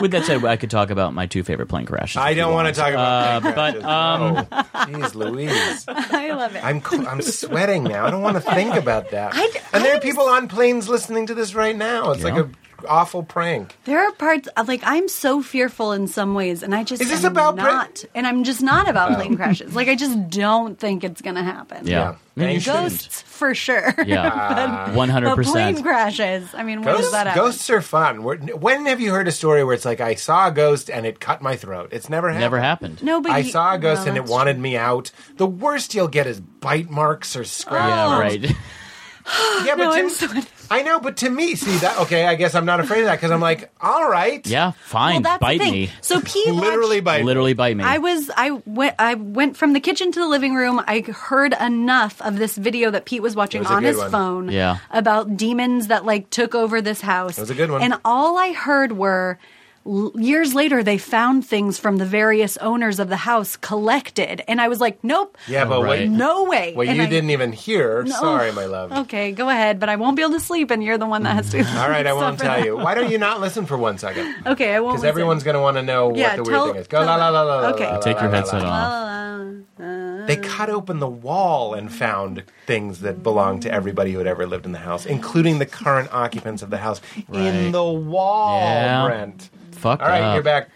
[SPEAKER 7] with that said, I could talk about my two favorite plane crashes.
[SPEAKER 8] I
[SPEAKER 7] if you
[SPEAKER 8] don't want
[SPEAKER 7] want.
[SPEAKER 8] to talk about
[SPEAKER 7] Uh,
[SPEAKER 8] plane crashes.
[SPEAKER 7] but, um,
[SPEAKER 8] No. Jeez Louise.
[SPEAKER 6] I love it.
[SPEAKER 8] I'm, cl- I'm sweating now. I don't want to think about that.
[SPEAKER 6] I-
[SPEAKER 8] and there are
[SPEAKER 6] I'm-
[SPEAKER 8] people on planes listening to this right now. It's
[SPEAKER 7] Yeah.
[SPEAKER 8] like a awful prank.
[SPEAKER 6] There are parts uh, like I'm so fearful in some ways, and I just
[SPEAKER 8] Is this
[SPEAKER 6] am
[SPEAKER 8] about Brit-
[SPEAKER 6] not, and I'm just not about plane crashes. Like I just don't think it's gonna happen.
[SPEAKER 7] Yeah.
[SPEAKER 8] Yeah.
[SPEAKER 7] And you shouldn't.
[SPEAKER 6] ghosts for sure.
[SPEAKER 7] Yeah. One hundred
[SPEAKER 6] but plane
[SPEAKER 7] percent.
[SPEAKER 6] crashes. I mean, what does
[SPEAKER 8] Ghosts,
[SPEAKER 6] that happen?
[SPEAKER 8] ghosts are fun. We're, when have you heard a story where it's like I saw a ghost and it cut my throat? It's never happened.
[SPEAKER 7] Never happened.
[SPEAKER 6] No, but
[SPEAKER 8] I
[SPEAKER 6] you-
[SPEAKER 8] saw a ghost
[SPEAKER 6] well,
[SPEAKER 8] and it
[SPEAKER 6] that's
[SPEAKER 8] wanted me out. The worst you'll get is bite marks or scratches.
[SPEAKER 7] Yeah. Right.
[SPEAKER 8] Yeah, but
[SPEAKER 6] No,
[SPEAKER 8] to,
[SPEAKER 6] I'm so-
[SPEAKER 8] I know, but to me, see that? Okay, I guess I'm not afraid of that because I'm like, all right,
[SPEAKER 7] yeah.
[SPEAKER 6] true. Well,
[SPEAKER 7] Fine.
[SPEAKER 6] that's
[SPEAKER 7] bite
[SPEAKER 6] the thing.
[SPEAKER 7] me.
[SPEAKER 6] So Pete
[SPEAKER 8] literally
[SPEAKER 6] literally.
[SPEAKER 8] bite.
[SPEAKER 7] Literally bite
[SPEAKER 8] Mm.
[SPEAKER 7] me.
[SPEAKER 6] I was I went I went from the kitchen to the living room. I heard enough of this video that Pete was watching
[SPEAKER 8] was a
[SPEAKER 6] on
[SPEAKER 8] good
[SPEAKER 6] his
[SPEAKER 8] one.
[SPEAKER 6] phone
[SPEAKER 7] Yeah.
[SPEAKER 6] about demons that like took over this house. That
[SPEAKER 8] was a good one.
[SPEAKER 6] And all I heard were l- years later they found things from the various owners of the house collected and I was like, "Nope.
[SPEAKER 8] yeah, but
[SPEAKER 7] Right.
[SPEAKER 8] wait,
[SPEAKER 6] No way."
[SPEAKER 8] Well,
[SPEAKER 6] And
[SPEAKER 8] you
[SPEAKER 6] I-
[SPEAKER 8] didn't even hear.
[SPEAKER 6] No. Oh,
[SPEAKER 8] Sorry, my love.
[SPEAKER 6] Okay, go ahead, but I won't be able to sleep and you're the one that has to.
[SPEAKER 8] Mm. All right, I won't tell you. Why don't you not listen for one second?
[SPEAKER 6] Okay, I won't.
[SPEAKER 8] Because
[SPEAKER 6] listen.
[SPEAKER 8] everyone's going to want to know
[SPEAKER 6] Yeah,
[SPEAKER 8] what the
[SPEAKER 6] tell-
[SPEAKER 8] weird thing is. Go
[SPEAKER 6] tell
[SPEAKER 8] la la la la la.
[SPEAKER 6] Okay.
[SPEAKER 8] la, la,
[SPEAKER 7] Take your
[SPEAKER 8] la, la,
[SPEAKER 7] headset
[SPEAKER 8] la.
[SPEAKER 7] off.
[SPEAKER 8] They cut open the wall and found things that belonged to everybody who had ever lived in the house, including the current occupants of the house in
[SPEAKER 7] Right.
[SPEAKER 8] the wall,
[SPEAKER 7] Yeah.
[SPEAKER 8] Brent.
[SPEAKER 7] Fuck.
[SPEAKER 8] All right,
[SPEAKER 7] up.
[SPEAKER 8] you're back.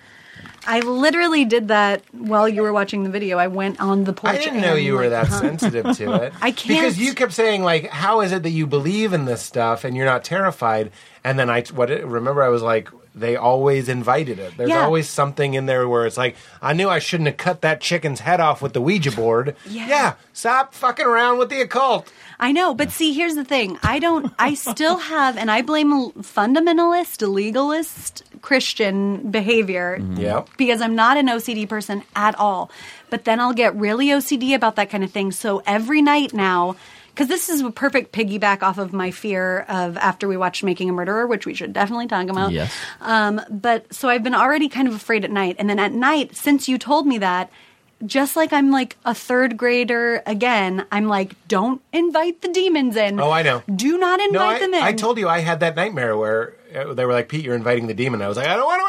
[SPEAKER 6] I literally did that while you were watching the video. I went on the porch.
[SPEAKER 8] I didn't know
[SPEAKER 6] and,
[SPEAKER 8] you were
[SPEAKER 6] like,
[SPEAKER 8] that
[SPEAKER 6] hung.
[SPEAKER 8] sensitive to it.
[SPEAKER 6] I can't-
[SPEAKER 8] because you kept saying like, "How is it that you believe in this stuff and you're not terrified?" And then I what it, remember I was like, "They always invited it. There's
[SPEAKER 6] Yeah.
[SPEAKER 8] always something in there where it's like, I knew I shouldn't have cut that chicken's head off with the Ouija board.
[SPEAKER 6] Yeah.
[SPEAKER 8] stop fucking around with the occult.
[SPEAKER 6] I know, but see, here's the thing. I don't. I still have, and I blame fundamentalist, legalist Christian behavior.
[SPEAKER 8] Yeah,
[SPEAKER 6] Because I'm not an OCD person at all. But then I'll get really OCD about that kind of thing. So every night now, because this is a perfect piggyback off of my fear of after we watched Making a Murderer, which we should definitely talk about.
[SPEAKER 7] Yes.
[SPEAKER 6] Um, but so I've been already kind of afraid at night. And then at night, since you told me that, just like I'm like a third grader again, I'm like, don't invite the demons in.
[SPEAKER 8] Oh, I know.
[SPEAKER 6] Do not invite
[SPEAKER 8] No, I,
[SPEAKER 6] them in.
[SPEAKER 8] I told you I had that nightmare where uh, they were like, "Pete, you're inviting the demon." I was like, "I don't want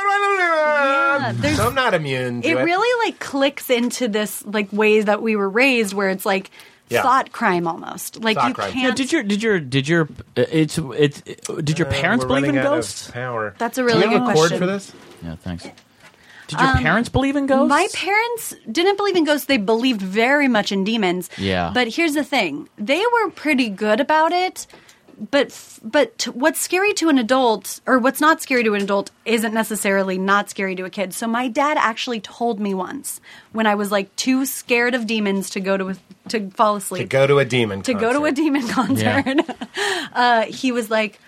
[SPEAKER 8] to."
[SPEAKER 6] Yeah, there's-
[SPEAKER 8] so I'm not immune. To
[SPEAKER 6] it
[SPEAKER 8] it,
[SPEAKER 6] really like clicks into this like ways that we were raised where it's like
[SPEAKER 8] Yeah.
[SPEAKER 6] thought crime almost. Like
[SPEAKER 8] Thought
[SPEAKER 6] you
[SPEAKER 8] crime.
[SPEAKER 6] can't
[SPEAKER 7] Yeah, did your did your did your it's it's did your
[SPEAKER 8] Uh,
[SPEAKER 7] parents
[SPEAKER 8] we're
[SPEAKER 7] believe in
[SPEAKER 8] running out of
[SPEAKER 7] ghosts?
[SPEAKER 8] Power.
[SPEAKER 6] That's a really
[SPEAKER 8] Do we have
[SPEAKER 6] good
[SPEAKER 8] a cord
[SPEAKER 6] question.
[SPEAKER 8] for this?
[SPEAKER 7] Yeah, thanks. Did your parents believe in ghosts?
[SPEAKER 6] My parents didn't believe in ghosts. They believed very much in demons.
[SPEAKER 7] Yeah.
[SPEAKER 6] But here's the thing: they were pretty good about it. But f- but t- what's scary to an adult, or what's not scary to an adult, isn't necessarily not scary to a kid. So my dad actually told me once when I was like too scared of demons to go to a, to fall
[SPEAKER 8] To
[SPEAKER 6] asleep
[SPEAKER 8] go to a demon.
[SPEAKER 6] to go to a
[SPEAKER 8] concert.
[SPEAKER 6] demon concert. uh, he was like,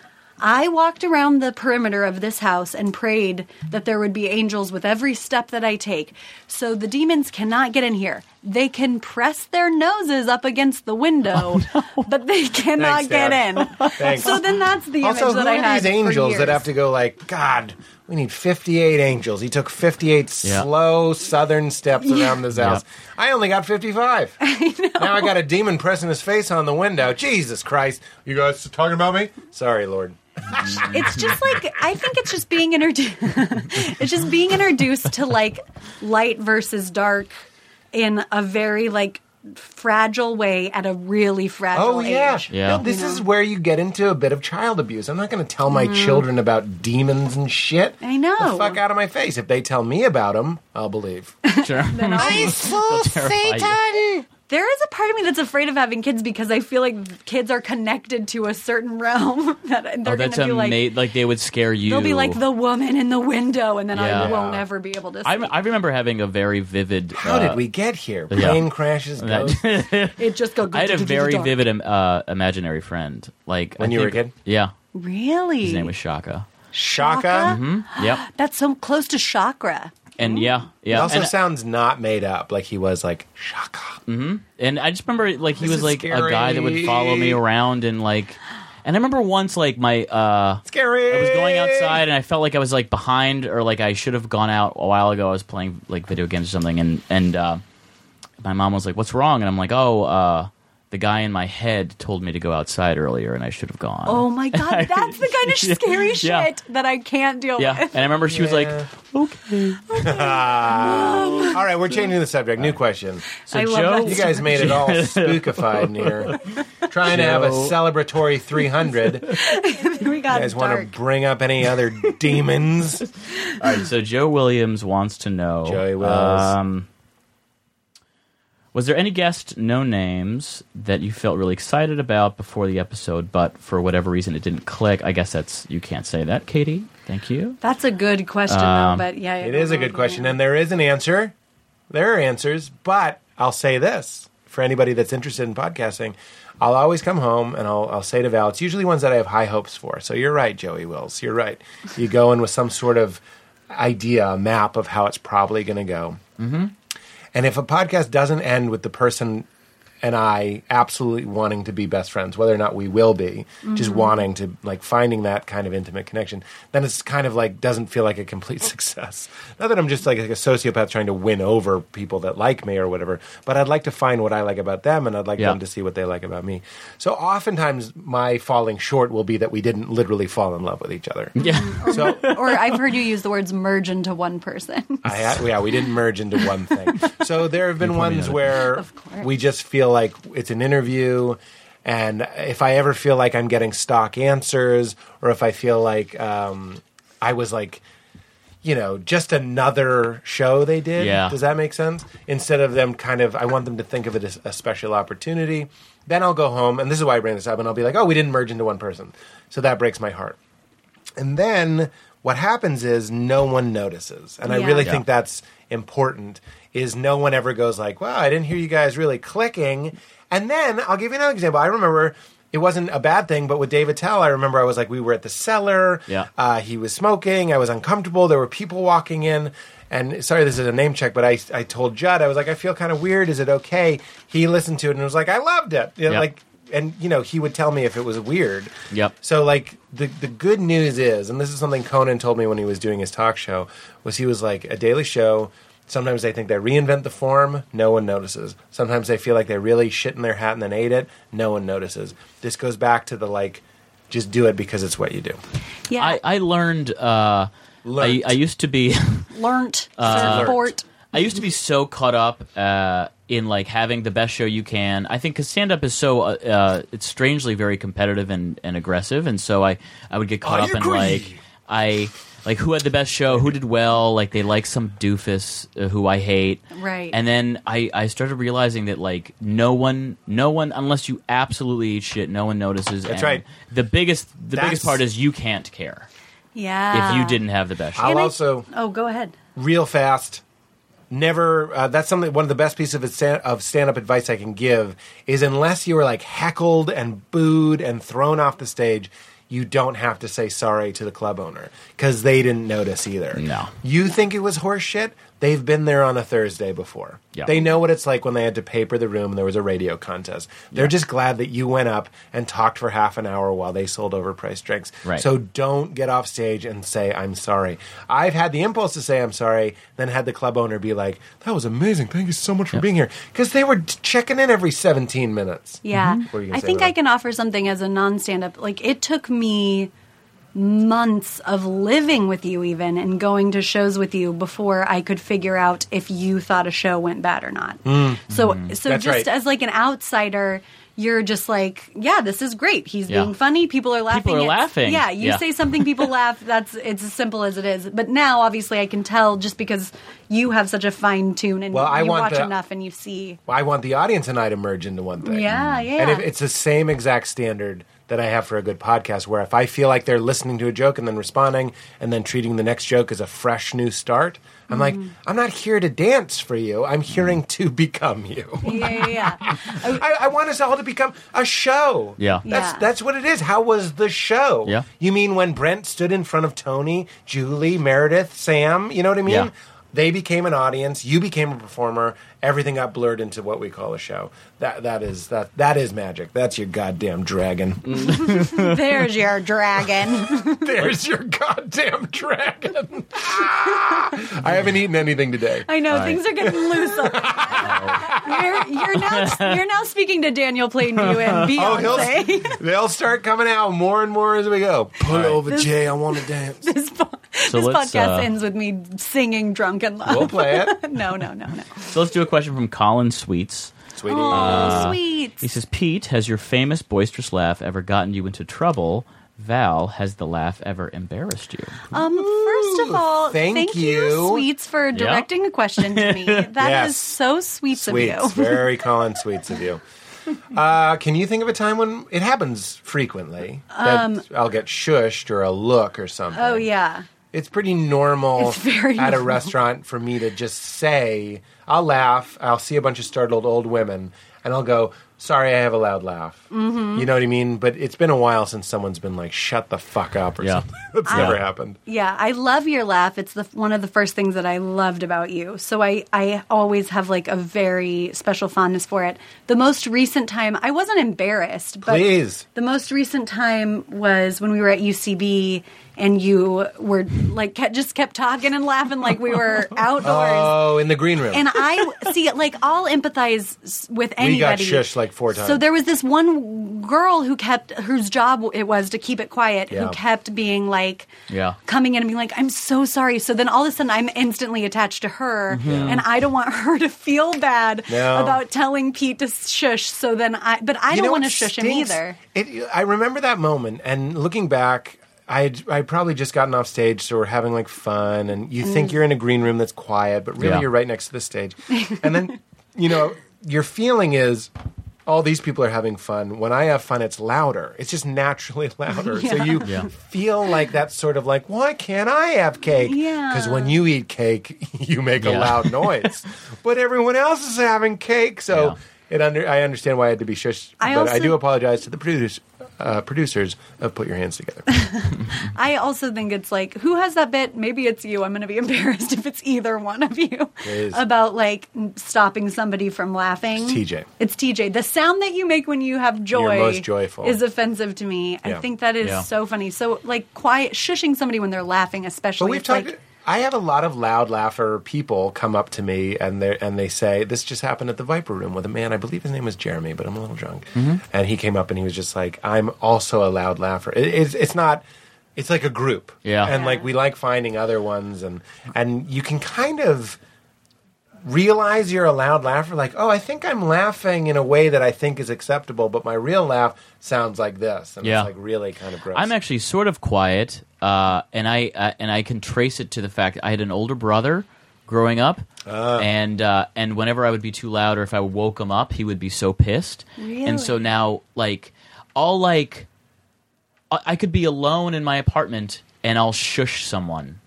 [SPEAKER 6] I walked around the perimeter of this house and prayed that there would be angels with every step that I take. So the demons cannot get in here. They can press their noses up against the window, but they cannot
[SPEAKER 8] Oh, Thanks,
[SPEAKER 6] get
[SPEAKER 8] Dad.
[SPEAKER 6] in.
[SPEAKER 8] Thanks.
[SPEAKER 6] So then that's the
[SPEAKER 8] Also,
[SPEAKER 6] image
[SPEAKER 8] who
[SPEAKER 6] that I
[SPEAKER 8] are
[SPEAKER 6] had.
[SPEAKER 8] these
[SPEAKER 6] for
[SPEAKER 8] angels that
[SPEAKER 6] years.
[SPEAKER 8] have to go like God? We need fifty-eight angels. He took fifty-eight
[SPEAKER 7] Yeah.
[SPEAKER 8] slow southern steps around this house. I only got fifty-five. Now I got a demon pressing his face on the window. Jesus Christ! You guys talking about me? Sorry, Lord.
[SPEAKER 6] it's just like I think it's just being introduced. it's just being introduced to like light versus dark in a very like fragile way at a really fragile
[SPEAKER 8] Oh yeah.
[SPEAKER 6] age.
[SPEAKER 7] Yeah.
[SPEAKER 8] No, this
[SPEAKER 6] You
[SPEAKER 8] is
[SPEAKER 6] know?
[SPEAKER 8] where you get into a bit of child abuse. I'm not going to tell my children about demons and shit.
[SPEAKER 6] Mm-hmm. I know.
[SPEAKER 8] The fuck out of my face. If they tell me about them, I'll believe.
[SPEAKER 7] Sure.
[SPEAKER 6] I
[SPEAKER 8] saw
[SPEAKER 7] terrify you.
[SPEAKER 6] There is a part of me that's afraid of having kids because I feel like kids are connected to a certain realm that they're
[SPEAKER 7] oh, that's
[SPEAKER 6] going to be like.
[SPEAKER 7] amazing. Like, they would scare you.
[SPEAKER 6] They'll be like the woman in the window, and then I
[SPEAKER 7] Yeah.
[SPEAKER 6] won't ever be able to. See.
[SPEAKER 7] I, I remember having a very vivid.
[SPEAKER 8] How
[SPEAKER 7] uh,
[SPEAKER 8] did we get here?
[SPEAKER 7] yeah.
[SPEAKER 8] Plane crashes.
[SPEAKER 7] That-
[SPEAKER 8] ghosts.
[SPEAKER 6] it just go.
[SPEAKER 7] I had a very vivid im- uh, imaginary friend. Like
[SPEAKER 8] When
[SPEAKER 7] I
[SPEAKER 8] you were a
[SPEAKER 7] think,
[SPEAKER 8] kid?
[SPEAKER 7] Yeah,
[SPEAKER 6] Really,
[SPEAKER 7] his name was Shaka. Mm-hmm.
[SPEAKER 8] Shaka.
[SPEAKER 7] Yep,
[SPEAKER 6] That's so close to chakra.
[SPEAKER 7] and yeah,
[SPEAKER 8] It
[SPEAKER 7] yeah.
[SPEAKER 8] also
[SPEAKER 7] and, Mm.
[SPEAKER 8] sounds not made up. Like he was like Shaka.
[SPEAKER 7] and I just remember like he
[SPEAKER 8] This
[SPEAKER 7] was
[SPEAKER 8] is
[SPEAKER 7] like a guy that would follow me
[SPEAKER 8] scary.
[SPEAKER 7] around and like, and I remember once like my uh,
[SPEAKER 8] Scary.
[SPEAKER 7] I was going outside and I felt like I was like behind or like I should have gone out a while ago. I was playing like video games or something and and uh, my mom was like, "What's wrong?" And I'm like, "Oh, uh, the guy in my head told me to go outside earlier and I should have gone."
[SPEAKER 6] Oh my god, that's the kind of scary shit
[SPEAKER 7] Yeah.
[SPEAKER 6] that I can't deal
[SPEAKER 7] yeah.
[SPEAKER 6] with.
[SPEAKER 7] And I remember she was like,
[SPEAKER 8] Yeah.
[SPEAKER 7] "Okay."
[SPEAKER 8] All right, we're changing the subject.
[SPEAKER 7] Uh,
[SPEAKER 8] New question.
[SPEAKER 7] So
[SPEAKER 6] I love
[SPEAKER 7] Joe,
[SPEAKER 6] that
[SPEAKER 8] You guys made it all spookified in here. Trying to have a
[SPEAKER 7] Joe.
[SPEAKER 8] celebratory 300. You
[SPEAKER 6] we got
[SPEAKER 8] guys want to
[SPEAKER 6] dark.
[SPEAKER 8] bring up any other demons?
[SPEAKER 7] All right, so Joe Williams wants to know.
[SPEAKER 8] Joey Wills.
[SPEAKER 7] Um, was there any guest, no names, that you felt really excited about before the episode, but for whatever reason it didn't click? I guess that's you can't say that, Katie. Thank you.
[SPEAKER 6] That's a good question,
[SPEAKER 7] Um,
[SPEAKER 6] though. But yeah,
[SPEAKER 8] It is a good question, and there is an answer. There are answers, but I'll say this for anybody that's interested in podcasting. I'll always come home and I'll, I'll say to Val, it's usually ones that I have high hopes for. So you're right, Joey Wills. You're right. You go in with some sort of idea, a map of how it's probably going to go. And if a podcast doesn't end with the person and I absolutely wanting to be best friends, whether or not we will be, just wanting to like finding that kind of intimate connection, then it's kind of like doesn't feel like a complete success. Not that I'm just like a sociopath trying to win over people that like me or whatever, but I'd like to find what I like about them and I'd like
[SPEAKER 7] Yeah.
[SPEAKER 8] them to see what they like about me. So oftentimes my falling short will be that we didn't literally fall in love with each other.
[SPEAKER 7] Yeah.
[SPEAKER 8] So
[SPEAKER 6] or I've heard you use the words merge into one person.
[SPEAKER 8] I, yeah, we didn't merge into one thing. So there have been ones where
[SPEAKER 6] course.
[SPEAKER 8] we just feel like it's an interview, and if I ever feel like I'm getting stock answers, or if I feel like um, I was like, you know, just another show they did.
[SPEAKER 7] Yeah.
[SPEAKER 8] Does that make sense? Instead of them kind of, I want them to think of it as a special opportunity. Then I'll go home, and this is why I bring this up, and I'll be like, oh, we didn't merge into one person. So that breaks my heart. And then what happens is no one notices. And I
[SPEAKER 6] Yeah.
[SPEAKER 8] really
[SPEAKER 6] Yeah.
[SPEAKER 8] think that's important is no one ever goes like, "Wow, I didn't hear you guys really clicking." And then I'll give you another example. I remember it wasn't a bad thing, but with David Tell, I remember I was like, we were at the cellar.
[SPEAKER 7] Yeah.
[SPEAKER 8] Uh, he was smoking. I was uncomfortable. There were people walking in. And sorry, this is a name check, but I, I told Judd, I was like, I feel kind of weird. Is it okay? He listened to it and was like, I loved it. You know,
[SPEAKER 7] Yeah.
[SPEAKER 8] Like, and you know, he would tell me if it was weird.
[SPEAKER 7] Yep.
[SPEAKER 8] So like the the good news is, and this is something Conan told me when he was doing his talk show, was he was like a daily show Sometimes they think they reinvent the form, no one notices. Sometimes they feel like they really shit in their hat and then ate it, no one notices. This goes back to the like, just do it because it's what you do.
[SPEAKER 6] Yeah,
[SPEAKER 7] I, I learned. Uh, I,
[SPEAKER 8] Learnt.
[SPEAKER 7] I used to be.
[SPEAKER 6] learnt
[SPEAKER 7] Uh,
[SPEAKER 8] Learnt.
[SPEAKER 6] support.
[SPEAKER 7] I used to be so caught up uh, in like having the best show you can. I think because stand up is so uh, uh, it's strangely very competitive and, and aggressive, and so I I would get caught
[SPEAKER 8] I
[SPEAKER 7] up in
[SPEAKER 8] agree.
[SPEAKER 7] like I like who had the best show, who did well, like they like some doofus uh, who I hate,
[SPEAKER 6] Right.
[SPEAKER 7] And then I I started realizing that like no one no one unless you absolutely eat shit, no one notices.
[SPEAKER 8] That's
[SPEAKER 7] and
[SPEAKER 8] right.
[SPEAKER 7] The biggest the
[SPEAKER 8] That's-
[SPEAKER 7] biggest part is you can't care
[SPEAKER 6] Yeah,
[SPEAKER 7] if you didn't have the best show.
[SPEAKER 8] I'll
[SPEAKER 6] And I-
[SPEAKER 8] also
[SPEAKER 6] Oh, go ahead.
[SPEAKER 8] real fast. Never. Uh, that's something. One of the best pieces of stand, of stand up advice I can give is unless you are like heckled and booed and thrown off the stage, you don't have to say sorry to the club owner because they didn't notice either.
[SPEAKER 7] No.
[SPEAKER 8] You think it was horse shit? They've been there on a Thursday before.
[SPEAKER 7] Yeah.
[SPEAKER 8] They know what it's like when they had to paper the room and there was a radio contest. They're just glad that you went up and talked for half an hour while they sold overpriced drinks.
[SPEAKER 7] Right.
[SPEAKER 8] So don't get off stage and say, I'm sorry. I've had the impulse to say, I'm sorry, then had the club owner be like, that was amazing. Thank you so much for being here. Because they were t- checking in every 17 minutes.
[SPEAKER 6] Yeah.
[SPEAKER 8] Mm-hmm. What were you gonna
[SPEAKER 6] I
[SPEAKER 8] say,
[SPEAKER 6] think
[SPEAKER 8] Lily?
[SPEAKER 6] I can offer something as a non stand up. Like, it took me months of living with you, even, and going to shows with you before I could figure out if you thought a show went bad or not. So, so
[SPEAKER 8] Mm-hmm. That's
[SPEAKER 6] just
[SPEAKER 8] right.
[SPEAKER 6] as like an outsider, you're just like, yeah, this is great. He's
[SPEAKER 7] Yeah.
[SPEAKER 6] being funny. People are laughing.
[SPEAKER 7] are
[SPEAKER 6] It's-
[SPEAKER 7] laughing.
[SPEAKER 6] Yeah, you
[SPEAKER 7] Yeah.
[SPEAKER 6] say something, people laugh. That's it's as simple as it is. But now, obviously, I can tell just because you have such a fine tune and
[SPEAKER 8] Well, I
[SPEAKER 6] you
[SPEAKER 8] want
[SPEAKER 6] watch
[SPEAKER 8] the-
[SPEAKER 6] enough and you see.
[SPEAKER 8] Well, I want the audience and I to merge into one thing.
[SPEAKER 6] Yeah, yeah.
[SPEAKER 8] Mm-hmm. And if it's the same exact standard that I have for a good podcast, where if I feel like they're listening to a joke and then responding and then treating the next joke as a fresh new start, I'm like, I'm not here to dance for you. I'm hearing to become you.
[SPEAKER 6] yeah, yeah, yeah.
[SPEAKER 8] I, I want us all to become a show.
[SPEAKER 7] Yeah.
[SPEAKER 8] That's
[SPEAKER 6] Yeah.
[SPEAKER 8] that's what it is. How was the show?
[SPEAKER 7] Yeah.
[SPEAKER 8] You mean when Brent stood in front of Tony, Julie, Meredith, Sam, you know what I mean?
[SPEAKER 7] Yeah.
[SPEAKER 8] They became an audience, you became a performer, everything got blurred into what we call a show. That that is that that is magic. That's your goddamn dragon.
[SPEAKER 6] There's your dragon.
[SPEAKER 8] There's your goddamn dragon. I haven't eaten anything today.
[SPEAKER 6] I know things are getting loose. you're, you're now you're now speaking to Daniel Plainview
[SPEAKER 8] Oh,
[SPEAKER 6] and Beyonce.
[SPEAKER 8] they'll start coming out more and more as we go. Pull over, Jay. I want to dance.
[SPEAKER 6] this po- this
[SPEAKER 7] let's,
[SPEAKER 6] podcast
[SPEAKER 7] uh,
[SPEAKER 6] ends with me singing drunk and love.
[SPEAKER 8] We'll play it.
[SPEAKER 6] no, no, no, no.
[SPEAKER 7] So let's do a question from Colin Sweets.
[SPEAKER 8] Sweetie. Uh,
[SPEAKER 6] oh,
[SPEAKER 7] He
[SPEAKER 6] sweet.
[SPEAKER 7] says, Pete, has your famous boisterous laugh ever gotten you into trouble? Val, has the laugh ever embarrassed you?
[SPEAKER 6] Um, first of all,
[SPEAKER 8] thank you.
[SPEAKER 6] Sweets, for directing a question to me. That is
[SPEAKER 8] Yes.
[SPEAKER 6] so sweet
[SPEAKER 8] Sweets,
[SPEAKER 6] of you.
[SPEAKER 8] very Colin Sweets of you. Uh, can you think of a time when it happens frequently that I'll get shushed or a look or something?
[SPEAKER 6] Um, Oh yeah.
[SPEAKER 8] it's pretty normal
[SPEAKER 6] It's very
[SPEAKER 8] at a
[SPEAKER 6] normal.
[SPEAKER 8] restaurant for me to just say, "I'll laugh." I'll see a bunch of startled old women, and I'll go, "Sorry, I have a loud laugh." Mm-hmm. You know what I mean? But it's been a while since someone's been like, "Shut the fuck up" or
[SPEAKER 7] Yeah.
[SPEAKER 8] something. That's
[SPEAKER 7] I-
[SPEAKER 8] never happened.
[SPEAKER 6] Yeah, I love your laugh. It's the one of the first things that I loved about you. So I I always have like a very special fondness for it. The most recent time, I wasn't embarrassed, but
[SPEAKER 8] Please.
[SPEAKER 6] the most recent time was when we were at UCB and you were like kept, just kept talking and laughing like we were
[SPEAKER 8] Uh,
[SPEAKER 6] outdoors.
[SPEAKER 8] Oh, in the green room.
[SPEAKER 6] And I see, like, I'll empathize s- with anybody.
[SPEAKER 8] We got shushed like four times.
[SPEAKER 6] So there was this one girl who kept whose job it was to keep it quiet,
[SPEAKER 8] Yeah.
[SPEAKER 6] who kept being like,
[SPEAKER 7] Yeah.
[SPEAKER 6] coming in and being like, "I'm so sorry." So then all of a sudden, I'm instantly attached to her, and I don't want her to feel bad
[SPEAKER 8] Mm-hmm. No.
[SPEAKER 6] about telling Pete to shush. So then I, but I
[SPEAKER 8] You
[SPEAKER 6] don't
[SPEAKER 8] know
[SPEAKER 6] want to
[SPEAKER 8] what
[SPEAKER 6] shush him
[SPEAKER 8] stinks?
[SPEAKER 6] either.
[SPEAKER 8] It, I remember that moment, and looking back, I had, I probably just gotten off stage, so we're having like fun, and you
[SPEAKER 6] Mm.
[SPEAKER 8] think you're in a green room that's quiet, but really
[SPEAKER 7] Yeah.
[SPEAKER 8] you're right next to the stage, and then you know your feeling is. All these people are having fun. When I have fun, it's louder. It's just naturally louder. So you feel like that sort of like, why can't I have cake?
[SPEAKER 6] Yeah.
[SPEAKER 8] Because when you eat cake, you make a
[SPEAKER 7] Yeah.
[SPEAKER 8] loud noise. but everyone else is having cake. So
[SPEAKER 7] Yeah.
[SPEAKER 8] it under I understand why I had to be shushed,
[SPEAKER 6] I
[SPEAKER 8] but I
[SPEAKER 6] also-
[SPEAKER 8] do apologize to the produce, uh, producers of Put Your Hands Together.
[SPEAKER 6] I also think it's like, who has that bit? Maybe it's you. I'm going to be embarrassed if it's either one of you
[SPEAKER 8] It is.
[SPEAKER 6] about like stopping somebody from laughing.
[SPEAKER 8] It's TJ.
[SPEAKER 6] It's TJ. The sound that you make when you have joy,
[SPEAKER 8] most joyful.
[SPEAKER 6] is offensive to me.
[SPEAKER 8] Yeah.
[SPEAKER 6] I think that is
[SPEAKER 7] Yeah.
[SPEAKER 6] so funny. So like quiet, shushing somebody when they're laughing, especially.
[SPEAKER 8] But we've
[SPEAKER 6] it's
[SPEAKER 8] talked.
[SPEAKER 6] like,
[SPEAKER 8] I have a lot of loud laugher people come up to me and they and they say, "This just happened at the Viper Room with a man. I believe his name was Jeremy, but I'm a little drunk." And he came up and he was just like, "I'm also a loud laugher." It, it's it's not. It's like a group,
[SPEAKER 7] Yeah.
[SPEAKER 8] and like we like finding other ones, and and you can kind of realize you're a loud laugher like oh i think i'm laughing in a way that i think is acceptable but my real laugh sounds like this and
[SPEAKER 7] Yeah.
[SPEAKER 8] it's like really kind of gross
[SPEAKER 7] I'm actually sort of quiet, uh, and I uh, and I can trace it to the fact I had an older brother growing up, and uh, and whenever I would be too loud or if I woke him up, he would be so pissed. And so
[SPEAKER 6] Really?
[SPEAKER 7] now, like, I'll like, I, I could be alone in my apartment and I'll shush someone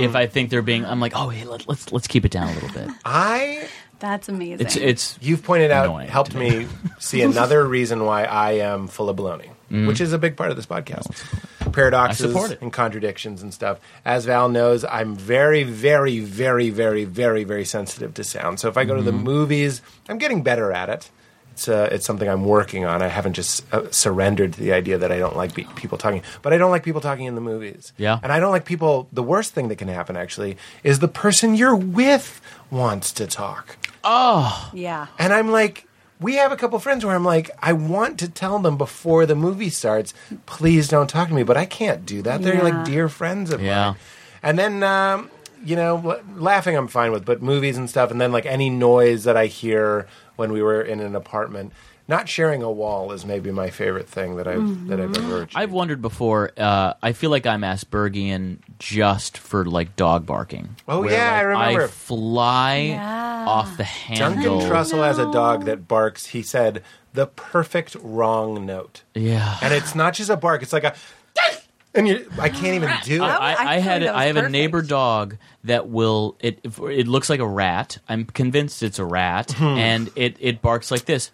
[SPEAKER 7] if I think they're being. I'm like, oh, hey, let, let's let's keep it down a little bit.
[SPEAKER 8] i
[SPEAKER 6] That's amazing.
[SPEAKER 7] It's it's
[SPEAKER 8] You've pointed out,
[SPEAKER 7] Annoying
[SPEAKER 8] helped
[SPEAKER 7] to
[SPEAKER 8] me see another reason why I am full of baloney, which is a big part of this podcast.
[SPEAKER 7] Mm. I
[SPEAKER 8] Paradoxes
[SPEAKER 7] support it.
[SPEAKER 8] and contradictions and stuff. As Val knows, I'm very, very, very, very, very, very sensitive to sound. So if I go to
[SPEAKER 7] Mm-hmm.
[SPEAKER 8] the movies, I'm getting better at it. It's, uh, it's something I'm working on. I haven't just uh, surrendered to the idea that I don't like be- people talking, but I don't like people talking in the movies.
[SPEAKER 7] Yeah.
[SPEAKER 8] And I don't like people. The worst thing that can happen, actually, is the person you're with wants to talk.
[SPEAKER 6] yeah.
[SPEAKER 8] And I'm like, we have a couple friends where I'm like, I want to tell them before the movie starts, please don't talk to me, but I can't do that. They're
[SPEAKER 6] Yeah.
[SPEAKER 8] like dear friends of
[SPEAKER 7] Yeah.
[SPEAKER 8] mine. And then, um, you know, la- laughing I'm fine with, but movies and stuff, and then like any noise that I hear when we were in an apartment. Not sharing a wall is maybe my favorite thing that I've that I've ever. Achieved.
[SPEAKER 7] I've wondered before. Uh, I feel like I'm Aspergian just for like dog barking.
[SPEAKER 8] Oh, yeah, I remember.
[SPEAKER 7] fly
[SPEAKER 6] Yeah.
[SPEAKER 7] off the
[SPEAKER 8] Duncan
[SPEAKER 7] handle.
[SPEAKER 8] Trussell has a dog that barks. He said the perfect wrong note,
[SPEAKER 7] Yeah.
[SPEAKER 8] and it's not just a bark; it's like a, and you, I can't even do it.
[SPEAKER 7] I,
[SPEAKER 6] I
[SPEAKER 7] I,
[SPEAKER 6] feel
[SPEAKER 7] had
[SPEAKER 6] like that was
[SPEAKER 7] I have a
[SPEAKER 6] perfect.
[SPEAKER 7] neighbor dog that will it if- it looks like a rat. I'm convinced it's a
[SPEAKER 8] Hmm.
[SPEAKER 7] rat, and it it barks like this.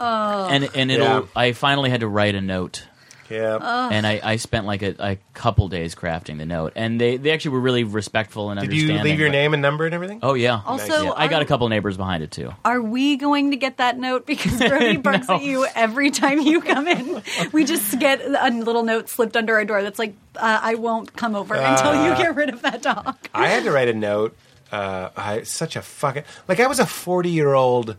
[SPEAKER 6] Oh.
[SPEAKER 7] And and it'll.
[SPEAKER 8] Yeah.
[SPEAKER 7] I finally had to write a note,
[SPEAKER 8] Yeah.
[SPEAKER 7] and I, I spent like a, a couple days crafting the note, and they, they actually were really respectful and
[SPEAKER 8] Did you
[SPEAKER 7] understanding.
[SPEAKER 8] leave your
[SPEAKER 7] but-
[SPEAKER 8] name and number and everything?
[SPEAKER 7] Oh yeah.
[SPEAKER 6] Also,
[SPEAKER 7] Yeah, I got
[SPEAKER 6] are-
[SPEAKER 7] a couple neighbors behind it too.
[SPEAKER 6] Are we going to get that note? Because Brody barks at you every time you come in. We just get a little note slipped under our door that's like, uh, I won't come over until you get rid of that dog.
[SPEAKER 8] Uh, I had to write a note. Uh, I such a fucking like I was a forty year old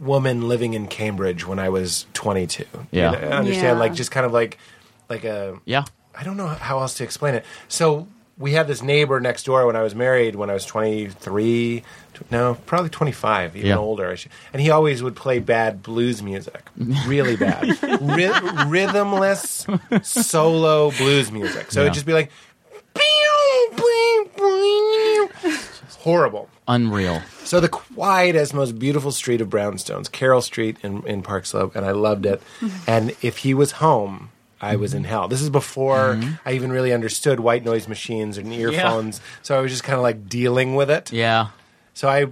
[SPEAKER 8] woman living in Cambridge when I was twenty two.
[SPEAKER 7] Yeah.
[SPEAKER 8] I understand.
[SPEAKER 6] Yeah.
[SPEAKER 8] Like just kind of like like a
[SPEAKER 7] Yeah.
[SPEAKER 8] I don't know how else to explain it. So we had this neighbor next door when I was married when I was 23, tw- no, probably 25, even
[SPEAKER 7] Yeah.
[SPEAKER 8] older. I should- And he always would play bad blues music, really bad, Ry- rhythmless solo blues music. So
[SPEAKER 7] Yeah.
[SPEAKER 8] it'd just be like, horrible.
[SPEAKER 7] Unreal.
[SPEAKER 8] So the quietest, most beautiful street of brownstones, Carroll Street in, in Park Slope, and I loved it. and if he was home, I was in hell. This is before I even really understood white noise machines and earphones. So I was just kind of like dealing with it.
[SPEAKER 7] Yeah.
[SPEAKER 8] So I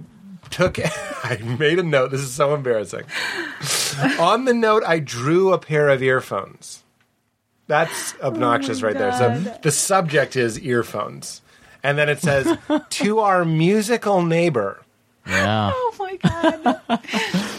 [SPEAKER 8] took, I made a note. This is so embarrassing. On the note, I drew a pair of earphones. That's obnoxious right there. So the subject is earphones. And then it says, to our musical neighbor.
[SPEAKER 7] Yeah.
[SPEAKER 6] Oh my God.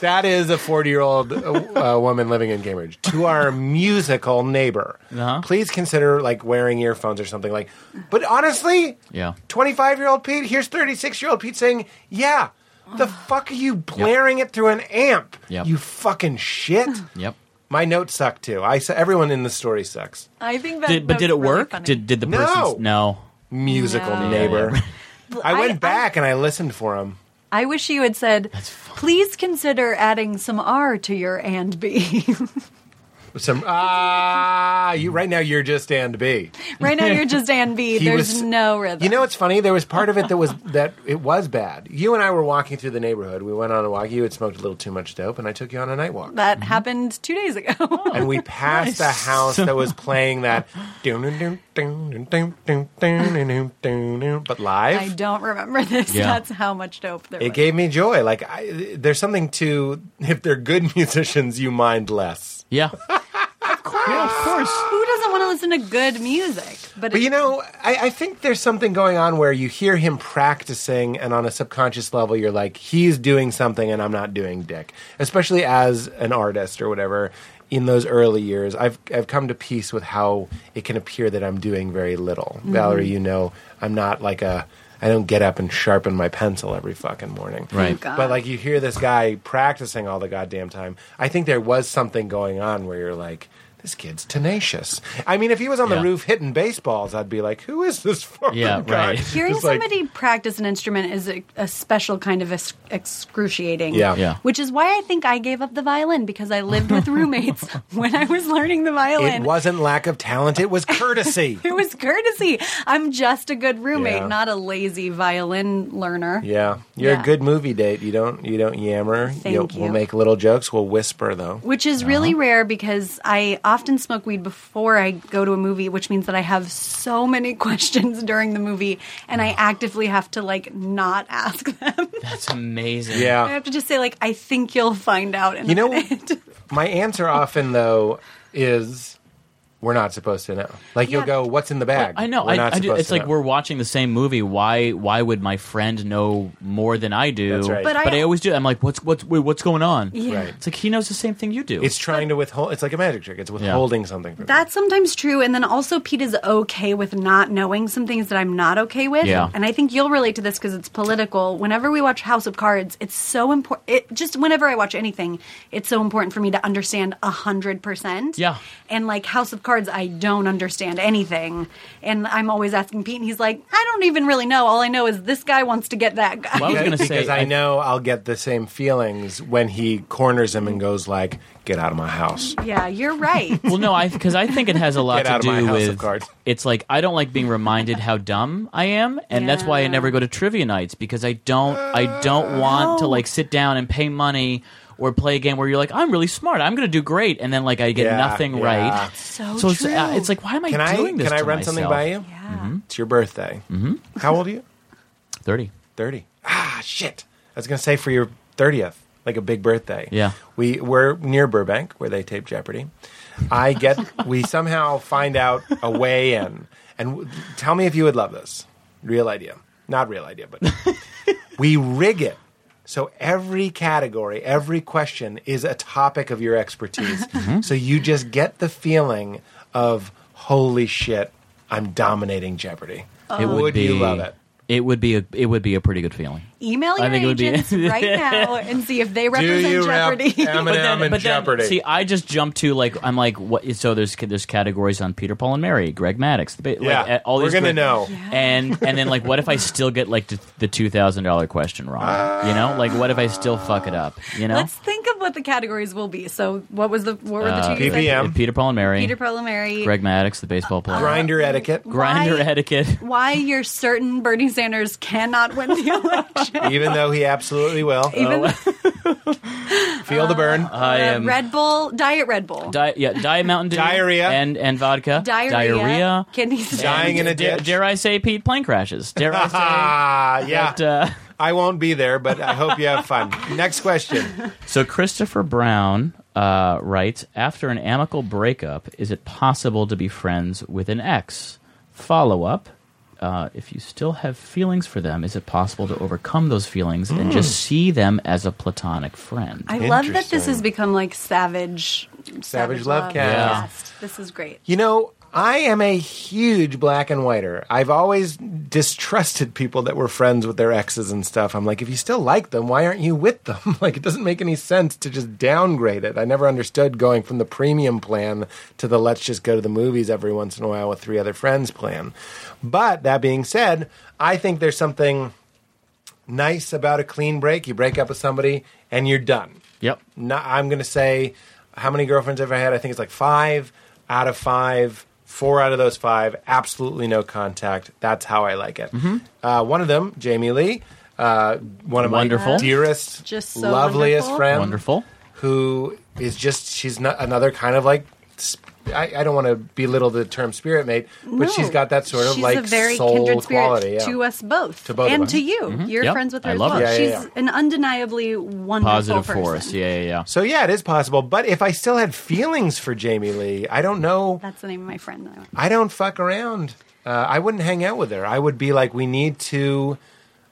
[SPEAKER 8] That is a 40 year old uh, woman living in Cambridge. To our musical neighbor.
[SPEAKER 7] Uh-huh.
[SPEAKER 8] Please consider like wearing earphones or something like. But honestly,
[SPEAKER 7] Yeah.
[SPEAKER 8] 25 year old Pete, here's 36 year old Pete saying, Yeah, the fuck are you blaring it through an amp?
[SPEAKER 7] Yep.
[SPEAKER 8] You fucking shit.
[SPEAKER 7] Yep.
[SPEAKER 8] My note sucked too. I sa- Everyone in the story sucks.
[SPEAKER 6] I think that.
[SPEAKER 7] Did, but
[SPEAKER 6] note's
[SPEAKER 7] did it
[SPEAKER 6] really
[SPEAKER 7] work?
[SPEAKER 6] funny.
[SPEAKER 7] Did did the
[SPEAKER 8] No.
[SPEAKER 7] person? No.
[SPEAKER 8] Musical
[SPEAKER 6] No.
[SPEAKER 8] neighbor. I
[SPEAKER 6] I-
[SPEAKER 8] went back and I listened for him.
[SPEAKER 6] I wish you had said, please consider adding some R to your and B.
[SPEAKER 8] Some ah, you right now you're just and B.
[SPEAKER 6] right now you're just and B.
[SPEAKER 8] He
[SPEAKER 6] There's
[SPEAKER 8] was-
[SPEAKER 6] no rhythm.
[SPEAKER 8] You know what's funny? There was part of it that was that it was bad. You and I were walking through the neighborhood. We went on a walk. You had smoked a little too much dope, and I took you on a night walk.
[SPEAKER 6] that happened two days ago.
[SPEAKER 8] and we passed
[SPEAKER 7] Nice.
[SPEAKER 8] the house that was playing that, but
[SPEAKER 6] I
[SPEAKER 8] live.
[SPEAKER 6] don't remember this.
[SPEAKER 7] Yeah.
[SPEAKER 6] That's how much dope there
[SPEAKER 8] It
[SPEAKER 6] was.
[SPEAKER 8] gave me joy. Like I, there's something to if they're good musicians, you mind less.
[SPEAKER 7] Yeah. Yeah, of course.
[SPEAKER 6] Who doesn't want to listen to good music? But,
[SPEAKER 8] But
[SPEAKER 6] it-
[SPEAKER 8] you know, I, I think there's something going on where you hear him practicing, and on a subconscious level, you're like, he's doing something, and I'm not doing dick. Especially as an artist or whatever, in those early years, I've I've come to peace with how it can appear that I'm doing very little.
[SPEAKER 6] Mm-hmm.
[SPEAKER 8] Valerie, you know, I'm not like a I don't get up and sharpen my pencil every fucking morning.
[SPEAKER 7] Right.
[SPEAKER 6] Oh, God.
[SPEAKER 8] But like you hear this guy practicing all the goddamn time. I think there was something going on where you're like this kid's tenacious. I mean, if he was on
[SPEAKER 7] Yeah.
[SPEAKER 8] the roof hitting baseballs, I'd be like, "Who is this fucking
[SPEAKER 7] Yeah,
[SPEAKER 8] guy?"
[SPEAKER 7] right.
[SPEAKER 6] Hearing
[SPEAKER 8] It's like-
[SPEAKER 6] somebody practice an instrument is a, a special kind of es- excruciating.
[SPEAKER 8] Yeah.
[SPEAKER 7] Yeah.
[SPEAKER 6] Which is why I think I gave up the violin because I lived with roommates when I was learning the violin.
[SPEAKER 8] It wasn't lack of talent, it was courtesy.
[SPEAKER 6] It was courtesy. I'm just a good roommate,
[SPEAKER 8] Yeah.
[SPEAKER 6] not a lazy violin learner.
[SPEAKER 8] yeah. You're
[SPEAKER 6] Yeah.
[SPEAKER 8] a good movie date. You don't you don't yammer.
[SPEAKER 6] Thank you.
[SPEAKER 8] We'll make little jokes, we'll whisper though.
[SPEAKER 6] Which is really
[SPEAKER 8] Uh-huh.
[SPEAKER 6] rare because I often smoke weed before I go to a movie, which means that I have so many questions during the movie and I actively have to like not ask them.
[SPEAKER 7] That's amazing.
[SPEAKER 6] I
[SPEAKER 8] Yeah.
[SPEAKER 6] have to just say like I think you'll find out in
[SPEAKER 8] You
[SPEAKER 6] a
[SPEAKER 8] know
[SPEAKER 6] minute.
[SPEAKER 8] my answer often though is we're not supposed to know. Like
[SPEAKER 6] Yeah.
[SPEAKER 8] you'll go, What's in the bag?
[SPEAKER 7] I know.
[SPEAKER 8] We're
[SPEAKER 7] I,
[SPEAKER 8] not
[SPEAKER 7] I do,
[SPEAKER 8] supposed
[SPEAKER 7] it's
[SPEAKER 8] to
[SPEAKER 7] like
[SPEAKER 8] know.
[SPEAKER 7] we're watching the same movie. Why? Why would my friend know more than I do?
[SPEAKER 8] That's right.
[SPEAKER 6] But
[SPEAKER 7] But,
[SPEAKER 6] I-
[SPEAKER 7] I, always do. I'm like, what's what's wait, what's going on?
[SPEAKER 6] Yeah.
[SPEAKER 8] Right.
[SPEAKER 7] It's like he knows the same thing you do.
[SPEAKER 8] It's trying to withhold it's like a magic trick. It's withholding something from
[SPEAKER 6] That's sometimes true. And then also, Pete is okay with not knowing some things that I'm not okay with.
[SPEAKER 7] Yeah.
[SPEAKER 6] And I think you'll relate to this because it's political. Whenever we watch House of Cards, it's so important. It, just whenever I watch anything, it's so important for me to understand 100%.
[SPEAKER 7] Yeah.
[SPEAKER 6] And like House of Cards, I don't understand anything. And I'm always asking Pete, and he's like, I don't even really know. All I know is this guy wants to get that guy.
[SPEAKER 7] Well, I was gonna
[SPEAKER 8] because
[SPEAKER 7] say
[SPEAKER 8] I, know I'll get the same feelings when he corners him and goes like, "Get out of my house."
[SPEAKER 6] yeah, you're right.
[SPEAKER 7] Well, no, I because I think it has a lot
[SPEAKER 8] Get
[SPEAKER 7] to
[SPEAKER 8] out of
[SPEAKER 7] do
[SPEAKER 8] my house of
[SPEAKER 7] with
[SPEAKER 8] cards.
[SPEAKER 7] it's like I don't like being reminded how dumb I am, and that's why I
[SPEAKER 6] Yeah. Uh,
[SPEAKER 7] never go to trivia nights because I don't I don't want to
[SPEAKER 6] No.
[SPEAKER 7] like sit down and pay money or play a game where you're like I'm really smart, I'm going to do great, and then like I get
[SPEAKER 8] Yeah,
[SPEAKER 7] nothing
[SPEAKER 8] yeah.
[SPEAKER 7] right.
[SPEAKER 6] so
[SPEAKER 7] So it's,
[SPEAKER 6] true.
[SPEAKER 7] uh, it's like why am I
[SPEAKER 8] Can I
[SPEAKER 7] doing this?
[SPEAKER 8] can I
[SPEAKER 7] to
[SPEAKER 8] run something
[SPEAKER 7] myself?
[SPEAKER 8] by you?
[SPEAKER 6] yeah.
[SPEAKER 8] It's your birthday. Mm-hmm. How old are you?
[SPEAKER 7] Thirty.
[SPEAKER 8] 30. Ah, shit. I was going to say for your 30th, like a big birthday.
[SPEAKER 7] Yeah.
[SPEAKER 8] We were near Burbank where they tape Jeopardy. I get, we somehow find out a way in. And w- tell me if you would love this. Real idea. Not real idea, but we rig it. So every category, every question is a topic of your expertise.
[SPEAKER 7] Mm-hmm.
[SPEAKER 8] so you just get the feeling of, holy shit, I'm dominating Jeopardy.
[SPEAKER 6] Oh.
[SPEAKER 7] It would, be,
[SPEAKER 8] you love it?
[SPEAKER 7] It would be a it would be a pretty good feeling.
[SPEAKER 6] Email
[SPEAKER 7] I
[SPEAKER 6] your
[SPEAKER 7] think it would be-
[SPEAKER 6] agents right now and see if they represent Jeopardy.
[SPEAKER 7] see, I just jumped to like I'm like what? So there's there's categories on Peter, Paul, and Mary, Greg Maddox, the, ba-
[SPEAKER 8] Yeah,
[SPEAKER 7] like, uh, all
[SPEAKER 8] we're
[SPEAKER 7] these
[SPEAKER 8] gonna
[SPEAKER 7] great-
[SPEAKER 8] know.
[SPEAKER 7] and and then like what if I still get like t- the two thousand dollar question wrong? you know, like what if I still fuck it up? You know,
[SPEAKER 6] Let's think of what the categories will be. So, what was the what were the two? you said?
[SPEAKER 8] PPM.
[SPEAKER 7] Uh, Peter, Paul, and Mary,
[SPEAKER 6] Peter Prolomary,
[SPEAKER 7] Greg Maddox, the baseball player,
[SPEAKER 8] Grinder etiquette.
[SPEAKER 7] grinder
[SPEAKER 6] Why-
[SPEAKER 7] etiquette.
[SPEAKER 6] Why you're certain Bernie Sanders cannot win the election?
[SPEAKER 8] even though he absolutely will.
[SPEAKER 6] Even
[SPEAKER 8] Feel the burn.
[SPEAKER 7] I
[SPEAKER 6] uh,
[SPEAKER 7] am
[SPEAKER 6] Red Bull, Diet Red Bull,
[SPEAKER 7] di- yeah, diet Mountain Dew,
[SPEAKER 8] Diarrhea.
[SPEAKER 7] and and vodka,
[SPEAKER 6] diarrhea,
[SPEAKER 7] diarrhea.
[SPEAKER 6] kidney stones.
[SPEAKER 8] Dying in a
[SPEAKER 7] Dare,
[SPEAKER 8] ditch.
[SPEAKER 7] dare I say, Pete, plane crashes. Dare I say?
[SPEAKER 8] ah, yeah.
[SPEAKER 7] that, uh,
[SPEAKER 8] I won't be there, but I hope you have fun. Next question.
[SPEAKER 7] So Christopher Brown uh, writes: After an amicable breakup, is it possible to be friends with an ex? Follow up: uh, If you still have feelings for them, is it possible to overcome those feelings and just see them as a platonic friend?
[SPEAKER 6] Hmm. I love that this
[SPEAKER 8] Interesting.
[SPEAKER 6] has become like savage, savage,
[SPEAKER 8] Love
[SPEAKER 7] Cast.
[SPEAKER 6] Cast. This is great.
[SPEAKER 8] You know, I am a huge black and whiter. I've always distrusted people that were friends with their exes and stuff. I'm like, if you still like them, why aren't you with them? Like, it doesn't make any sense to just downgrade it. I never understood going from the premium plan to the let's just go to the movies every once in a while with three other friends plan. But that being said, I think there's something nice about a clean break. You break up with somebody and you're done
[SPEAKER 7] yep.
[SPEAKER 8] not, I'm going to say how many girlfriends have I had? I think it's like five out of five. Four out of those five, absolutely no contact. That's how I like it.
[SPEAKER 6] Mm-hmm.
[SPEAKER 8] Uh, one of them, Jamie Lee, uh, one of
[SPEAKER 7] Wonderful.
[SPEAKER 8] my dearest,
[SPEAKER 6] Just so
[SPEAKER 8] loveliest
[SPEAKER 6] wonderful.
[SPEAKER 8] friend,
[SPEAKER 7] Wonderful.
[SPEAKER 8] who is just she's not another kind of like. sp- I, I don't want to belittle the term spirit mate, but
[SPEAKER 6] No.
[SPEAKER 8] she's got that sort of
[SPEAKER 6] She's
[SPEAKER 8] like
[SPEAKER 6] a very
[SPEAKER 8] soul
[SPEAKER 6] kindred spirit
[SPEAKER 8] quality. yeah.
[SPEAKER 6] to us both,
[SPEAKER 8] To both of
[SPEAKER 6] and
[SPEAKER 8] us.
[SPEAKER 6] to you. You're
[SPEAKER 7] Mm-hmm. Yep.
[SPEAKER 6] friends with her
[SPEAKER 7] I
[SPEAKER 6] as
[SPEAKER 7] love
[SPEAKER 6] well.
[SPEAKER 7] her.
[SPEAKER 8] Yeah, yeah,
[SPEAKER 6] She's
[SPEAKER 8] yeah.
[SPEAKER 6] an undeniably wonderful
[SPEAKER 7] Positive
[SPEAKER 6] person.
[SPEAKER 7] for us. Yeah, yeah, yeah.
[SPEAKER 8] So yeah, it is possible. But if I still had feelings for Jamie Lee, I don't know.
[SPEAKER 6] That's the name of my friend. Though.
[SPEAKER 8] I don't fuck around. Uh, I wouldn't hang out with her. I would be like, we need to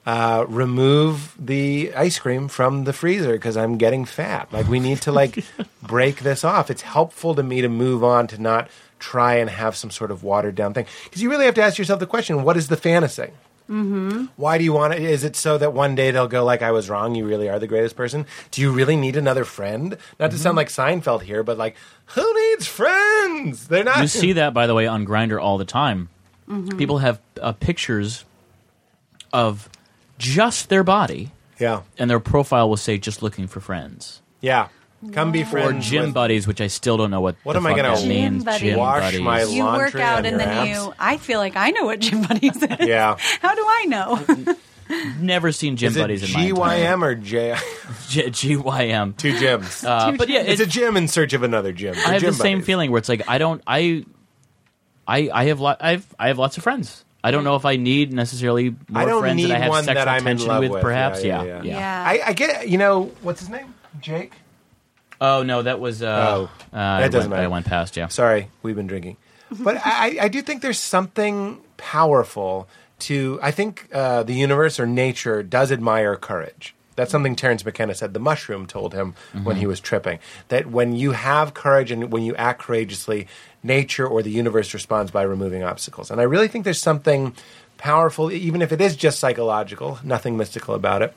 [SPEAKER 8] uh, remove the ice cream from the freezer because I'm getting fat. Like we need to like break this off. It's helpful to me to move on to not try and have some sort of watered down thing because you really have to ask yourself the question: What is the fantasy?
[SPEAKER 7] Mm-hmm.
[SPEAKER 8] Why do you want it? Is it so that one day they'll go like, "I was wrong. You really are the greatest person." Do you really need another friend? Not to
[SPEAKER 7] Mm-hmm.
[SPEAKER 8] sound like Seinfeld here, but like, who needs friends? They're not.
[SPEAKER 7] You see that, by the way, on Grinder all the time.
[SPEAKER 6] Mm-hmm.
[SPEAKER 7] People have uh, pictures of just their body,
[SPEAKER 8] Yeah,
[SPEAKER 7] and their profile will say "just looking for friends"
[SPEAKER 8] yeah. Come be
[SPEAKER 7] or
[SPEAKER 8] friends.
[SPEAKER 7] "gym
[SPEAKER 8] with-
[SPEAKER 7] buddies," which I still don't know what.
[SPEAKER 8] What
[SPEAKER 7] the
[SPEAKER 8] am I
[SPEAKER 7] fuck
[SPEAKER 8] gonna
[SPEAKER 7] that
[SPEAKER 8] Gym
[SPEAKER 7] means?
[SPEAKER 6] buddies.
[SPEAKER 7] Gym
[SPEAKER 8] Wash
[SPEAKER 7] buddies.
[SPEAKER 8] my
[SPEAKER 6] You work
[SPEAKER 8] laundry
[SPEAKER 6] out
[SPEAKER 8] on
[SPEAKER 6] and
[SPEAKER 8] your
[SPEAKER 6] then
[SPEAKER 8] abs?
[SPEAKER 6] you. I feel like I know what gym buddies is.
[SPEAKER 8] Yeah.
[SPEAKER 6] How do I know?
[SPEAKER 7] Never seen gym
[SPEAKER 8] Is it
[SPEAKER 7] buddies in my
[SPEAKER 8] GYM or J?
[SPEAKER 7] entire- G- GYM.
[SPEAKER 8] Two gyms.
[SPEAKER 7] Uh, but yeah,
[SPEAKER 8] it's
[SPEAKER 7] it's,
[SPEAKER 8] a gym in search of another gym.
[SPEAKER 7] I have
[SPEAKER 8] Gym
[SPEAKER 7] the same
[SPEAKER 8] buddies.
[SPEAKER 7] feeling where it's like I don't I I I have lot I've I have lots of friends. I don't know if I need necessarily more
[SPEAKER 8] I don't
[SPEAKER 7] friends
[SPEAKER 8] need
[SPEAKER 7] that I have
[SPEAKER 8] one
[SPEAKER 7] sexual
[SPEAKER 8] that I'm in
[SPEAKER 7] tension
[SPEAKER 8] love
[SPEAKER 7] with,
[SPEAKER 8] with.
[SPEAKER 7] perhaps.
[SPEAKER 8] Yeah,
[SPEAKER 7] Yeah
[SPEAKER 8] yeah, yeah. I, I get you know what's his name? Jake.
[SPEAKER 7] Oh no, that was uh,
[SPEAKER 8] Oh,
[SPEAKER 7] uh,
[SPEAKER 8] that
[SPEAKER 7] I went,
[SPEAKER 8] doesn't matter.
[SPEAKER 7] I went past. Yeah,
[SPEAKER 8] Sorry, we've been drinking. But I, I do think there's something powerful to. I think uh, the universe or nature does admire courage. That's something Terrence McKenna said. The mushroom told him when he was tripping that when you have courage and when you act courageously, nature or the universe responds by removing obstacles. And I really think there's something powerful, even if it is just psychological, nothing mystical about it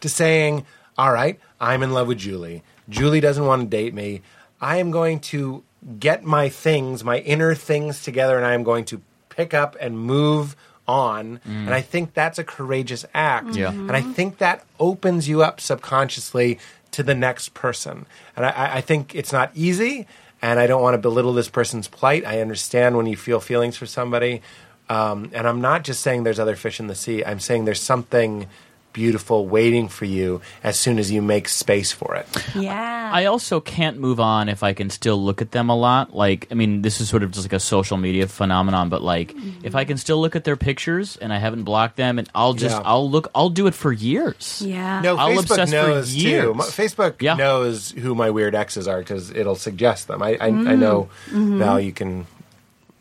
[SPEAKER 8] to saying, all right, I'm in love with Julie. Julie doesn't want to date me. I am going to get my things, my inner things together, and I am going to pick up and move on. And I think that's a courageous act.
[SPEAKER 7] Yeah.
[SPEAKER 8] And I think that opens you up subconsciously to the next person. And I- I, I think it's not easy. And I don't want to belittle this person's plight. I understand when you feel feelings for somebody. Um, and I'm not just saying there's other fish in the sea. I'm saying there's something beautiful waiting for you as soon as you make space for it.
[SPEAKER 6] yeah.
[SPEAKER 7] I also can't move on if I can still look at them a lot. Like, I mean, this is sort of just like a social media phenomenon, but like,
[SPEAKER 6] Mm-hmm.
[SPEAKER 7] if I can still look at their pictures and I haven't blocked them, and I'll just,
[SPEAKER 8] Yeah.
[SPEAKER 7] I'll look, I'll do it for years.
[SPEAKER 6] yeah.
[SPEAKER 8] No,
[SPEAKER 7] I'll
[SPEAKER 8] Facebook
[SPEAKER 7] obsess for
[SPEAKER 8] knows too.
[SPEAKER 7] years.
[SPEAKER 8] My- Facebook
[SPEAKER 7] Yeah.
[SPEAKER 8] knows who my weird exes are because it'll suggest them. I, I, I know now you can.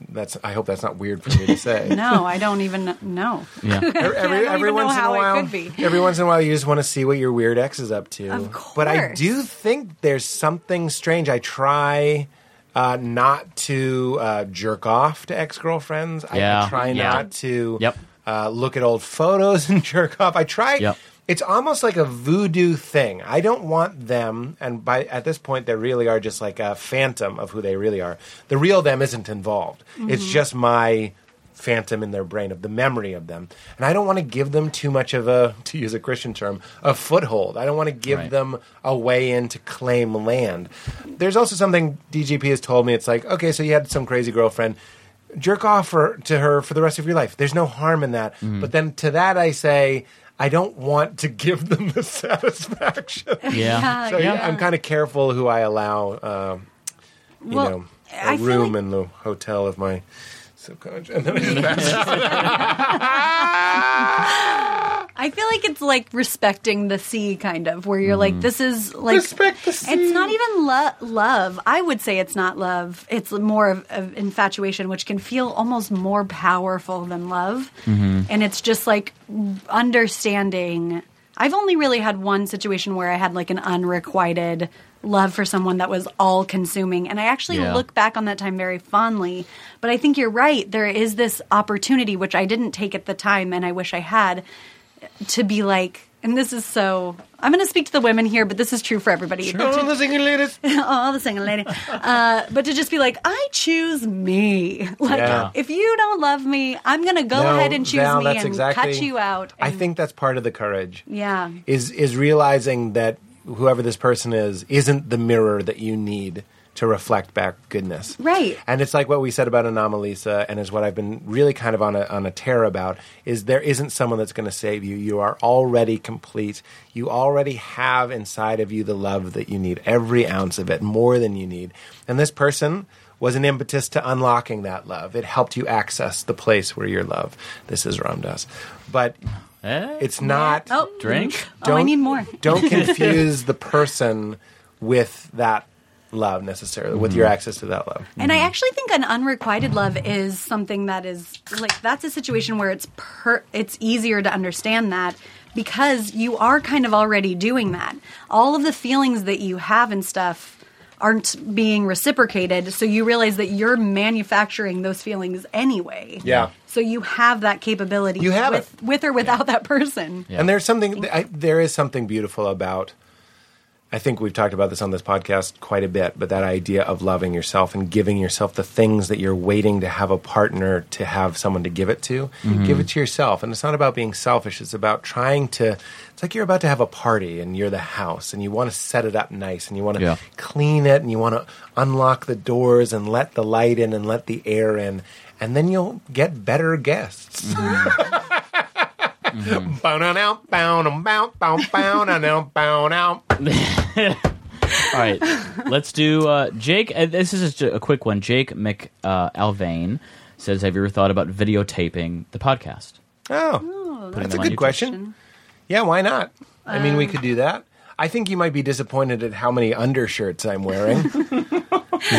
[SPEAKER 8] That's. I hope that's not weird for me to say.
[SPEAKER 6] No, I don't even kn- know.
[SPEAKER 7] Yeah.
[SPEAKER 8] Every, every,
[SPEAKER 6] I don't
[SPEAKER 8] every
[SPEAKER 6] even know
[SPEAKER 8] once in
[SPEAKER 6] how
[SPEAKER 8] a
[SPEAKER 6] it
[SPEAKER 8] while,
[SPEAKER 6] could be.
[SPEAKER 8] every once in a while, you just want to see what your weird ex is up to.
[SPEAKER 6] Of
[SPEAKER 8] But I
[SPEAKER 6] course.
[SPEAKER 8] do think there's something strange. I try uh, not to uh, jerk off to ex girlfriends. I
[SPEAKER 7] Yeah,
[SPEAKER 8] try
[SPEAKER 7] yeah.
[SPEAKER 8] not to
[SPEAKER 7] Yep.
[SPEAKER 8] uh, look at old photos and jerk off. I try.
[SPEAKER 7] Yep.
[SPEAKER 8] It's almost like a voodoo thing. I don't want them, and by at this point, they really are just like a phantom of who they really are. The real them isn't involved. It's just my phantom in their brain of the memory of them, and I don't want to give them too much of a, to use a Christian term, a foothold. I don't want to give
[SPEAKER 7] Right.
[SPEAKER 8] them a way in to claim land. There's also something DGP has told me. It's like, okay, so you had some crazy girlfriend jerk off for, to her for the rest of your life. There's no harm in that. But then to that, I say, I don't want to give them the satisfaction.
[SPEAKER 7] yeah.
[SPEAKER 8] so yeah. I'm kind of careful who I allow, uh, you
[SPEAKER 6] Well,
[SPEAKER 8] know, a
[SPEAKER 6] I feel
[SPEAKER 8] room
[SPEAKER 6] like-
[SPEAKER 8] in the hotel of my subconscious. And then I just
[SPEAKER 6] I feel like it's like respecting the sea, kind of, where you're like, this is like
[SPEAKER 8] Mm. Respect the sea.
[SPEAKER 6] It's not even lo- love. I would say it's not love. It's more of, of infatuation, which can feel almost more powerful than love.
[SPEAKER 8] Mm-hmm.
[SPEAKER 6] And it's just like understanding. I've only really had one situation where I had like an unrequited love for someone that was all consuming. And I actually
[SPEAKER 7] Yeah.
[SPEAKER 6] look back on that time very fondly. But I think you're right. There is this opportunity, which I didn't take at the time and I wish I had, to be like, and this is so, I'm going to speak to the women here, but this is true for everybody.
[SPEAKER 8] Oh, listen, you ladies.
[SPEAKER 6] all the single lady. Uh, but to just be like, I choose me. Like,
[SPEAKER 8] Yeah.
[SPEAKER 6] if you don't love me, I'm going to go
[SPEAKER 8] No,
[SPEAKER 6] ahead and choose
[SPEAKER 8] Val,
[SPEAKER 6] me
[SPEAKER 8] that's
[SPEAKER 6] and
[SPEAKER 8] exactly-
[SPEAKER 6] cut you out.
[SPEAKER 8] I
[SPEAKER 6] and-
[SPEAKER 8] think that's part of the courage.
[SPEAKER 6] Yeah.
[SPEAKER 8] is is realizing that whoever this person is isn't the mirror that you need to reflect back goodness.
[SPEAKER 6] Right.
[SPEAKER 8] And it's like what we said about Anomalisa and is what I've been really kind of on a on a tear about is there isn't someone that's going to save you. You are already complete. You already have inside of you the love that you need, every ounce of it, more than you need. And this person was an impetus to unlocking that love. It helped you access the place where your love. This is Ram Dass. But
[SPEAKER 7] Eh?
[SPEAKER 8] it's not
[SPEAKER 6] Oh,
[SPEAKER 7] Drink?
[SPEAKER 6] Oh, I need more.
[SPEAKER 8] don't confuse the person with that love necessarily with your access to that love.
[SPEAKER 6] And I actually think an unrequited love is something that is like that's a situation where it's per, it's easier to understand that because you are kind of already doing that. All of the feelings that you have and stuff aren't being reciprocated, so you realize that you're manufacturing those feelings anyway.
[SPEAKER 8] Yeah.
[SPEAKER 6] So you have that capability
[SPEAKER 8] You have
[SPEAKER 6] with,
[SPEAKER 8] it.
[SPEAKER 6] with or without that person.
[SPEAKER 8] And there's something I, there is something beautiful about. I think we've talked about this on this podcast quite a bit, but that idea of loving yourself and giving yourself the things that you're waiting to have a partner to have someone to give it to, give it to yourself. And it's not about being selfish, it's about trying to it's like you're about to have a party and you're the house and you want to set it up nice and you want to
[SPEAKER 7] Yeah.
[SPEAKER 8] clean it and you want to unlock the doors and let the light in and let the air in and then you'll get better guests. Bow-down-down, bow-down, bow, bow, bow-down-down, bow-down.
[SPEAKER 7] All right, let's do uh, Jake. Uh, this is just a quick one. Jake McAlvain uh, Alvain says, "Have you ever thought about videotaping the podcast?"
[SPEAKER 8] Oh, that's a
[SPEAKER 7] them on
[SPEAKER 8] good
[SPEAKER 7] YouTube.
[SPEAKER 8] question. Um, Yeah, why not? I mean, we could do that. I think you might be disappointed at how many undershirts I'm wearing.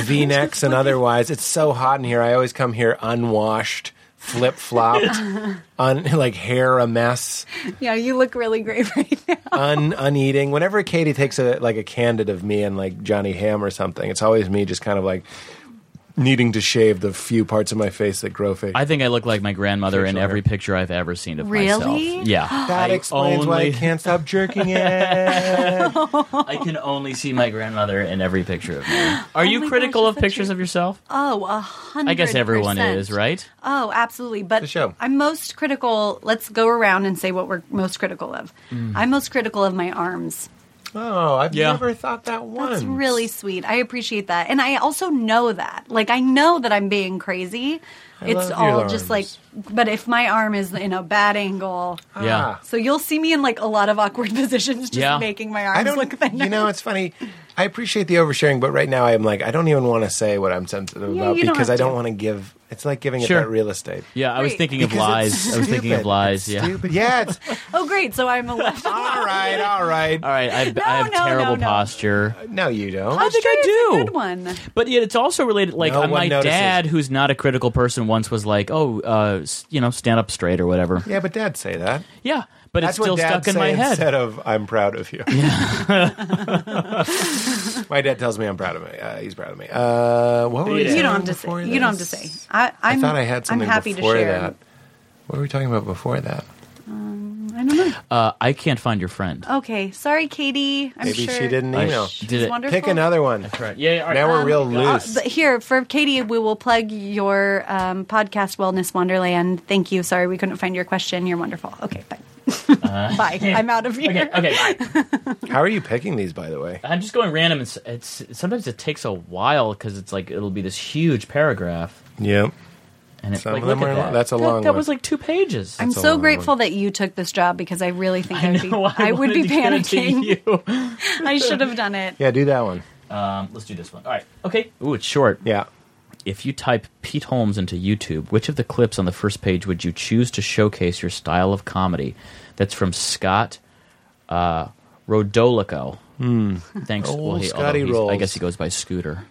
[SPEAKER 8] V necks and otherwise. It's so hot in here. I always come here unwashed, flip flopped, un- like hair a mess,
[SPEAKER 6] Yeah, you look really great right now.
[SPEAKER 8] un uneating. Whenever Katie takes a like a candid of me and like Johnny Ham or something, it's always me just kind of like needing to shave the few parts of my face that grow facial.
[SPEAKER 7] I think I look like my grandmother in
[SPEAKER 8] Picture.
[SPEAKER 7] every picture I've ever seen of
[SPEAKER 6] Really?
[SPEAKER 7] myself. Yeah,
[SPEAKER 8] that
[SPEAKER 7] I
[SPEAKER 8] explains why I
[SPEAKER 7] only-
[SPEAKER 8] can't stop jerking it.
[SPEAKER 7] I can only see my grandmother in every picture of me. Are you
[SPEAKER 6] Oh my
[SPEAKER 7] critical
[SPEAKER 6] gosh,
[SPEAKER 7] of
[SPEAKER 6] that's
[SPEAKER 7] pictures
[SPEAKER 6] actually-
[SPEAKER 7] of yourself?
[SPEAKER 6] Oh, a hundred.
[SPEAKER 7] I guess everyone
[SPEAKER 6] percent.
[SPEAKER 7] is, right?
[SPEAKER 6] Oh, absolutely. But
[SPEAKER 8] The show.
[SPEAKER 6] I'm most critical. Let's go around and say what we're most critical of.
[SPEAKER 8] Mm.
[SPEAKER 6] I'm most critical of my arms.
[SPEAKER 8] Oh, I've
[SPEAKER 7] Yeah.
[SPEAKER 8] never thought that once.
[SPEAKER 6] That's really sweet. I appreciate that, and I also know that. Like I know that I'm being crazy.
[SPEAKER 8] love
[SPEAKER 6] it's
[SPEAKER 8] your
[SPEAKER 6] all just
[SPEAKER 8] arms.
[SPEAKER 6] like, but if my arm is in a bad angle,
[SPEAKER 7] Yeah.
[SPEAKER 6] so you'll see me in like a lot of awkward positions, just
[SPEAKER 7] Yeah.
[SPEAKER 6] making my arms
[SPEAKER 8] I don't.
[SPEAKER 6] look thin.
[SPEAKER 8] You know, it's funny. I appreciate the oversharing, but right now I'm like, I don't even want to say what I'm sensitive
[SPEAKER 6] Yeah,
[SPEAKER 8] about
[SPEAKER 6] you don't
[SPEAKER 8] because
[SPEAKER 6] have
[SPEAKER 8] I don't
[SPEAKER 6] to.
[SPEAKER 8] want to give. It's like giving
[SPEAKER 7] Sure.
[SPEAKER 8] it that real estate.
[SPEAKER 7] Yeah, I was
[SPEAKER 6] Right.
[SPEAKER 7] thinking of
[SPEAKER 8] Because it's
[SPEAKER 7] lies. I was thinking of
[SPEAKER 8] stupid.
[SPEAKER 7] lies.
[SPEAKER 8] It's
[SPEAKER 7] Yeah.
[SPEAKER 8] stupid. Yeah. It's,
[SPEAKER 6] oh, great. So I'm a left.
[SPEAKER 8] all right. All right.
[SPEAKER 7] All right, I, have- I have
[SPEAKER 6] no, no,
[SPEAKER 7] terrible
[SPEAKER 6] no.
[SPEAKER 7] posture.
[SPEAKER 8] No, you don't.
[SPEAKER 7] I think I
[SPEAKER 6] It's a
[SPEAKER 7] do.
[SPEAKER 6] good one.
[SPEAKER 7] But yet it's also related. Like
[SPEAKER 8] No
[SPEAKER 7] uh,
[SPEAKER 8] one
[SPEAKER 7] my
[SPEAKER 8] notices.
[SPEAKER 7] dad, who's not a critical person, once was like, "Oh, uh, s- you know, stand up straight or whatever." Yeah,
[SPEAKER 8] Yeah, but Dad say that.
[SPEAKER 7] but
[SPEAKER 8] That's
[SPEAKER 7] it's still
[SPEAKER 8] what Dad
[SPEAKER 7] stuck in
[SPEAKER 8] say
[SPEAKER 7] my head.
[SPEAKER 8] Instead of "I'm proud of you." my dad tells me I'm proud of me. Uh, he's proud of me. Uh, what were we
[SPEAKER 6] You
[SPEAKER 8] saying
[SPEAKER 6] don't have to say.
[SPEAKER 8] before
[SPEAKER 6] You don't have to
[SPEAKER 8] this?
[SPEAKER 6] say. I,
[SPEAKER 8] I
[SPEAKER 6] I'm,
[SPEAKER 8] thought I had something
[SPEAKER 6] am happy
[SPEAKER 8] before
[SPEAKER 6] to share.
[SPEAKER 8] that. What were we talking about before that?
[SPEAKER 6] I don't know.
[SPEAKER 7] Uh, I can't find your friend.
[SPEAKER 6] Okay, sorry, Katie. I'm
[SPEAKER 8] Maybe
[SPEAKER 6] sure
[SPEAKER 8] she didn't
[SPEAKER 7] I
[SPEAKER 8] email.
[SPEAKER 7] sh- did
[SPEAKER 6] she's
[SPEAKER 7] it.
[SPEAKER 6] wonderful. Um, uh,
[SPEAKER 8] Pick another one.
[SPEAKER 7] Right. Yeah. yeah, all right. um, uh,
[SPEAKER 8] Now we're real loose.
[SPEAKER 6] But here for Katie, we will plug your um, podcast, Wellness Wonderland. Thank you. Sorry, we couldn't find your question. You're wonderful. Okay, bye. bye. I'm out of here.
[SPEAKER 7] Uh-huh. Okay. okay.
[SPEAKER 8] How are you picking these, by the way?
[SPEAKER 7] I'm just going random. It's, it's sometimes it takes a while because it's like it'll be this huge paragraph,
[SPEAKER 8] Yep.
[SPEAKER 7] and it's
[SPEAKER 8] Some
[SPEAKER 7] like
[SPEAKER 8] of them
[SPEAKER 7] look
[SPEAKER 8] are.
[SPEAKER 7] at
[SPEAKER 8] Long,
[SPEAKER 7] that.
[SPEAKER 8] that's a
[SPEAKER 7] that,
[SPEAKER 8] long.
[SPEAKER 7] that
[SPEAKER 8] one.
[SPEAKER 7] was like two pages.
[SPEAKER 6] I'm
[SPEAKER 8] a
[SPEAKER 6] so
[SPEAKER 8] long
[SPEAKER 6] grateful that you took this job because I really think I, would be,
[SPEAKER 7] know,
[SPEAKER 6] I, would be
[SPEAKER 7] wanted to get it to
[SPEAKER 6] panicking.
[SPEAKER 7] you.
[SPEAKER 6] I should have done it.
[SPEAKER 8] yeah, do that one.
[SPEAKER 7] Um, let's do this one. All right. Okay. Ooh, it's short.
[SPEAKER 8] Yeah.
[SPEAKER 7] If you type Pete Holmes into YouTube, which of the clips on the first page would you choose to showcase your style of comedy? That's from Scott uh, Rodolico. Thanks.
[SPEAKER 8] Hmm. Old
[SPEAKER 7] he- although
[SPEAKER 8] Scotty
[SPEAKER 7] he's- I
[SPEAKER 8] rolls.
[SPEAKER 7] guess he goes by Scooter.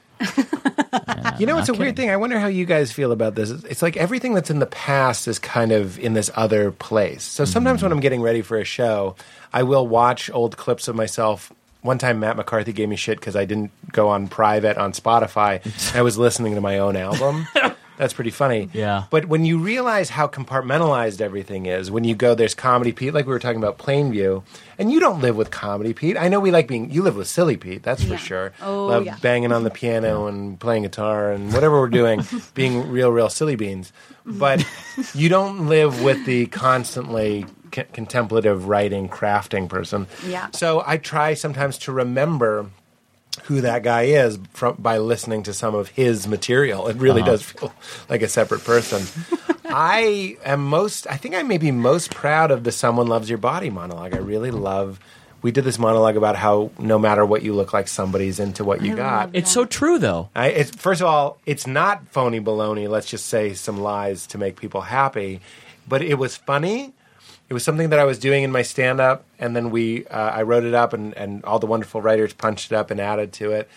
[SPEAKER 8] You know, it's a
[SPEAKER 7] not
[SPEAKER 8] weird
[SPEAKER 7] kidding.
[SPEAKER 8] thing. I wonder how you guys feel about this. It's it's like everything that's in the past is kind of in this other place. So sometimes
[SPEAKER 7] Mm-hmm.
[SPEAKER 8] when I'm getting ready for a show, I will watch old clips of myself. One time, Matt McCarthy gave me shit because I didn't go on private on Spotify. I was listening to my own album. That's pretty funny.
[SPEAKER 7] Yeah.
[SPEAKER 8] But when you realize how compartmentalized everything is, when you go, there's comedy Pete, like we were talking about Plainview, and you don't live with comedy Pete. I know we like being, you live with silly Pete, that's for
[SPEAKER 6] Yeah.
[SPEAKER 8] sure.
[SPEAKER 6] Oh,
[SPEAKER 8] Love
[SPEAKER 6] yeah.
[SPEAKER 8] banging on the piano and playing guitar and whatever we're doing, being real, real silly beans. But you don't live with the constantly c- contemplative writing, crafting person.
[SPEAKER 6] Yeah.
[SPEAKER 8] So I try sometimes to remember who that guy is from, by listening to some of his material. It really does feel like a separate person. I am most, I think I may be most proud of the Someone Loves Your Body monologue. I really love. We did this monologue about how no matter what you look like, somebody's into what you got.
[SPEAKER 7] It's so true, though.
[SPEAKER 8] I, it's, first of all, it's not phony baloney. Let's just say some lies to make people happy. But it was funny. It was something that I was doing in my stand up. And then we, uh, I wrote it up, and, and all the wonderful writers punched it up and added to it.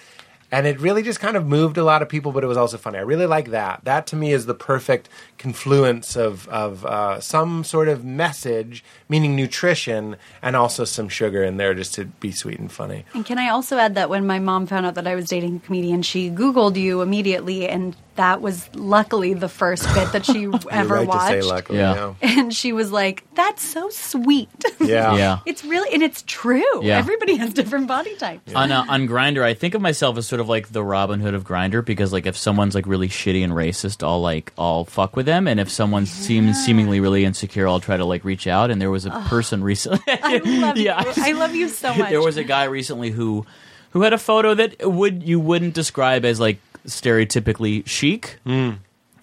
[SPEAKER 8] And it really just kind of moved a lot of people, but it was also funny. I really like that. That to me is the perfect confluence of, of uh, some sort of message, meaning nutrition, and also some sugar in there just to be sweet and funny.
[SPEAKER 6] And can I also add that when my mom found out that I was dating a comedian, she Googled you immediately, and that was luckily the first bit that she ever
[SPEAKER 8] you like
[SPEAKER 6] watched.
[SPEAKER 8] to say luckily,
[SPEAKER 7] Yeah.
[SPEAKER 8] yeah.
[SPEAKER 6] And she was like, "That's so sweet."
[SPEAKER 8] Yeah.
[SPEAKER 7] Yeah.
[SPEAKER 6] it's really and it's true.
[SPEAKER 7] Yeah.
[SPEAKER 6] Everybody has different body types.
[SPEAKER 7] on uh, on Grinder, I think of myself as sort of like the Robin Hood of Grinder because like if someone's like really shitty and racist, I'll like I'll fuck with them, and if someone seems seemingly really insecure, I'll try to like reach out. And there was a person recently.
[SPEAKER 6] I love
[SPEAKER 7] Yeah.
[SPEAKER 6] you. I love you so much.
[SPEAKER 7] there was a guy recently who who had a photo that would you wouldn't describe as like stereotypically chic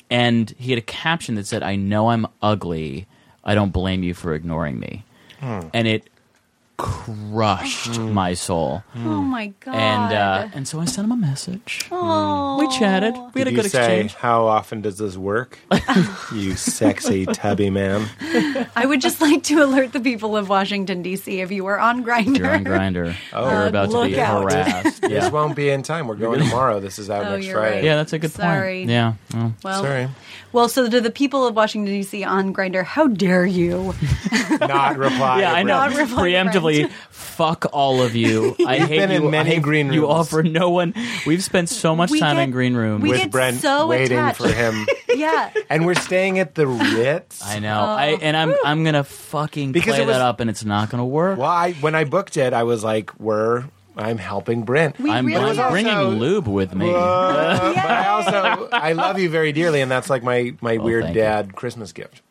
[SPEAKER 7] and he had a caption that said i know i'm ugly i don't blame you for ignoring me and it crushed my soul
[SPEAKER 6] oh my god.
[SPEAKER 7] and uh, and so i sent him a message
[SPEAKER 6] oh,
[SPEAKER 7] we chatted we had a
[SPEAKER 8] Did
[SPEAKER 7] good
[SPEAKER 8] you say,
[SPEAKER 7] exchange
[SPEAKER 8] How often does this work? you sexy tubby man.
[SPEAKER 6] I would just like to alert the people of Washington D.C. if you were on Grinder.
[SPEAKER 7] you're on grinder
[SPEAKER 8] Oh.
[SPEAKER 7] you're
[SPEAKER 6] Uh,
[SPEAKER 7] about to be
[SPEAKER 6] look out.
[SPEAKER 7] harassed yeah.
[SPEAKER 8] This won't be in time. We're going tomorrow. This is out
[SPEAKER 6] Oh,
[SPEAKER 8] next
[SPEAKER 6] you're
[SPEAKER 8] Friday.
[SPEAKER 6] right.
[SPEAKER 7] yeah that's a good
[SPEAKER 6] Sorry.
[SPEAKER 7] point yeah well,
[SPEAKER 6] Well,
[SPEAKER 8] Sorry.
[SPEAKER 6] Well, so to the people of Washington D.C. on Grinder, how dare you?
[SPEAKER 8] Not reply.
[SPEAKER 7] Yeah,
[SPEAKER 8] to
[SPEAKER 7] I know.
[SPEAKER 8] Brett.
[SPEAKER 6] Not reply to
[SPEAKER 7] Preemptively, fuck all of you. I hate
[SPEAKER 8] been in
[SPEAKER 7] you.
[SPEAKER 8] many
[SPEAKER 7] I hate
[SPEAKER 8] green
[SPEAKER 7] You
[SPEAKER 8] rooms.
[SPEAKER 7] offer no one. We've spent so much
[SPEAKER 6] We
[SPEAKER 7] time
[SPEAKER 6] get-
[SPEAKER 7] in green room. with-
[SPEAKER 6] we
[SPEAKER 8] With
[SPEAKER 6] get
[SPEAKER 8] Brent
[SPEAKER 6] so
[SPEAKER 8] waiting
[SPEAKER 6] attached.
[SPEAKER 8] for him.
[SPEAKER 6] yeah,
[SPEAKER 8] And we're staying at the Ritz.
[SPEAKER 7] I
[SPEAKER 6] Oh.
[SPEAKER 7] know. I and I'm I'm gonna fucking
[SPEAKER 8] Because
[SPEAKER 7] play
[SPEAKER 8] it was-
[SPEAKER 7] that up, and it's not gonna work.
[SPEAKER 8] Well, I, when I booked it, I was like, we're, I'm helping Brent.
[SPEAKER 6] we
[SPEAKER 7] I'm,
[SPEAKER 6] really
[SPEAKER 7] I'm
[SPEAKER 8] also-
[SPEAKER 7] bringing lube with me.
[SPEAKER 8] Uh, But I
[SPEAKER 6] Yeah.
[SPEAKER 8] also, I love you very dearly, and that's like my, my weird
[SPEAKER 7] thank you.
[SPEAKER 8] dad Christmas gift.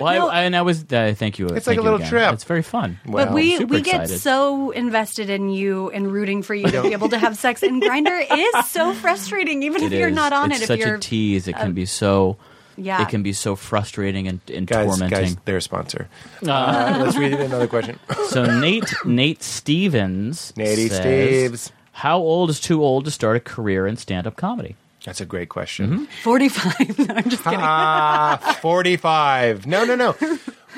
[SPEAKER 7] Well, I-
[SPEAKER 6] No.
[SPEAKER 7] I, and I was. Uh, thank you.
[SPEAKER 8] It's
[SPEAKER 7] thank
[SPEAKER 8] like a
[SPEAKER 7] you
[SPEAKER 8] little
[SPEAKER 7] again.
[SPEAKER 8] trip.
[SPEAKER 7] It's very fun.
[SPEAKER 6] But
[SPEAKER 8] Wow.
[SPEAKER 6] we
[SPEAKER 7] Super
[SPEAKER 6] we get
[SPEAKER 7] excited.
[SPEAKER 6] so invested in you and rooting for you to be able to have sex. And Grinder is so frustrating, even if
[SPEAKER 7] It
[SPEAKER 6] you're
[SPEAKER 7] is.
[SPEAKER 6] not on
[SPEAKER 7] it's
[SPEAKER 6] it.
[SPEAKER 7] such
[SPEAKER 6] if you're
[SPEAKER 7] a tease. It can be so.
[SPEAKER 6] yeah,
[SPEAKER 7] It can be so frustrating and, and
[SPEAKER 8] Guys,
[SPEAKER 7] tormenting.
[SPEAKER 8] guys, they're a sponsor.
[SPEAKER 6] Ah.
[SPEAKER 8] Uh, let's read another question.
[SPEAKER 7] So Nate Nate Stevens.
[SPEAKER 8] Nate
[SPEAKER 7] says,
[SPEAKER 8] Steves.
[SPEAKER 7] How old is too old to start a career in stand up comedy?
[SPEAKER 8] That's a great question.
[SPEAKER 6] forty five. no, I'm just kidding.
[SPEAKER 8] Ah, 45. No, no, no.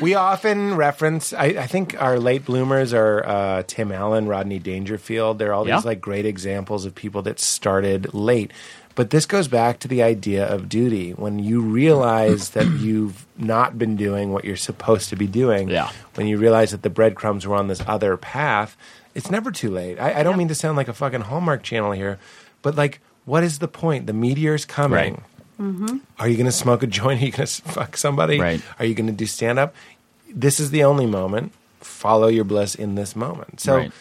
[SPEAKER 8] We often reference, I, I think our late bloomers are uh, Tim Allen, Rodney Dangerfield. They're all
[SPEAKER 7] Yeah.
[SPEAKER 8] these like great examples of people that started late. But this goes back to the idea of duty. When you realize that you've not been doing what you're supposed to be doing,
[SPEAKER 7] Yeah.
[SPEAKER 8] when you realize that the breadcrumbs were on this other path, it's never too late. I, I don't mean to sound like a fucking Hallmark channel here, but like, what is the point? The meteor's coming.
[SPEAKER 7] Right.
[SPEAKER 8] Are you going to smoke a joint? Are you going to fuck somebody?
[SPEAKER 7] Right.
[SPEAKER 8] Are you going to do stand up? This is the only moment. Follow your bliss in this moment. So
[SPEAKER 7] Right.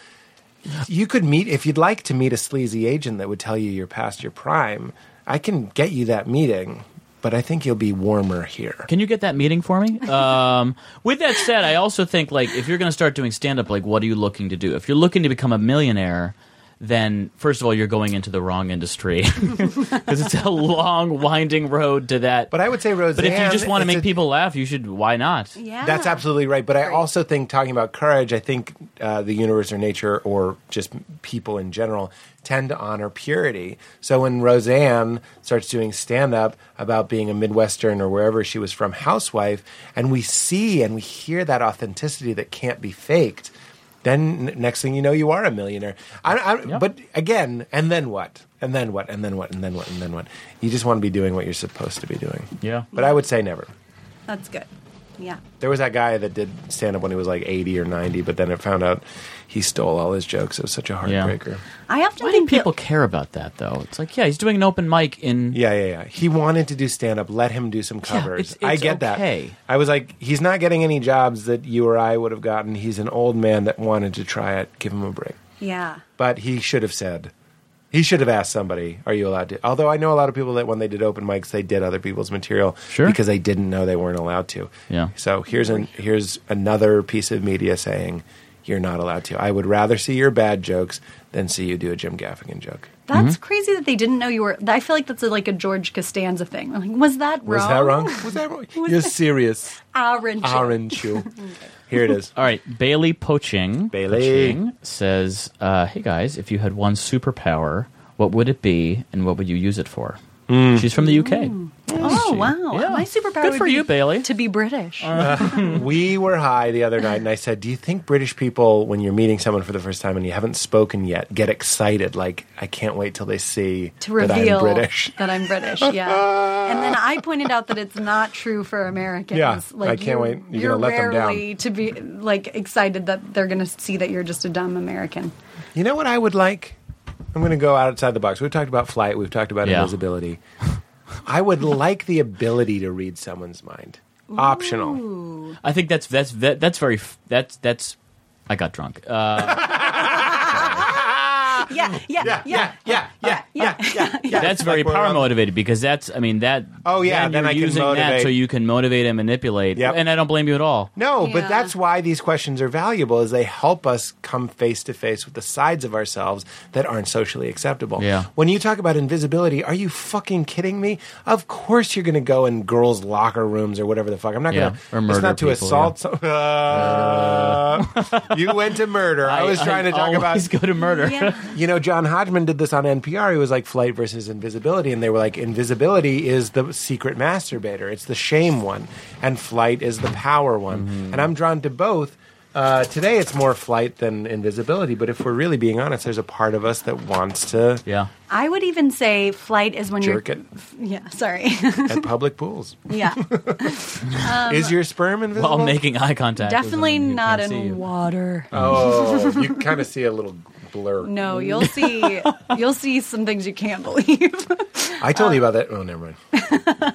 [SPEAKER 8] you could meet, if you'd like to meet a sleazy agent that would tell you you're past your prime, I can get you that meeting, but I think you'll be warmer here.
[SPEAKER 7] Can you get that meeting for me? Um, with that said, I also think like if you're going to start doing stand up, like what are you looking to do? If you're looking to become a millionaire, then first of all, you're going into the wrong industry because it's a long, winding road to that.
[SPEAKER 8] But I would say, Roseanne.
[SPEAKER 7] But if you just want to
[SPEAKER 8] it's
[SPEAKER 7] make
[SPEAKER 8] a-
[SPEAKER 7] people laugh, you should. Why not?
[SPEAKER 6] yeah,
[SPEAKER 8] That's absolutely right. But I also think talking about courage, I think uh, the universe or nature or just people in general tend to honor purity. So when Roseanne starts doing stand up about being a Midwestern or wherever she was from housewife, and we see and we hear that authenticity that can't be faked, then n- next thing you know, you are a millionaire. I, I, But again, and then what? And then what? And then what? And then what? And then what? You just want to be doing what you're supposed to be doing.
[SPEAKER 7] Yeah.
[SPEAKER 8] But I would say never.
[SPEAKER 6] That's good. Yeah.
[SPEAKER 8] There was that guy that did stand up when he was like 80 or 90, but then it found out he stole all his jokes. It was such a heartbreaker.
[SPEAKER 6] I often
[SPEAKER 7] Why do
[SPEAKER 6] think that-
[SPEAKER 7] people care about that though? It's like, yeah, he's doing an open mic in.
[SPEAKER 8] Yeah, yeah, yeah. He wanted to do stand up. Let him do some covers.
[SPEAKER 7] it's-
[SPEAKER 8] I
[SPEAKER 7] it's
[SPEAKER 8] get
[SPEAKER 7] okay.
[SPEAKER 8] that. I was like, he's not getting any jobs that you or I would have gotten. He's an old man that wanted to try it. Give him a break.
[SPEAKER 6] Yeah.
[SPEAKER 8] But he should have said, he should have asked somebody, are you allowed to? Although I know a lot of people that when they did open mics, they did other people's material
[SPEAKER 7] Sure.
[SPEAKER 8] because they didn't know they weren't allowed to.
[SPEAKER 7] Yeah.
[SPEAKER 8] So here's an, here's another piece of media saying you're not allowed to. I would rather see your bad jokes than see you do a Jim Gaffigan joke.
[SPEAKER 6] That's
[SPEAKER 7] Mm-hmm.
[SPEAKER 6] crazy that they didn't know you were. I feel like that's a, like a George Costanza thing. Like, was that wrong? Ah,
[SPEAKER 8] Was that wrong? Ah, Was that wrong? you're serious,
[SPEAKER 6] Orange.
[SPEAKER 8] aren't you? Here it is.
[SPEAKER 7] All right, Bailey Poaching.
[SPEAKER 8] Bailey.
[SPEAKER 7] Poaching says, uh, "Hey guys, if you had one superpower, what would it be, and what would you use it for?"
[SPEAKER 8] Mm.
[SPEAKER 7] She's from the UK.
[SPEAKER 6] Oh wow!
[SPEAKER 7] Yeah.
[SPEAKER 6] My superpower.
[SPEAKER 7] Good
[SPEAKER 6] would
[SPEAKER 7] for
[SPEAKER 6] be
[SPEAKER 7] you, Bailey. Uh,
[SPEAKER 6] To be British.
[SPEAKER 8] We were high the other night, and I said, "Do you think British people, when you're meeting someone for the first time and you haven't spoken yet, get excited? Like, I can't wait till they see
[SPEAKER 6] to reveal
[SPEAKER 8] that I'm British."
[SPEAKER 6] that I'm British, yeah. and then I pointed out that it's not true for Americans.
[SPEAKER 8] Yeah, I can't
[SPEAKER 6] you-
[SPEAKER 8] wait. You're gonna
[SPEAKER 6] you're
[SPEAKER 8] let them down.
[SPEAKER 6] rarely to be like excited that they're going to see that you're just a dumb American.
[SPEAKER 8] You know what I would like? I'm going to go outside the box. We've talked about flight. We've talked about
[SPEAKER 7] Yeah.
[SPEAKER 8] invisibility. I would like the ability to read someone's mind. Optional.
[SPEAKER 7] I think that's that's that, that's very f- that's that's. I got drunk. Uh,
[SPEAKER 6] Yeah, yeah, yeah. Uh,
[SPEAKER 8] yeah, yeah,
[SPEAKER 6] yeah,
[SPEAKER 7] that's very
[SPEAKER 8] we're
[SPEAKER 7] power
[SPEAKER 8] on-
[SPEAKER 7] motivated because that's. I mean that.
[SPEAKER 8] Oh, yeah, then
[SPEAKER 7] you're
[SPEAKER 8] I can
[SPEAKER 7] using that
[SPEAKER 8] motivate.
[SPEAKER 7] so you can motivate and manipulate.
[SPEAKER 8] Yep.
[SPEAKER 7] And I don't blame you at all.
[SPEAKER 8] No,
[SPEAKER 6] Yeah.
[SPEAKER 8] but that's why these questions are valuable is they help us come face to face with the sides of ourselves that aren't socially acceptable.
[SPEAKER 7] Yeah.
[SPEAKER 8] When you talk about invisibility, are you fucking kidding me? Of course you're going to go in girls' locker rooms or whatever the fuck. I'm not
[SPEAKER 7] Yeah, or
[SPEAKER 8] going to. It's
[SPEAKER 7] murder
[SPEAKER 8] not to
[SPEAKER 7] people,
[SPEAKER 8] assault. So- you went to murder. I, was trying to talk
[SPEAKER 7] always
[SPEAKER 8] about
[SPEAKER 7] go to murder.
[SPEAKER 8] you know, John Hodgman did this on NPR. He was like flight versus invisibility, and they were like, invisibility is the secret masturbator. It's the shame one, and flight is the power one.
[SPEAKER 7] Mm-hmm.
[SPEAKER 8] And I'm drawn to both. Uh, today, it's more flight than invisibility. But if we're really being honest, there's a part of us that wants to
[SPEAKER 7] yeah.
[SPEAKER 6] I would even say flight is when
[SPEAKER 8] jerk
[SPEAKER 6] you're.
[SPEAKER 8] it
[SPEAKER 6] Yeah, sorry.
[SPEAKER 8] at public pools.
[SPEAKER 6] yeah, Um,
[SPEAKER 8] is your sperm invisible?
[SPEAKER 7] While making eye contact. with
[SPEAKER 6] definitely
[SPEAKER 7] someone who
[SPEAKER 6] not
[SPEAKER 7] can't see
[SPEAKER 6] in
[SPEAKER 7] you.
[SPEAKER 6] water.
[SPEAKER 8] oh, you kind of see a little blur.
[SPEAKER 6] No, you'll see. You'll see some things you can't believe.
[SPEAKER 8] I told
[SPEAKER 6] Um,
[SPEAKER 8] you about that. Oh, never mind.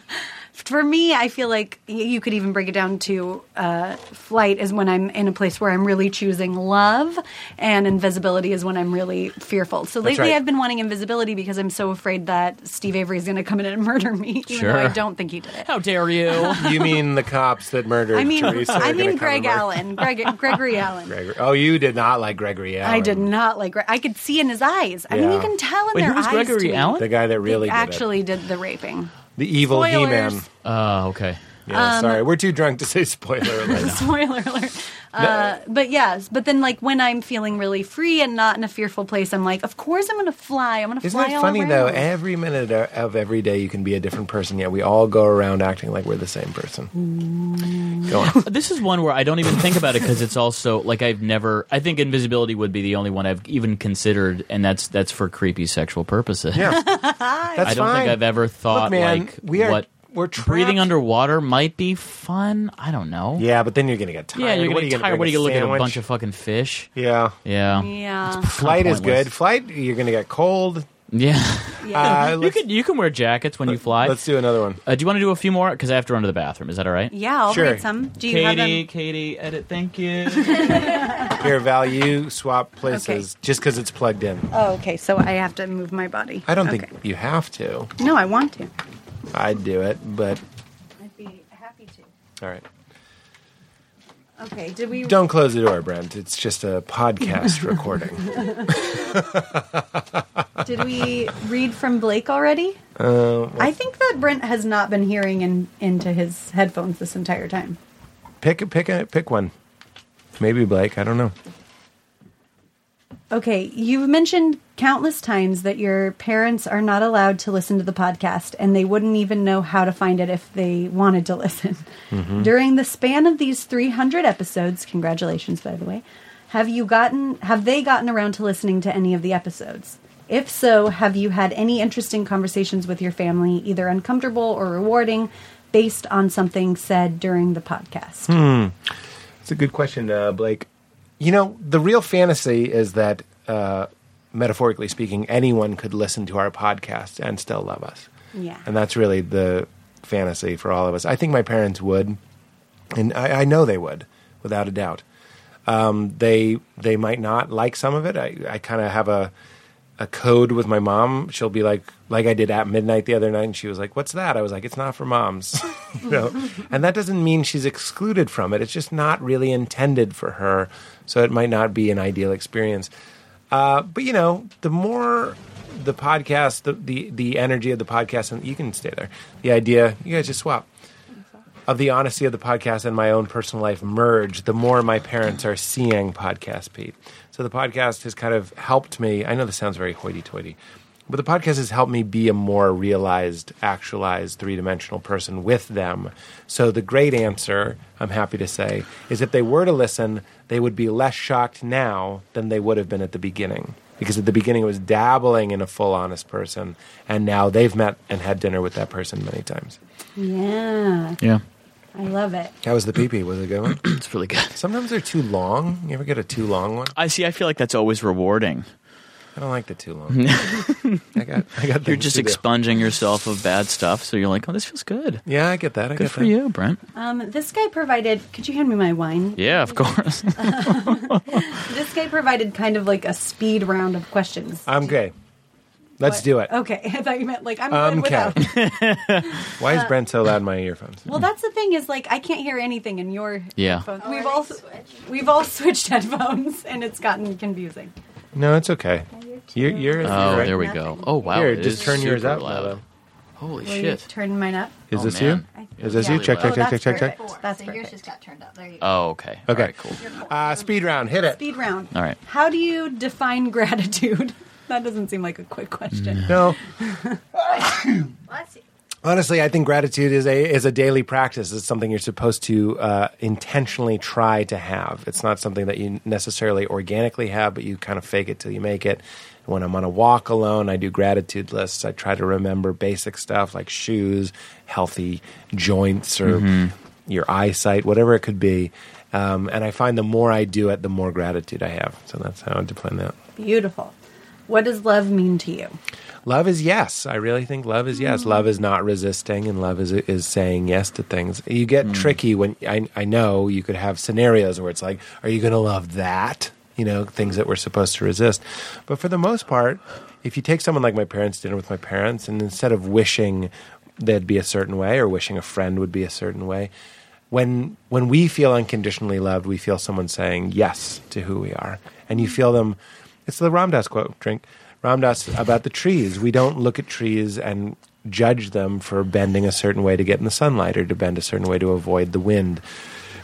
[SPEAKER 6] for me, I feel like y- you could even break it down to uh, flight is when I'm in a place where I'm really choosing love, and invisibility is when I'm really fearful. So lately,
[SPEAKER 8] right.
[SPEAKER 6] I've been wanting invisibility because I'm so afraid that Steve Avery is going to come in and murder me, even though I
[SPEAKER 7] Sure.
[SPEAKER 6] don't think he did it.
[SPEAKER 7] How dare you?
[SPEAKER 8] You mean the cops that murdered
[SPEAKER 6] I mean,
[SPEAKER 8] Teresa? are
[SPEAKER 6] I
[SPEAKER 8] gonna
[SPEAKER 6] mean
[SPEAKER 8] come and
[SPEAKER 6] Greg
[SPEAKER 8] murder-
[SPEAKER 6] Allen, Greg, Gregory Allen.
[SPEAKER 8] Gregory- Oh, you did not like Gregory Allen.
[SPEAKER 6] I did not like. Gre- I could see in his eyes. I mean, you
[SPEAKER 8] Yeah.
[SPEAKER 6] can tell in
[SPEAKER 7] Wait,
[SPEAKER 6] their
[SPEAKER 7] who was
[SPEAKER 6] eyes.
[SPEAKER 7] Gregory
[SPEAKER 6] to me.
[SPEAKER 7] Allen?
[SPEAKER 8] The guy that
[SPEAKER 6] They
[SPEAKER 8] really did it.
[SPEAKER 6] actually did the raping.
[SPEAKER 8] The evil
[SPEAKER 6] Spoilers. Um,
[SPEAKER 8] He-Man.
[SPEAKER 7] Oh, okay.
[SPEAKER 8] Yeah, sorry, we're too drunk to say spoiler alert.
[SPEAKER 6] spoiler alert. Uh, but yes, but then like when I'm feeling really free and not in a fearful place, I'm like, of course I'm going to fly. I'm going to
[SPEAKER 8] Isn't
[SPEAKER 6] fly.
[SPEAKER 8] it
[SPEAKER 6] all
[SPEAKER 8] funny though?
[SPEAKER 6] around."
[SPEAKER 8] Every minute o- of every day, you can be a different person. Yet we all go around acting like we're the same person.
[SPEAKER 6] Mm.
[SPEAKER 8] Go on.
[SPEAKER 7] This is one where I don't even think about it because it's also like I've never. I think invisibility would be the only one I've even considered, and that's that's for creepy sexual purposes.
[SPEAKER 8] Yeah, that's
[SPEAKER 7] I don't think I've ever thought
[SPEAKER 8] man,
[SPEAKER 7] like
[SPEAKER 8] we are-
[SPEAKER 7] what
[SPEAKER 8] we're trapped.
[SPEAKER 7] breathing underwater might be fun. I don't know.
[SPEAKER 8] Yeah, but then you're gonna get tired.
[SPEAKER 7] Yeah, you're
[SPEAKER 8] What
[SPEAKER 7] gonna
[SPEAKER 8] are
[SPEAKER 7] be
[SPEAKER 8] you
[SPEAKER 7] tired. What are
[SPEAKER 8] bring,
[SPEAKER 7] you gonna look at a
[SPEAKER 8] sandwich?
[SPEAKER 7] bunch of fucking fish?
[SPEAKER 8] Yeah,
[SPEAKER 7] Yeah,
[SPEAKER 6] Yeah,
[SPEAKER 8] flight
[SPEAKER 7] pointless.
[SPEAKER 8] is good. Flight, you're gonna get cold.
[SPEAKER 7] yeah.
[SPEAKER 6] yeah.
[SPEAKER 8] Uh,
[SPEAKER 7] you
[SPEAKER 8] let's,
[SPEAKER 7] could you can wear jackets when you fly.
[SPEAKER 8] let's do another one.
[SPEAKER 7] Uh, do you want to do a few more? Because I have to run to the bathroom. Is that all right?
[SPEAKER 6] yeah, I'll
[SPEAKER 8] Sure.
[SPEAKER 6] read some. Do you have
[SPEAKER 7] Katie,
[SPEAKER 6] them?
[SPEAKER 7] Katie, edit. Thank you.
[SPEAKER 8] Here, value swap places just because it's plugged in.
[SPEAKER 6] Oh, okay. So I have to move my body.
[SPEAKER 8] I don't
[SPEAKER 6] okay.
[SPEAKER 8] think you have to.
[SPEAKER 6] No, I want to.
[SPEAKER 8] I'd do it, but
[SPEAKER 6] I'd be happy to.
[SPEAKER 8] all right.
[SPEAKER 6] Okay. Did we?
[SPEAKER 8] Don't close the door, Brent. It's just a podcast recording.
[SPEAKER 6] Did we read from Blake already? I think that Brent has not been hearing in, into his headphones this entire time.
[SPEAKER 8] Pick a pick a pick one. Maybe Blake. I don't know.
[SPEAKER 6] Okay, you've mentioned countless times that your parents are not allowed to listen to the podcast and they wouldn't even know how to find it if they wanted to listen. During the span of these 300 episodes, congratulations by the way, have you gotten have they gotten around to listening to any of the episodes? If so, have you had any interesting conversations with your family, either uncomfortable or rewarding, based on something said during the podcast?
[SPEAKER 8] It's a good question, uh, Blake. You know, the real fantasy is that, uh, metaphorically speaking, anyone could listen to our podcast and still love us.
[SPEAKER 6] Yeah.
[SPEAKER 8] And that's really the fantasy for all of us. I think my parents would, and I, I know they would, without a doubt. Um, they they might not like some of it. I, I kind of have a a code with my mom. She'll be like, like I did at midnight the other night, and she was like, "What's that?" I was like, "It's not for moms," you know. and that doesn't mean she's excluded from it. It's just not really intended for her, so it might not be an ideal experience. Uh, but you know, the more the podcast, the, the the energy of the podcast, and you can stay there. The idea, you guys just swap of the honesty of the podcast and my own personal life merge, the more my parents are seeing Podcast Pete. So the podcast has kind of helped me. I know this sounds very hoity toity, But the podcast has helped me be a more realized, actualized, three dimensional person with them. So the great answer, I'm happy to say, is if they were to listen, they would be less shocked now than they would have been at the beginning. Because at the beginning, it was dabbling in a full, honest person. And now they've met and had dinner with that person many times.
[SPEAKER 6] Yeah,
[SPEAKER 7] Yeah,
[SPEAKER 6] I love it.
[SPEAKER 8] How was the pee pee? Was it a good one?
[SPEAKER 7] it's really good.
[SPEAKER 8] Sometimes they're too long. You ever get a too long one?
[SPEAKER 7] I see. I feel like that's always rewarding.
[SPEAKER 8] I don't like the too long. I got, I got.
[SPEAKER 7] You're
[SPEAKER 8] things
[SPEAKER 7] just
[SPEAKER 8] to do.
[SPEAKER 7] expunging yourself of bad stuff, so you're like, "Oh, this feels good.
[SPEAKER 8] Yeah, I get that. I
[SPEAKER 7] Good
[SPEAKER 8] get
[SPEAKER 7] for
[SPEAKER 8] that.
[SPEAKER 7] you, Brent."
[SPEAKER 6] Um, this guy provided. Could you hand me my wine?
[SPEAKER 7] Yeah, of course.
[SPEAKER 6] This guy provided kind of like a speed round of questions.
[SPEAKER 8] I'm gay. Let's do it. Um,
[SPEAKER 6] Okay, I thought you meant like I'm
[SPEAKER 8] I'm
[SPEAKER 6] good Oh, without.
[SPEAKER 8] Kat. Why is Brent so loud in my earphones?
[SPEAKER 6] Well, that's the thing is like I can't hear anything in your
[SPEAKER 7] Yeah. Oh,
[SPEAKER 6] headphones.
[SPEAKER 9] Oh,
[SPEAKER 6] we've all we've all switched headphones, and it's gotten confusing.
[SPEAKER 8] No, it's okay. You're, you're, you're
[SPEAKER 7] oh,
[SPEAKER 8] right.
[SPEAKER 7] there we go. Oh wow,
[SPEAKER 8] Here,
[SPEAKER 7] it
[SPEAKER 8] just
[SPEAKER 7] is
[SPEAKER 8] turn yours
[SPEAKER 7] super
[SPEAKER 8] up, Lolo.
[SPEAKER 7] Loud. Holy
[SPEAKER 6] Will you
[SPEAKER 7] shit!
[SPEAKER 6] turn mine up?
[SPEAKER 8] Is
[SPEAKER 7] Oh,
[SPEAKER 8] this
[SPEAKER 7] man.
[SPEAKER 8] you?
[SPEAKER 7] I
[SPEAKER 8] Is this you?
[SPEAKER 7] really
[SPEAKER 8] Check,
[SPEAKER 7] loud.
[SPEAKER 6] Oh, that's
[SPEAKER 8] check, check, check, check, check.
[SPEAKER 6] perfect. That's
[SPEAKER 9] so yours
[SPEAKER 6] perfect.
[SPEAKER 9] just got turned up. There you go.
[SPEAKER 7] Oh okay.
[SPEAKER 8] Okay.
[SPEAKER 7] All right, cool.
[SPEAKER 8] Uh, speed round. Hit it.
[SPEAKER 6] Speed round.
[SPEAKER 7] All right.
[SPEAKER 6] How do you define gratitude? That doesn't seem like a quick question.
[SPEAKER 8] No.
[SPEAKER 9] Well, that's-
[SPEAKER 8] Honestly, I think gratitude is a is a daily practice. It's something you're supposed to uh, intentionally try to have. It's not something that you necessarily organically have, but you kind of fake it till you make it. When I'm on a walk alone, I do gratitude lists. I try to remember basic stuff like shoes, healthy joints, or your eyesight, whatever it could be. Um, and I find the more I do it, the more gratitude I have. So that's how I define that.
[SPEAKER 7] Mm.
[SPEAKER 6] Beautiful. What does love mean to you?
[SPEAKER 8] Love is yes. I really think love is yes. Love is not resisting, and love is is saying yes to things. You get tricky when I I know you could have scenarios where it's like, are you going to love that? You know, things that we're supposed to resist. But for the most part, if you take someone like my parents' dinner with my parents, and instead of wishing they'd be a certain way or wishing a friend would be a certain way, when when we feel unconditionally loved, we feel someone saying yes to who we are, and you feel them. It's the Ramdas quote. Drink Ramdas about the trees. We don't look at trees and judge them for bending a certain way to get in the sunlight or to bend a certain way to avoid the wind.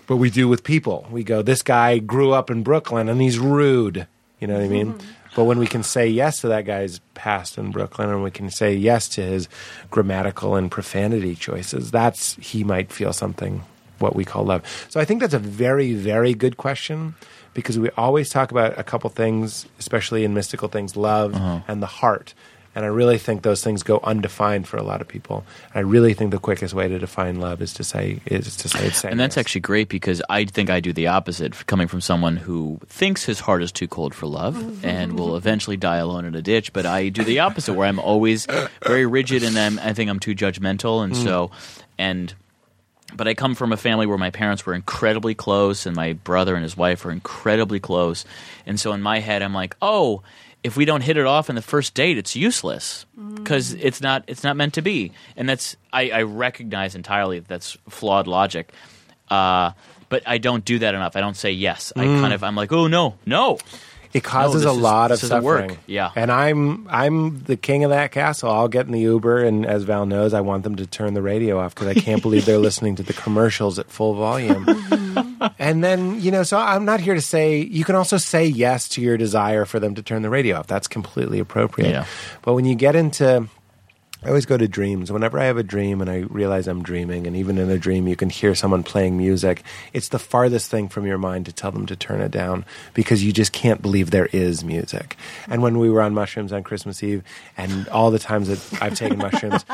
[SPEAKER 8] But we do with people. We go, this guy grew up in Brooklyn and he's rude. You know what I mean? But when we can say yes to that guy's past in Brooklyn and we can say yes to his grammatical and profanity choices, that's he might feel something what we call love. So I think that's a very, very good question because we always talk about a couple things, especially in mystical things, love
[SPEAKER 7] Uh-huh.
[SPEAKER 8] and the heart. And I really think those things go undefined for a lot of people. I really think the quickest way to define love is to say is to say it's saying
[SPEAKER 7] And that's
[SPEAKER 8] yes.
[SPEAKER 7] actually great because I think I do the opposite, f- coming from someone who thinks his heart is too cold for love and will eventually die alone in a ditch. But I do the opposite, where I'm always very rigid and I'm, I think I'm too judgmental. And so, and but I come from a family where my parents were incredibly close, and my brother and his wife were incredibly close. And so in my head, I'm like, oh, if we don't hit it off in the first date, it's useless because it's not it's not meant to be. And that's I, I recognize entirely that that's flawed logic. Uh, but I don't do that enough. I don't say yes. I kind of I'm like, oh no, no.
[SPEAKER 8] it causes
[SPEAKER 7] No,
[SPEAKER 8] a
[SPEAKER 7] this is-
[SPEAKER 8] lot of
[SPEAKER 7] this doesn't work.
[SPEAKER 8] suffering.
[SPEAKER 7] Yeah.
[SPEAKER 8] and I'm I'm the king of that castle. I'll get in the Uber, and as Val knows, I want them to turn the radio off because I can't believe they're listening to the commercials at full volume. and then you know, so I'm not here to say you can also say yes to your desire for them to turn the radio off. That's completely appropriate.
[SPEAKER 7] Yeah.
[SPEAKER 8] But when you get into I always go to dreams. Whenever I have a dream and I realize I'm dreaming, and even in a dream, you can hear someone playing music, it's the farthest thing from your mind to tell them to turn it down because you just can't believe there is music. And when we were on mushrooms on Christmas Eve, and all the times that I've taken mushrooms,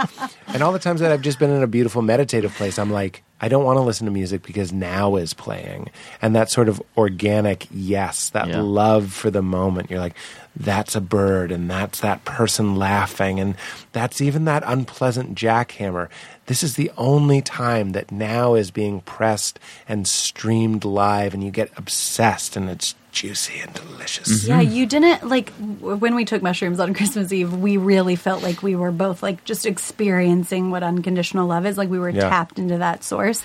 [SPEAKER 8] and all the times that I've just been in a beautiful meditative place, I'm like, I don't want to listen to music because now is playing. And that sort of organic yes, that
[SPEAKER 7] Yeah.
[SPEAKER 8] love love for the moment. You're like, that's a bird, and that's that person laughing, and that's even that unpleasant jackhammer. This is the only time that now is being pressed and streamed live, and you get obsessed, and it's juicy and delicious.
[SPEAKER 6] Yeah, you didn't like w- when we took mushrooms on Christmas Eve. We really felt like we were both like just experiencing what unconditional love is. Like we were
[SPEAKER 8] Yeah.
[SPEAKER 6] tapped into that source,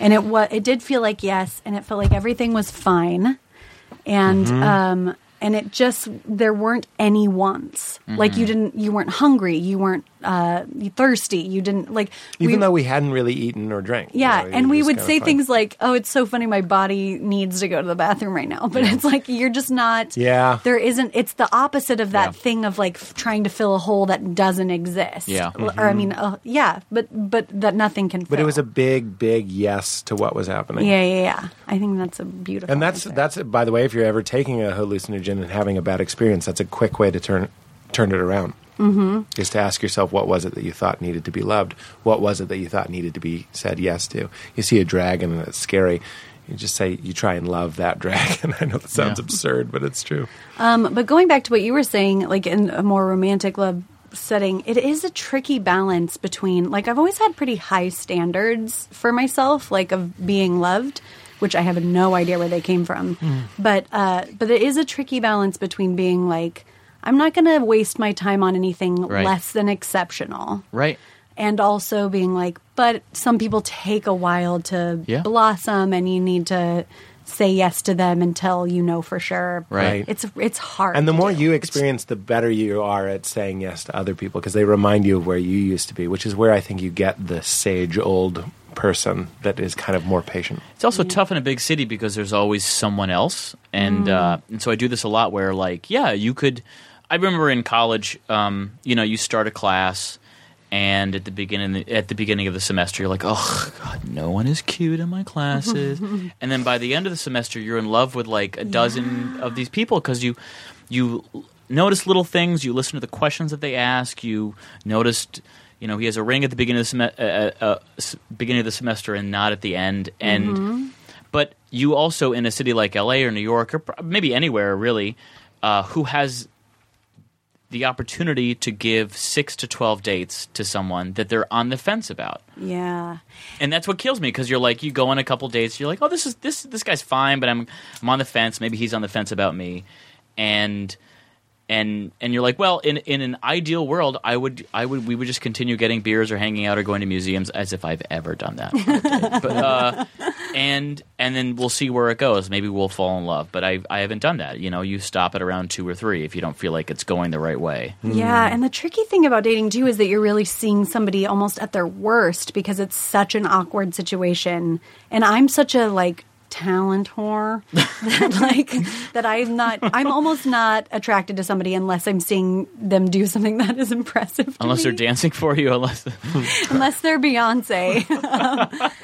[SPEAKER 6] and it was it did feel like yes, and it felt like everything was fine, and
[SPEAKER 8] Mm-hmm. Mm-hmm.
[SPEAKER 6] um and it just there weren't any wants. Like you didn't you weren't hungry, you weren't uh, thirsty. You didn't like
[SPEAKER 8] Even
[SPEAKER 6] we-
[SPEAKER 8] though we hadn't really eaten or drank.
[SPEAKER 6] yeah,
[SPEAKER 8] you know, it
[SPEAKER 6] and we
[SPEAKER 8] was
[SPEAKER 6] would
[SPEAKER 8] kinda
[SPEAKER 6] say
[SPEAKER 8] fun.
[SPEAKER 6] things like, "Oh, it's so funny. My body needs to go to the bathroom right now." But it's like you're just not.
[SPEAKER 8] Yeah.
[SPEAKER 6] there isn't. It's the opposite of that
[SPEAKER 7] Yeah.
[SPEAKER 6] thing of like f- trying to fill a hole that doesn't exist.
[SPEAKER 7] Yeah.
[SPEAKER 6] L- or I mean, uh, yeah, but but that nothing can.
[SPEAKER 8] Mm-hmm. But it was a big, big yes to what was happening.
[SPEAKER 6] Yeah, yeah, yeah. I think that's a beautiful.
[SPEAKER 8] And that's
[SPEAKER 6] answer.
[SPEAKER 8] that's by the way, if you're ever taking a hallucinogen and having a bad experience, that's a quick way to turn turn it around. Mm-hmm. Is to ask yourself, what was it that you thought needed to be loved? What was it that you thought needed to be said yes to? You see a dragon and it's scary. You just say you try and love that dragon. I know that sounds
[SPEAKER 7] Yeah.
[SPEAKER 8] absurd, but it's true.
[SPEAKER 6] Um, but going back to what you were saying, like in a more romantic love setting, it is a tricky balance between, like, I've always had pretty high standards for myself, like, of being loved, which I have no idea where they came from.
[SPEAKER 7] Hmm.
[SPEAKER 6] But, uh, but it is a tricky balance between being like, I'm not going to waste my time on anything
[SPEAKER 7] Right.
[SPEAKER 6] less than exceptional.
[SPEAKER 7] Right.
[SPEAKER 6] And also being like, but some people take a while to
[SPEAKER 7] Yeah.
[SPEAKER 6] blossom and you need to say yes to them until you know for sure.
[SPEAKER 7] Right.
[SPEAKER 6] It's it's hard.
[SPEAKER 8] And the
[SPEAKER 6] to
[SPEAKER 8] more
[SPEAKER 6] do.
[SPEAKER 8] you experience, the better you are at saying yes to other people because they remind you of where you used to be, which is where I think you get the sage old person that is kind of more patient.
[SPEAKER 7] It's also tough in a big city because there's always someone else, and uh, and so I do this a lot. Where like, yeah, you could. I remember in college, um, you know, you start a class, and at the beginning at the beginning of the semester, you're like, oh God, no one is cute in my classes, and then by the end of the semester, you're in love with like a dozen of these people because you you notice little things, you listen to the questions that they ask, you noticed you know he has a ring at the beginning of the, sem- uh, uh, uh, s- beginning of the semester and not at the end and but you also in a city like la or new york or pr- maybe anywhere really uh, who has the opportunity to give six to 12 dates to someone that they're on the fence about
[SPEAKER 6] Yeah.
[SPEAKER 7] and that's what kills me because you're like you go on a couple dates you're like oh this is this this guy's fine but i'm i'm on the fence maybe he's on the fence about me and and and you're like well in in an ideal world i would i would we would just continue getting beers or hanging out or going to museums as if i've ever done that on a date. but, uh, and and then we'll see where it goes maybe we'll fall in love but i i haven't done that you know you stop at around two or three if you don't feel like it's going the right way
[SPEAKER 8] Hmm.
[SPEAKER 6] Yeah, and the tricky thing about dating too is that you're really seeing somebody almost at their worst because it's such an awkward situation. And I'm such a like talent whore that like that I'm not I'm almost not attracted to somebody unless I'm seeing them do something that is impressive. to
[SPEAKER 7] unless they're
[SPEAKER 6] me.
[SPEAKER 7] dancing for you unless
[SPEAKER 6] unless they're Beyonce.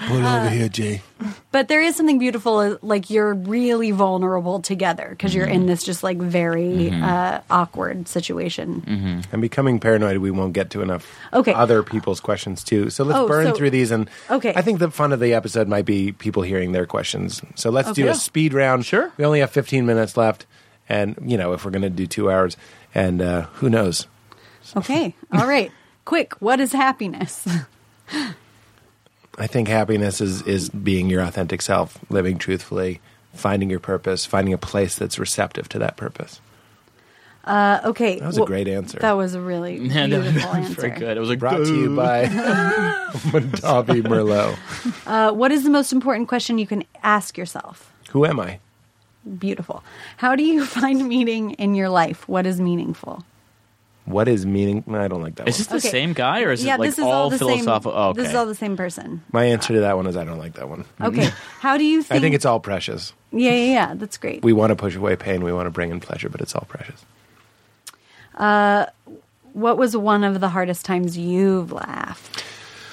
[SPEAKER 5] Pull over here, Jay.
[SPEAKER 6] But there is something beautiful, uh, like you're really vulnerable together because
[SPEAKER 7] Mm-hmm.
[SPEAKER 6] you're in this just like very uh, awkward situation.
[SPEAKER 7] Mm-hmm.
[SPEAKER 8] I'm becoming paranoid we won't get to enough
[SPEAKER 6] Okay.
[SPEAKER 8] other people's questions too. So let's
[SPEAKER 6] Oh,
[SPEAKER 8] burn
[SPEAKER 6] so-
[SPEAKER 8] through these and
[SPEAKER 6] Okay.
[SPEAKER 8] I think the fun of the episode might be people hearing their questions. So let's do
[SPEAKER 6] Okay.
[SPEAKER 8] a speed round.
[SPEAKER 7] Sure.
[SPEAKER 8] We only have 15 minutes left and you know if we're going to do 2 hours and uh, who knows.
[SPEAKER 6] Okay, all right, quick. What is happiness?
[SPEAKER 8] I think happiness is is being your authentic self, living truthfully, finding your purpose, finding a place that's receptive to that purpose.
[SPEAKER 6] Uh, okay,
[SPEAKER 8] That was a great answer.
[SPEAKER 6] That was a really
[SPEAKER 7] Yeah, no,
[SPEAKER 6] beautiful
[SPEAKER 7] that was
[SPEAKER 6] answer.
[SPEAKER 7] very good. It was like
[SPEAKER 8] Brought to you by Mondavi Merlot.
[SPEAKER 6] Uh, what is the most important question you can ask yourself?
[SPEAKER 8] Who am I?
[SPEAKER 6] Beautiful. How do you find meaning in your life? What is meaningful?
[SPEAKER 8] What is meaning? I don't like that
[SPEAKER 7] Is
[SPEAKER 8] one.
[SPEAKER 7] this the
[SPEAKER 6] Okay.
[SPEAKER 7] same guy, or is
[SPEAKER 6] yeah,
[SPEAKER 7] it like
[SPEAKER 6] this is
[SPEAKER 7] all,
[SPEAKER 6] the
[SPEAKER 7] philosophical?
[SPEAKER 6] Same,
[SPEAKER 7] oh, okay.
[SPEAKER 6] This is all the same person.
[SPEAKER 8] My answer to that one is I don't like that one.
[SPEAKER 6] Okay. How do you think?
[SPEAKER 8] I think it's all precious.
[SPEAKER 6] Yeah, yeah, yeah. That's great.
[SPEAKER 8] We want to push away pain. We want to bring in pleasure, but it's all precious.
[SPEAKER 6] What was one of the hardest times you've laughed?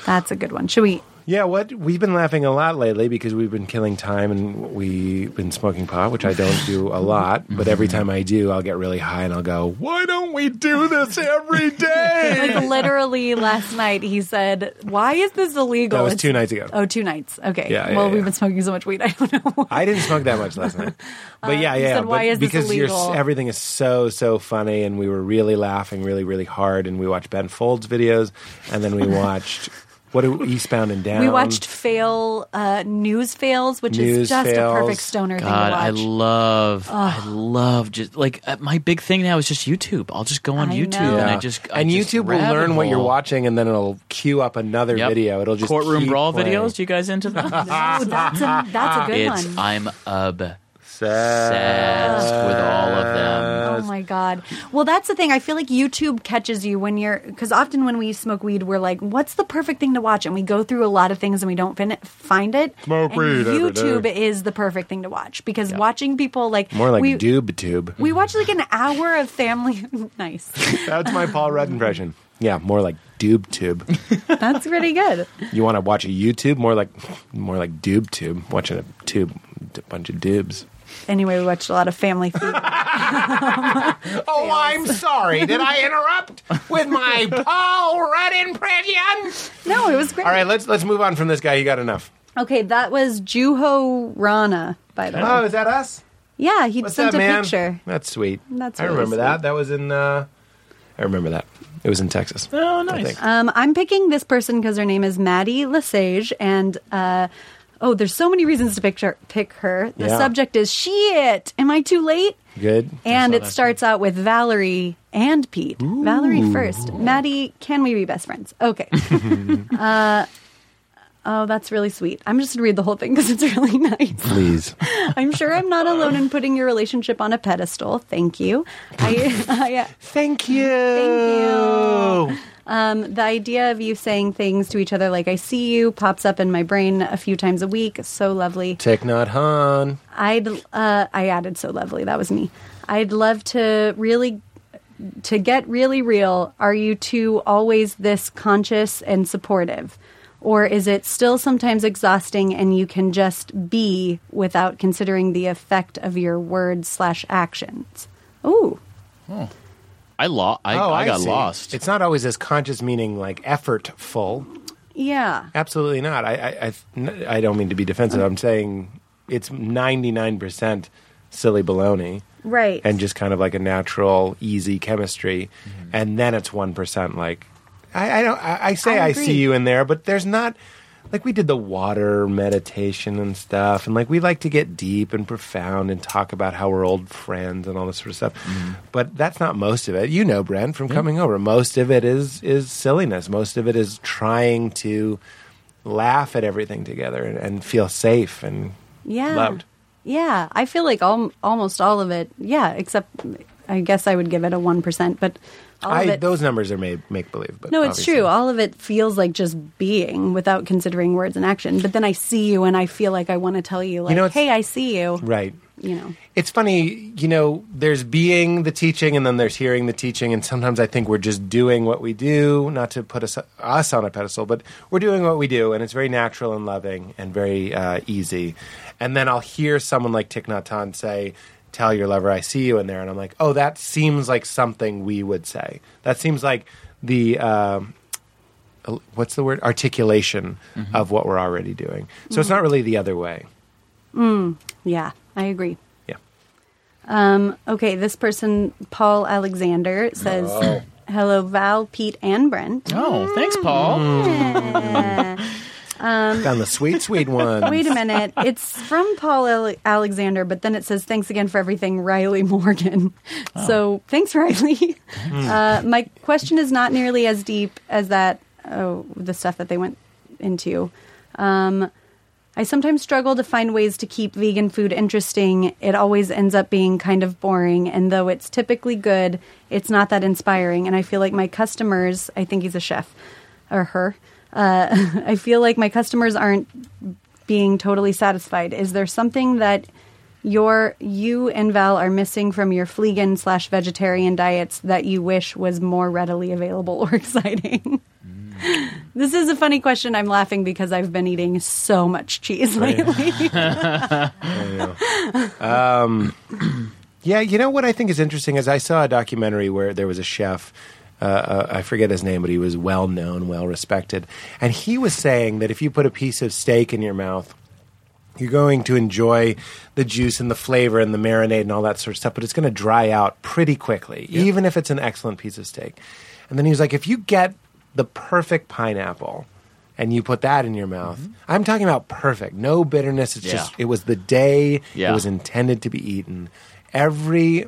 [SPEAKER 6] That's a good one. Should we?
[SPEAKER 8] Yeah, what we've been laughing a lot lately because we've been killing time and we've been smoking pot, which I don't do a lot, but every time I do, I'll get really high and I'll go, "Why don't we do this every day?"
[SPEAKER 6] Like literally last night, he said, "Why is this illegal?"
[SPEAKER 8] That was
[SPEAKER 6] It's-
[SPEAKER 8] two nights ago.
[SPEAKER 6] Oh, two nights. Okay.
[SPEAKER 8] Yeah, yeah,
[SPEAKER 6] well, we've
[SPEAKER 8] yeah.
[SPEAKER 6] been smoking so much weed. I don't know.
[SPEAKER 8] I didn't smoke that much last night, but yeah,
[SPEAKER 6] Uh, you
[SPEAKER 8] yeah,
[SPEAKER 6] said,
[SPEAKER 8] but
[SPEAKER 6] "Why is this
[SPEAKER 8] because
[SPEAKER 6] illegal?"
[SPEAKER 8] everything is so so funny, and we were really laughing really really hard, and we watched Ben Folds videos, and then we watched what do Eastbound and Down.
[SPEAKER 6] we watched fail uh, news fails, which
[SPEAKER 8] um, News
[SPEAKER 6] is just a
[SPEAKER 8] fails.
[SPEAKER 6] perfect stoner
[SPEAKER 7] God, I
[SPEAKER 6] thing to watch.
[SPEAKER 7] love, I love just like uh, my big thing now is just YouTube. I'll just go on
[SPEAKER 6] I
[SPEAKER 7] YouTube
[SPEAKER 6] know.
[SPEAKER 7] and
[SPEAKER 8] Yeah.
[SPEAKER 7] I just I
[SPEAKER 8] and
[SPEAKER 7] just
[SPEAKER 8] YouTube will
[SPEAKER 7] rabbit
[SPEAKER 8] learn what you're
[SPEAKER 7] hole.
[SPEAKER 8] watching, and then it'll queue up another
[SPEAKER 7] Yep.
[SPEAKER 8] video. It'll just
[SPEAKER 7] courtroom
[SPEAKER 8] keep
[SPEAKER 7] brawl
[SPEAKER 8] playing.
[SPEAKER 7] videos. You guys into that?
[SPEAKER 6] oh, that's a, that's a good
[SPEAKER 7] it's
[SPEAKER 6] one.
[SPEAKER 7] I'm obsessed
[SPEAKER 8] Sad.
[SPEAKER 7] with all of them.
[SPEAKER 6] oh my god. Well, that's the thing. I feel like YouTube catches you when you're because often when we smoke weed, we're like, "What's the perfect thing to watch?" And we go through a lot of things and we don't fin- find it.
[SPEAKER 8] Smoke
[SPEAKER 6] And
[SPEAKER 8] weed every
[SPEAKER 6] YouTube
[SPEAKER 8] day.
[SPEAKER 6] is the perfect thing to watch because watching people like
[SPEAKER 8] More like
[SPEAKER 6] we,
[SPEAKER 8] doob tube.
[SPEAKER 6] We watch like an hour of family. nice.
[SPEAKER 8] That's my Paul Rudd impression. Yeah, more like doob tube.
[SPEAKER 6] That's pretty good.
[SPEAKER 8] You want to watch a YouTube? More like, more like doob tube. Watching a tube, a bunch of dibs.
[SPEAKER 6] Anyway, we watched a lot of family food.
[SPEAKER 8] Oh, I'm sorry. Did I interrupt with my Paul Rudd impression?
[SPEAKER 6] no, it was great.
[SPEAKER 8] All right, let's let's move on from this guy. You got enough.
[SPEAKER 6] Okay, that was Juho Rana, by the way.
[SPEAKER 8] Oh, is that us?
[SPEAKER 6] yeah, he
[SPEAKER 8] What's
[SPEAKER 6] sent
[SPEAKER 8] that,
[SPEAKER 6] a
[SPEAKER 8] man?
[SPEAKER 6] picture.
[SPEAKER 8] That's sweet.
[SPEAKER 6] That's
[SPEAKER 8] I
[SPEAKER 6] really
[SPEAKER 8] remember that.
[SPEAKER 6] sweet.
[SPEAKER 8] That was in. Uh, I remember that. It was in Texas.
[SPEAKER 7] Oh,
[SPEAKER 8] I
[SPEAKER 7] nice.
[SPEAKER 8] think.
[SPEAKER 6] Um, I'm picking this person because her name is Maddie Lesage, and uh, oh, there's so many reasons to picture pick her. The
[SPEAKER 8] Yeah.
[SPEAKER 6] subject is shit. Am I too late?
[SPEAKER 8] Good.
[SPEAKER 6] And it starts out with Valerie and Pete. Valerie first. Maddie, can we be best friends? Okay. uh, oh, that's really sweet. I'm just gonna read the whole thing because it's really nice.
[SPEAKER 8] Please.
[SPEAKER 6] I'm sure I'm not alone in putting your relationship on a pedestal. Thank you. I, I,
[SPEAKER 8] Thank you.
[SPEAKER 6] Thank you. um, the idea of you saying things to each other like "I see you" pops up in my brain a few times a week. So lovely.
[SPEAKER 8] Tech Nut Han.
[SPEAKER 6] I'd uh, I added so lovely. That was me. I'd love to really to get really real. Are you two always this conscious and supportive? Or is it still sometimes exhausting and you can just be without considering the effect of your words slash actions? Ooh.
[SPEAKER 7] I lo- I, I got
[SPEAKER 8] Oh, see.
[SPEAKER 7] lost.
[SPEAKER 8] It's not always as conscious, meaning like effortful.
[SPEAKER 6] Yeah.
[SPEAKER 8] Absolutely not. I, I, I, n- I don't mean to be defensive. I'm saying it's 99% silly baloney
[SPEAKER 6] Right.
[SPEAKER 8] and just kind of like a natural, easy chemistry.
[SPEAKER 6] Mm-hmm.
[SPEAKER 8] And then it's 1% like, I, I don't, I, I say
[SPEAKER 6] I
[SPEAKER 8] I,
[SPEAKER 6] agree.
[SPEAKER 8] see you in there, but there's not, like we did the water meditation and stuff. And like we like to get deep and profound and talk about how we're old friends and all this sort of stuff.
[SPEAKER 6] Mm-hmm.
[SPEAKER 8] But that's not most of it. You know, Brent, from coming over, most of it is, is silliness. Most of it is trying to laugh at everything together and, and feel safe and
[SPEAKER 6] yeah.
[SPEAKER 8] loved.
[SPEAKER 6] Yeah, I feel like al- almost all of it. Yeah, except I guess I would give it a one percent, but all of
[SPEAKER 8] I,
[SPEAKER 6] it.
[SPEAKER 8] those numbers are made make believe, but
[SPEAKER 6] no, it's
[SPEAKER 8] obviously-
[SPEAKER 6] true. All of it feels like just being without considering words and action. But then I see you, and I feel like I want to tell you, like,
[SPEAKER 8] know, it's-
[SPEAKER 6] "Hey, I see you."
[SPEAKER 8] Right.
[SPEAKER 6] You know.
[SPEAKER 8] It's funny, you know, there's being the teaching and then there's hearing the teaching. And sometimes I think we're just doing what we do, not to put us, us on a pedestal, but we're doing what we do. And it's very natural and loving and very uh, easy. And then I'll hear someone like Thich Nhat Hanh say, Tell your lover I see you in there. And I'm like, Oh, that seems like something we would say. That seems like the. Um, el- What's the word? Articulation
[SPEAKER 6] Mm-hmm.
[SPEAKER 8] of what we're already doing. So it's not really the other way.
[SPEAKER 6] Yeah, I agree.
[SPEAKER 8] Yeah.
[SPEAKER 6] Um, okay, this person, Paul Alexander, says, "Hello, Val, Pete, and Brent."
[SPEAKER 7] oh, thanks, Paul.
[SPEAKER 8] Found the sweet, sweet one.
[SPEAKER 6] Wait a minute. It's from Paul Ale- Alexander, but then it says, thanks again for everything, Riley Morgan. So thanks, Riley. Uh, my question is not nearly as deep as that, oh, the stuff that they went into. Um, I sometimes struggle to find ways to keep vegan food interesting. It always ends up being kind of boring, and though it's typically good, it's not that inspiring. And I feel like my customers, I think he's a chef or her, uh, I feel like my customers aren't being totally satisfied. Is there something that your you and Val are missing from your vegan slash vegetarian diets that you wish was more readily available or exciting? this is a funny question. I'm laughing because I've been eating so much cheese lately.
[SPEAKER 8] Yeah, you know what I think is interesting is I saw a documentary where there was a chef. Uh, uh, I forget his name, but he was well known, well respected, and he was saying that if you put a piece of steak in your mouth, you're going to enjoy the juice and the flavor and the marinade and all that sort of stuff, but it's going to dry out pretty quickly, even if it's an excellent piece of steak. And then he was like, if you get the perfect pineapple and you put that in your mouth, I'm talking about perfect, no bitterness. It's
[SPEAKER 7] Yeah.
[SPEAKER 8] just it was the day
[SPEAKER 7] Yeah.
[SPEAKER 8] it was intended to be eaten. Every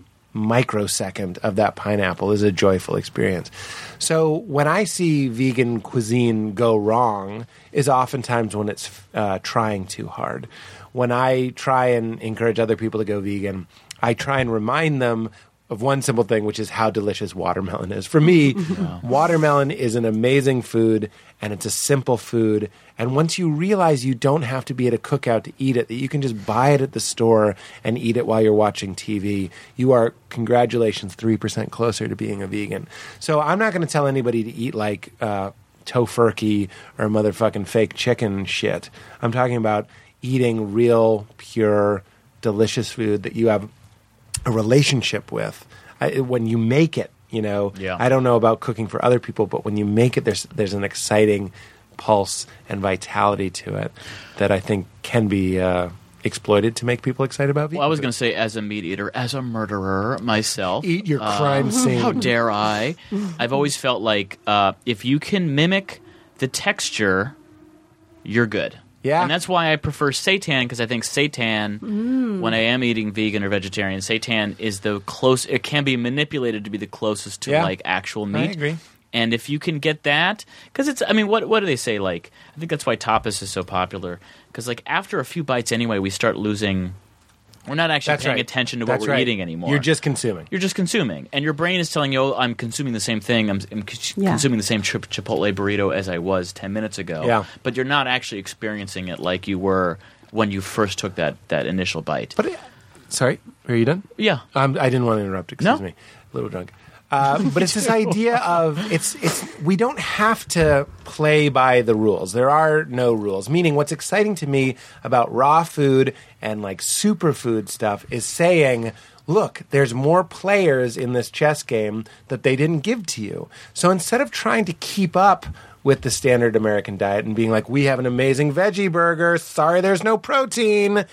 [SPEAKER 8] microsecond of that pineapple is a joyful experience. So when I see vegan cuisine go wrong, is oftentimes when it's uh, trying too hard. When I try and encourage other people to go vegan, I try and remind them of one simple thing, which is how delicious watermelon is. For me, watermelon is an amazing food and it's a simple food. And once you realize you don't have to be at a cookout to eat it, that you can just buy it at the store and eat it while you're watching TV, you are, congratulations, 3% closer to being a vegan. So I'm not going to tell anybody to eat like, uh, tofurkey or motherfucking fake chicken shit. I'm talking about eating real, pure, delicious food that you have a relationship with I, when you make it. You know,
[SPEAKER 7] Yeah.
[SPEAKER 8] I don't know about cooking for other people, but when you make it, there's there's an exciting pulse and vitality to it that I think can be uh, exploited to make people excited about.
[SPEAKER 7] Well, I was going to say, as a meat eater, as a murderer myself, Uh,
[SPEAKER 8] eat your crime scene.
[SPEAKER 7] How dare I? I've always felt like uh, if you can mimic the texture, you're good.
[SPEAKER 8] Yeah.
[SPEAKER 7] And that's why I prefer seitan because I think seitan,
[SPEAKER 8] Mm.
[SPEAKER 7] when I am eating vegan or vegetarian, seitan is the close. It can be manipulated to be the closest to
[SPEAKER 8] Yeah.
[SPEAKER 7] like actual meat.
[SPEAKER 8] agree.
[SPEAKER 7] And if you can get that, because it's, I mean, what what do they say? Like, I think that's why tapas is so popular. Because like after a few bites, anyway, we start losing. We're not actually
[SPEAKER 8] That's
[SPEAKER 7] paying
[SPEAKER 8] right.
[SPEAKER 7] attention to what
[SPEAKER 8] That's
[SPEAKER 7] we're
[SPEAKER 8] right.
[SPEAKER 7] eating anymore
[SPEAKER 8] You're just consuming.
[SPEAKER 7] you're just consuming, and your brain is telling you, oh, "I'm consuming the same thing. I'm, I'm c-
[SPEAKER 6] Yeah.
[SPEAKER 7] consuming the same tri- Chipotle burrito as I was ten minutes ago."
[SPEAKER 8] Yeah.
[SPEAKER 7] But you're not actually experiencing it like you were when you first took that that initial bite.
[SPEAKER 8] But sorry, are you done?
[SPEAKER 7] yeah,
[SPEAKER 8] Um, I didn't want to interrupt. Excuse
[SPEAKER 7] No.
[SPEAKER 8] me, a little drunk. Uh, but it's this idea of it's it's we don't have to play by the rules. There are no rules. Meaning, what's exciting to me about raw food and like superfood stuff is saying, look, there's more players in this chess game that they didn't give to you. So instead of trying to keep up with the standard American diet and being like, we have an amazing veggie burger. Sorry, there's no protein.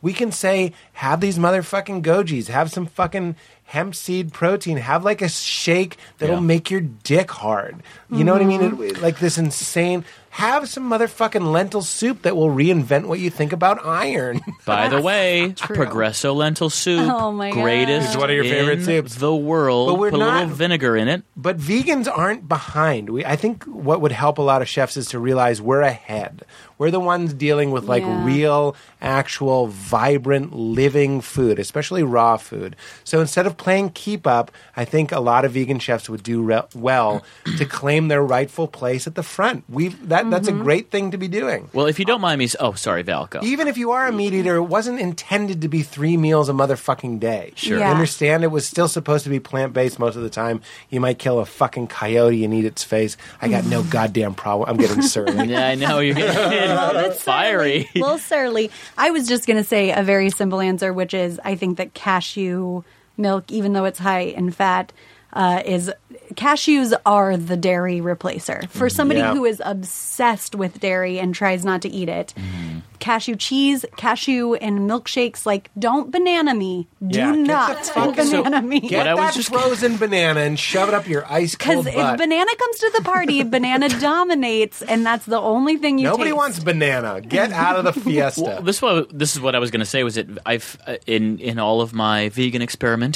[SPEAKER 8] We can say, have these motherfucking gojis, have some fucking hemp seed protein, have like a shake that'll
[SPEAKER 7] Yeah.
[SPEAKER 8] make your dick hard. You know what I mean? It- like this insane. Have some motherfucking lentil soup that will reinvent what you think about iron.
[SPEAKER 7] By the way, Progresso lentil soup,
[SPEAKER 6] Oh my God.
[SPEAKER 7] greatest,
[SPEAKER 6] It's
[SPEAKER 8] one of your
[SPEAKER 7] in
[SPEAKER 8] favorite soups.
[SPEAKER 7] the world.
[SPEAKER 8] But we're
[SPEAKER 7] Put a
[SPEAKER 8] not-
[SPEAKER 7] little vinegar in it.
[SPEAKER 8] but vegans aren't behind. We, I think what would help a lot of chefs is to realize we're ahead. We're the ones dealing with like
[SPEAKER 6] Yeah.
[SPEAKER 8] real, actual, vibrant, living food, especially raw food. So instead of playing keep up, I think a lot of vegan chefs would do re- well to claim their rightful place at the front. We've, that, That's a great thing to be doing.
[SPEAKER 7] Well, if you don't mind me, s- oh, sorry, Valco.
[SPEAKER 8] Even if you are a meat eater, it wasn't intended to be three meals a motherfucking day.
[SPEAKER 6] Sure.
[SPEAKER 8] You
[SPEAKER 6] Yeah.
[SPEAKER 8] understand? It was still supposed to be plant based most of the time. You might kill a fucking coyote and eat its face. I got no goddamn problem. I'm getting surly.
[SPEAKER 7] yeah, I know you're getting fiery.
[SPEAKER 6] A little surly. I was just going to say a very simple answer, which is I think that cashew milk, even though it's high in fat, uh, is cashews are the dairy replacer for somebody
[SPEAKER 8] Yeah.
[SPEAKER 6] who is obsessed with dairy and tries not to eat it.
[SPEAKER 8] Mm-hmm.
[SPEAKER 6] Cashew cheese, cashew and milkshakes, like don't banana me. Do
[SPEAKER 8] Yeah, get the
[SPEAKER 6] not
[SPEAKER 8] fuck-
[SPEAKER 6] banana me.
[SPEAKER 8] Get
[SPEAKER 7] What I was
[SPEAKER 8] that
[SPEAKER 7] just-
[SPEAKER 8] frozen banana and shove it up your ice
[SPEAKER 6] Because
[SPEAKER 8] cold
[SPEAKER 6] if
[SPEAKER 8] butt.
[SPEAKER 6] banana comes to the party, banana dominates, and that's the only thing you
[SPEAKER 8] Nobody
[SPEAKER 6] taste.
[SPEAKER 8] wants banana. Get out of the fiesta.
[SPEAKER 7] Well, this was this is what I was going to say was it I've uh, in in all of my vegan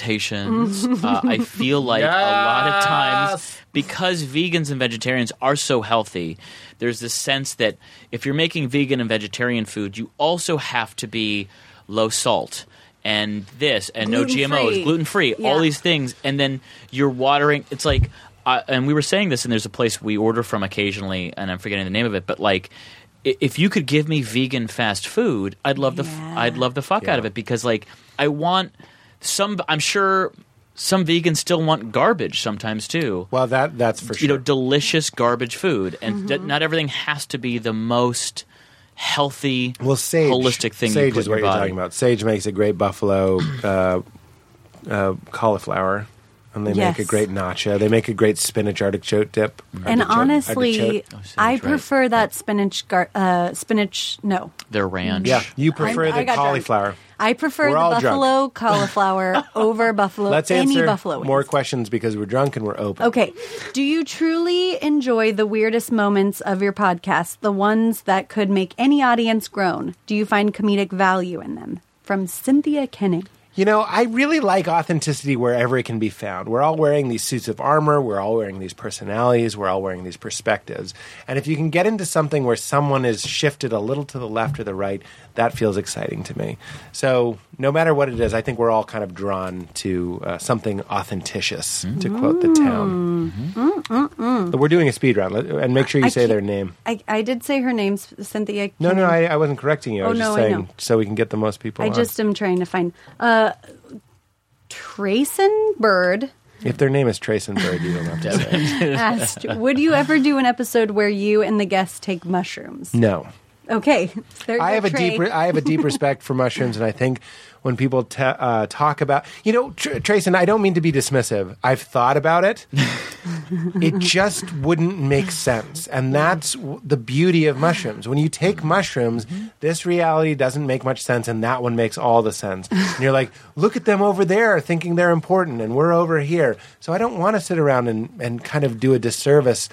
[SPEAKER 7] experimentations uh, I feel like a lot of times
[SPEAKER 8] Yes.
[SPEAKER 7] because vegans and vegetarians are so healthy there's this sense that if you're making vegan and vegetarian food you also have to be low salt and this and no
[SPEAKER 6] Gluten-free.
[SPEAKER 7] GMOs gluten free all
[SPEAKER 6] Yeah.
[SPEAKER 7] these things and then you're watering it's like uh, and we were saying this and there's a place we order from occasionally and i'm forgetting the name of it but like i- if you could give me vegan fast food i'd love the f-
[SPEAKER 6] Yeah.
[SPEAKER 7] i'd love the fuck out of it because like i want some i'm sure some vegans still want garbage sometimes too
[SPEAKER 8] Well, that that's for
[SPEAKER 7] you
[SPEAKER 8] sure.
[SPEAKER 7] know delicious garbage food and d- not everything has to be the most healthy
[SPEAKER 8] well, sage.
[SPEAKER 7] holistic thing you
[SPEAKER 8] Sage
[SPEAKER 7] put
[SPEAKER 8] is
[SPEAKER 7] in
[SPEAKER 8] what
[SPEAKER 7] your
[SPEAKER 8] you're
[SPEAKER 7] body.
[SPEAKER 8] talking about. Sage makes a great buffalo uh, uh, cauliflower, and they
[SPEAKER 6] Yes.
[SPEAKER 8] make a great nacho. They make a great spinach artichoke dip.
[SPEAKER 6] And
[SPEAKER 8] Artichoke-
[SPEAKER 6] honestly,
[SPEAKER 8] artichoke.
[SPEAKER 7] spinach,
[SPEAKER 6] I
[SPEAKER 7] right.
[SPEAKER 6] prefer that spinach. Gar- uh, spinach, no.
[SPEAKER 7] their ranch
[SPEAKER 8] yeah, you prefer
[SPEAKER 6] I- I
[SPEAKER 8] the
[SPEAKER 6] got drunk.
[SPEAKER 8] cauliflower.
[SPEAKER 6] I prefer
[SPEAKER 8] We're
[SPEAKER 6] the
[SPEAKER 8] all drunk.
[SPEAKER 6] buffalo cauliflower over buffalo.
[SPEAKER 8] Let's
[SPEAKER 6] any
[SPEAKER 8] answer
[SPEAKER 6] buffalo. wings.
[SPEAKER 8] more questions because we're drunk and we're open.
[SPEAKER 6] Okay. Do you truly enjoy the weirdest moments of your podcast, the ones that could make any audience groan? Do you find comedic value in them? From Cynthia Kenning.
[SPEAKER 8] You know, I really like authenticity wherever it can be found. We're all wearing these suits of armor, we're all wearing these personalities, we're all wearing these perspectives. And if you can get into something where someone is shifted a little to the left or the right, that feels exciting to me. So, no matter what it is, I think we're all kind of drawn to uh, something authenticious, to quote the town. But we're doing a speed round, Let- and make sure
[SPEAKER 6] Mm-hmm.
[SPEAKER 8] you
[SPEAKER 6] I
[SPEAKER 8] say their
[SPEAKER 6] can't-
[SPEAKER 8] name.
[SPEAKER 6] I, I did say her name's Cynthia.
[SPEAKER 8] No,
[SPEAKER 6] Keenan.
[SPEAKER 8] no, I, I wasn't correcting you. I
[SPEAKER 6] Oh,
[SPEAKER 8] was
[SPEAKER 6] no,
[SPEAKER 8] just
[SPEAKER 6] I
[SPEAKER 8] saying
[SPEAKER 6] know.
[SPEAKER 8] so we can get the most people.
[SPEAKER 6] I
[SPEAKER 8] on.
[SPEAKER 6] just am trying to find uh, Trayson Bird.
[SPEAKER 8] if their name is Trace and Bird, you don't have to say. it.
[SPEAKER 6] asked, "Would you ever do an episode where you and the guests take mushrooms?"
[SPEAKER 8] No,
[SPEAKER 6] Okay, there you
[SPEAKER 8] I
[SPEAKER 6] go,
[SPEAKER 8] have a
[SPEAKER 6] Trey.
[SPEAKER 8] deep re- I have a deep respect for mushrooms, and I think when people ta- uh, talk about you know Tr- Trace and I don't mean to be dismissive. I've thought about it. it just wouldn't make sense, and that's w- the beauty of mushrooms. When you take mushrooms, this reality doesn't make much sense, and that one makes all the sense. And you're like, look at them over there, thinking they're important, and we're over here. So I don't want to sit around and and kind of do a disservice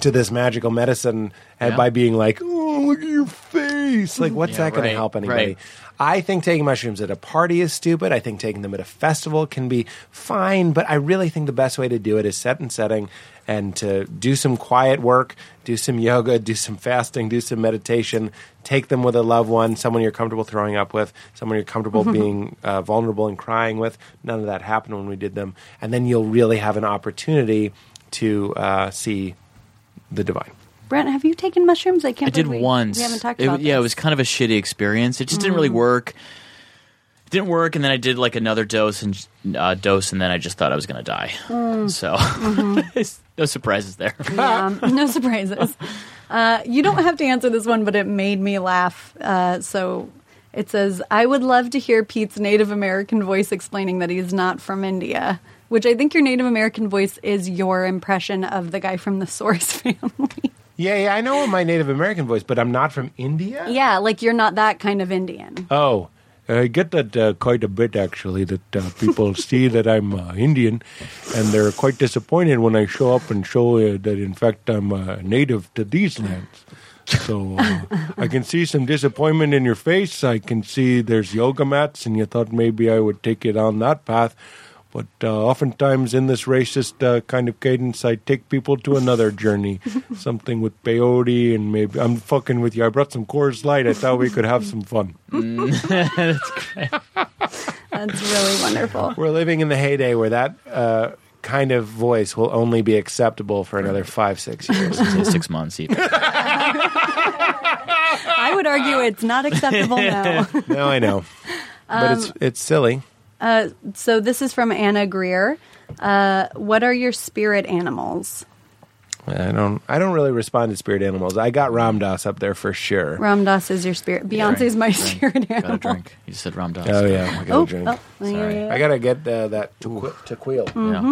[SPEAKER 8] to this magical medicine and
[SPEAKER 7] Yeah.
[SPEAKER 8] by being like, oh, look at your face. Like, what's that going
[SPEAKER 7] right,
[SPEAKER 8] to help anybody?
[SPEAKER 7] right.
[SPEAKER 8] I think taking mushrooms at a party is stupid. I think taking them at a festival can be fine, but I really think the best way to do it is set and setting and to do some quiet work, do some yoga, do some fasting, do some meditation. Take them with a loved one, someone you're comfortable throwing up with, someone you're comfortable being uh, vulnerable and crying with. None of that happened when we did them. And then you'll really have an opportunity to uh, see the divine.
[SPEAKER 6] Brent, have you taken mushrooms? I can't.
[SPEAKER 7] I did
[SPEAKER 6] believe we-
[SPEAKER 7] once.
[SPEAKER 6] We haven't talked
[SPEAKER 7] It-
[SPEAKER 6] about.
[SPEAKER 7] Yeah, it
[SPEAKER 6] this. Mm.
[SPEAKER 7] was kind of a shitty experience. It just didn't really work. It didn't work, and then I did like another dose and uh, dose, and then I just thought I was gonna die.
[SPEAKER 6] Mm.
[SPEAKER 7] So
[SPEAKER 6] Mm-hmm.
[SPEAKER 7] no surprises there.
[SPEAKER 6] Yeah, um, no surprises. Uh, you don't have to answer this one, but it made me laugh. Uh, so it says, "I would love to hear Pete's Native American voice explaining that he's not from India." Which I think your Native American voice is your impression of the guy from the Source family.
[SPEAKER 8] Yeah, yeah, I know my Native American voice, but I'm not from India.
[SPEAKER 6] yeah, like you're not that kind of Indian.
[SPEAKER 8] Oh, I get that uh, quite a bit actually. That uh, people see that I'm uh, Indian, and they're quite disappointed when I show up and show uh, that in fact I'm uh, native to these lands. So uh, I can see some disappointment in your face. I can see there's yoga mats, and you thought maybe I would take it on that path. But uh, oftentimes in this racist uh, kind of cadence, I take people to another journey, something with peyote and maybe I'm fucking with you. I brought some Coors Light. I thought we could have some fun.
[SPEAKER 6] That's really wonderful.
[SPEAKER 8] We're living in the heyday where that uh, kind of voice will only be acceptable for another five, six years.
[SPEAKER 7] Say six months even.
[SPEAKER 6] I would argue it's not acceptable now.
[SPEAKER 8] no, I know, but it's
[SPEAKER 6] Um,
[SPEAKER 8] it's silly.
[SPEAKER 6] So this is from Anna Greer. Uh, what are your spirit animals?
[SPEAKER 8] I don't I don't really respond to spirit animals. I got Ram Dass up there for sure.
[SPEAKER 6] Ram Dass is your spirit. Beyonce's my spirit animal.
[SPEAKER 7] Got a drink. You said Ram Dass.
[SPEAKER 8] Oh yeah, I gotta
[SPEAKER 6] Oh,
[SPEAKER 8] drink.
[SPEAKER 6] oh, Mm.
[SPEAKER 7] Sorry.
[SPEAKER 8] I gotta get uh, that tequi- tequila.
[SPEAKER 6] Mm-hmm.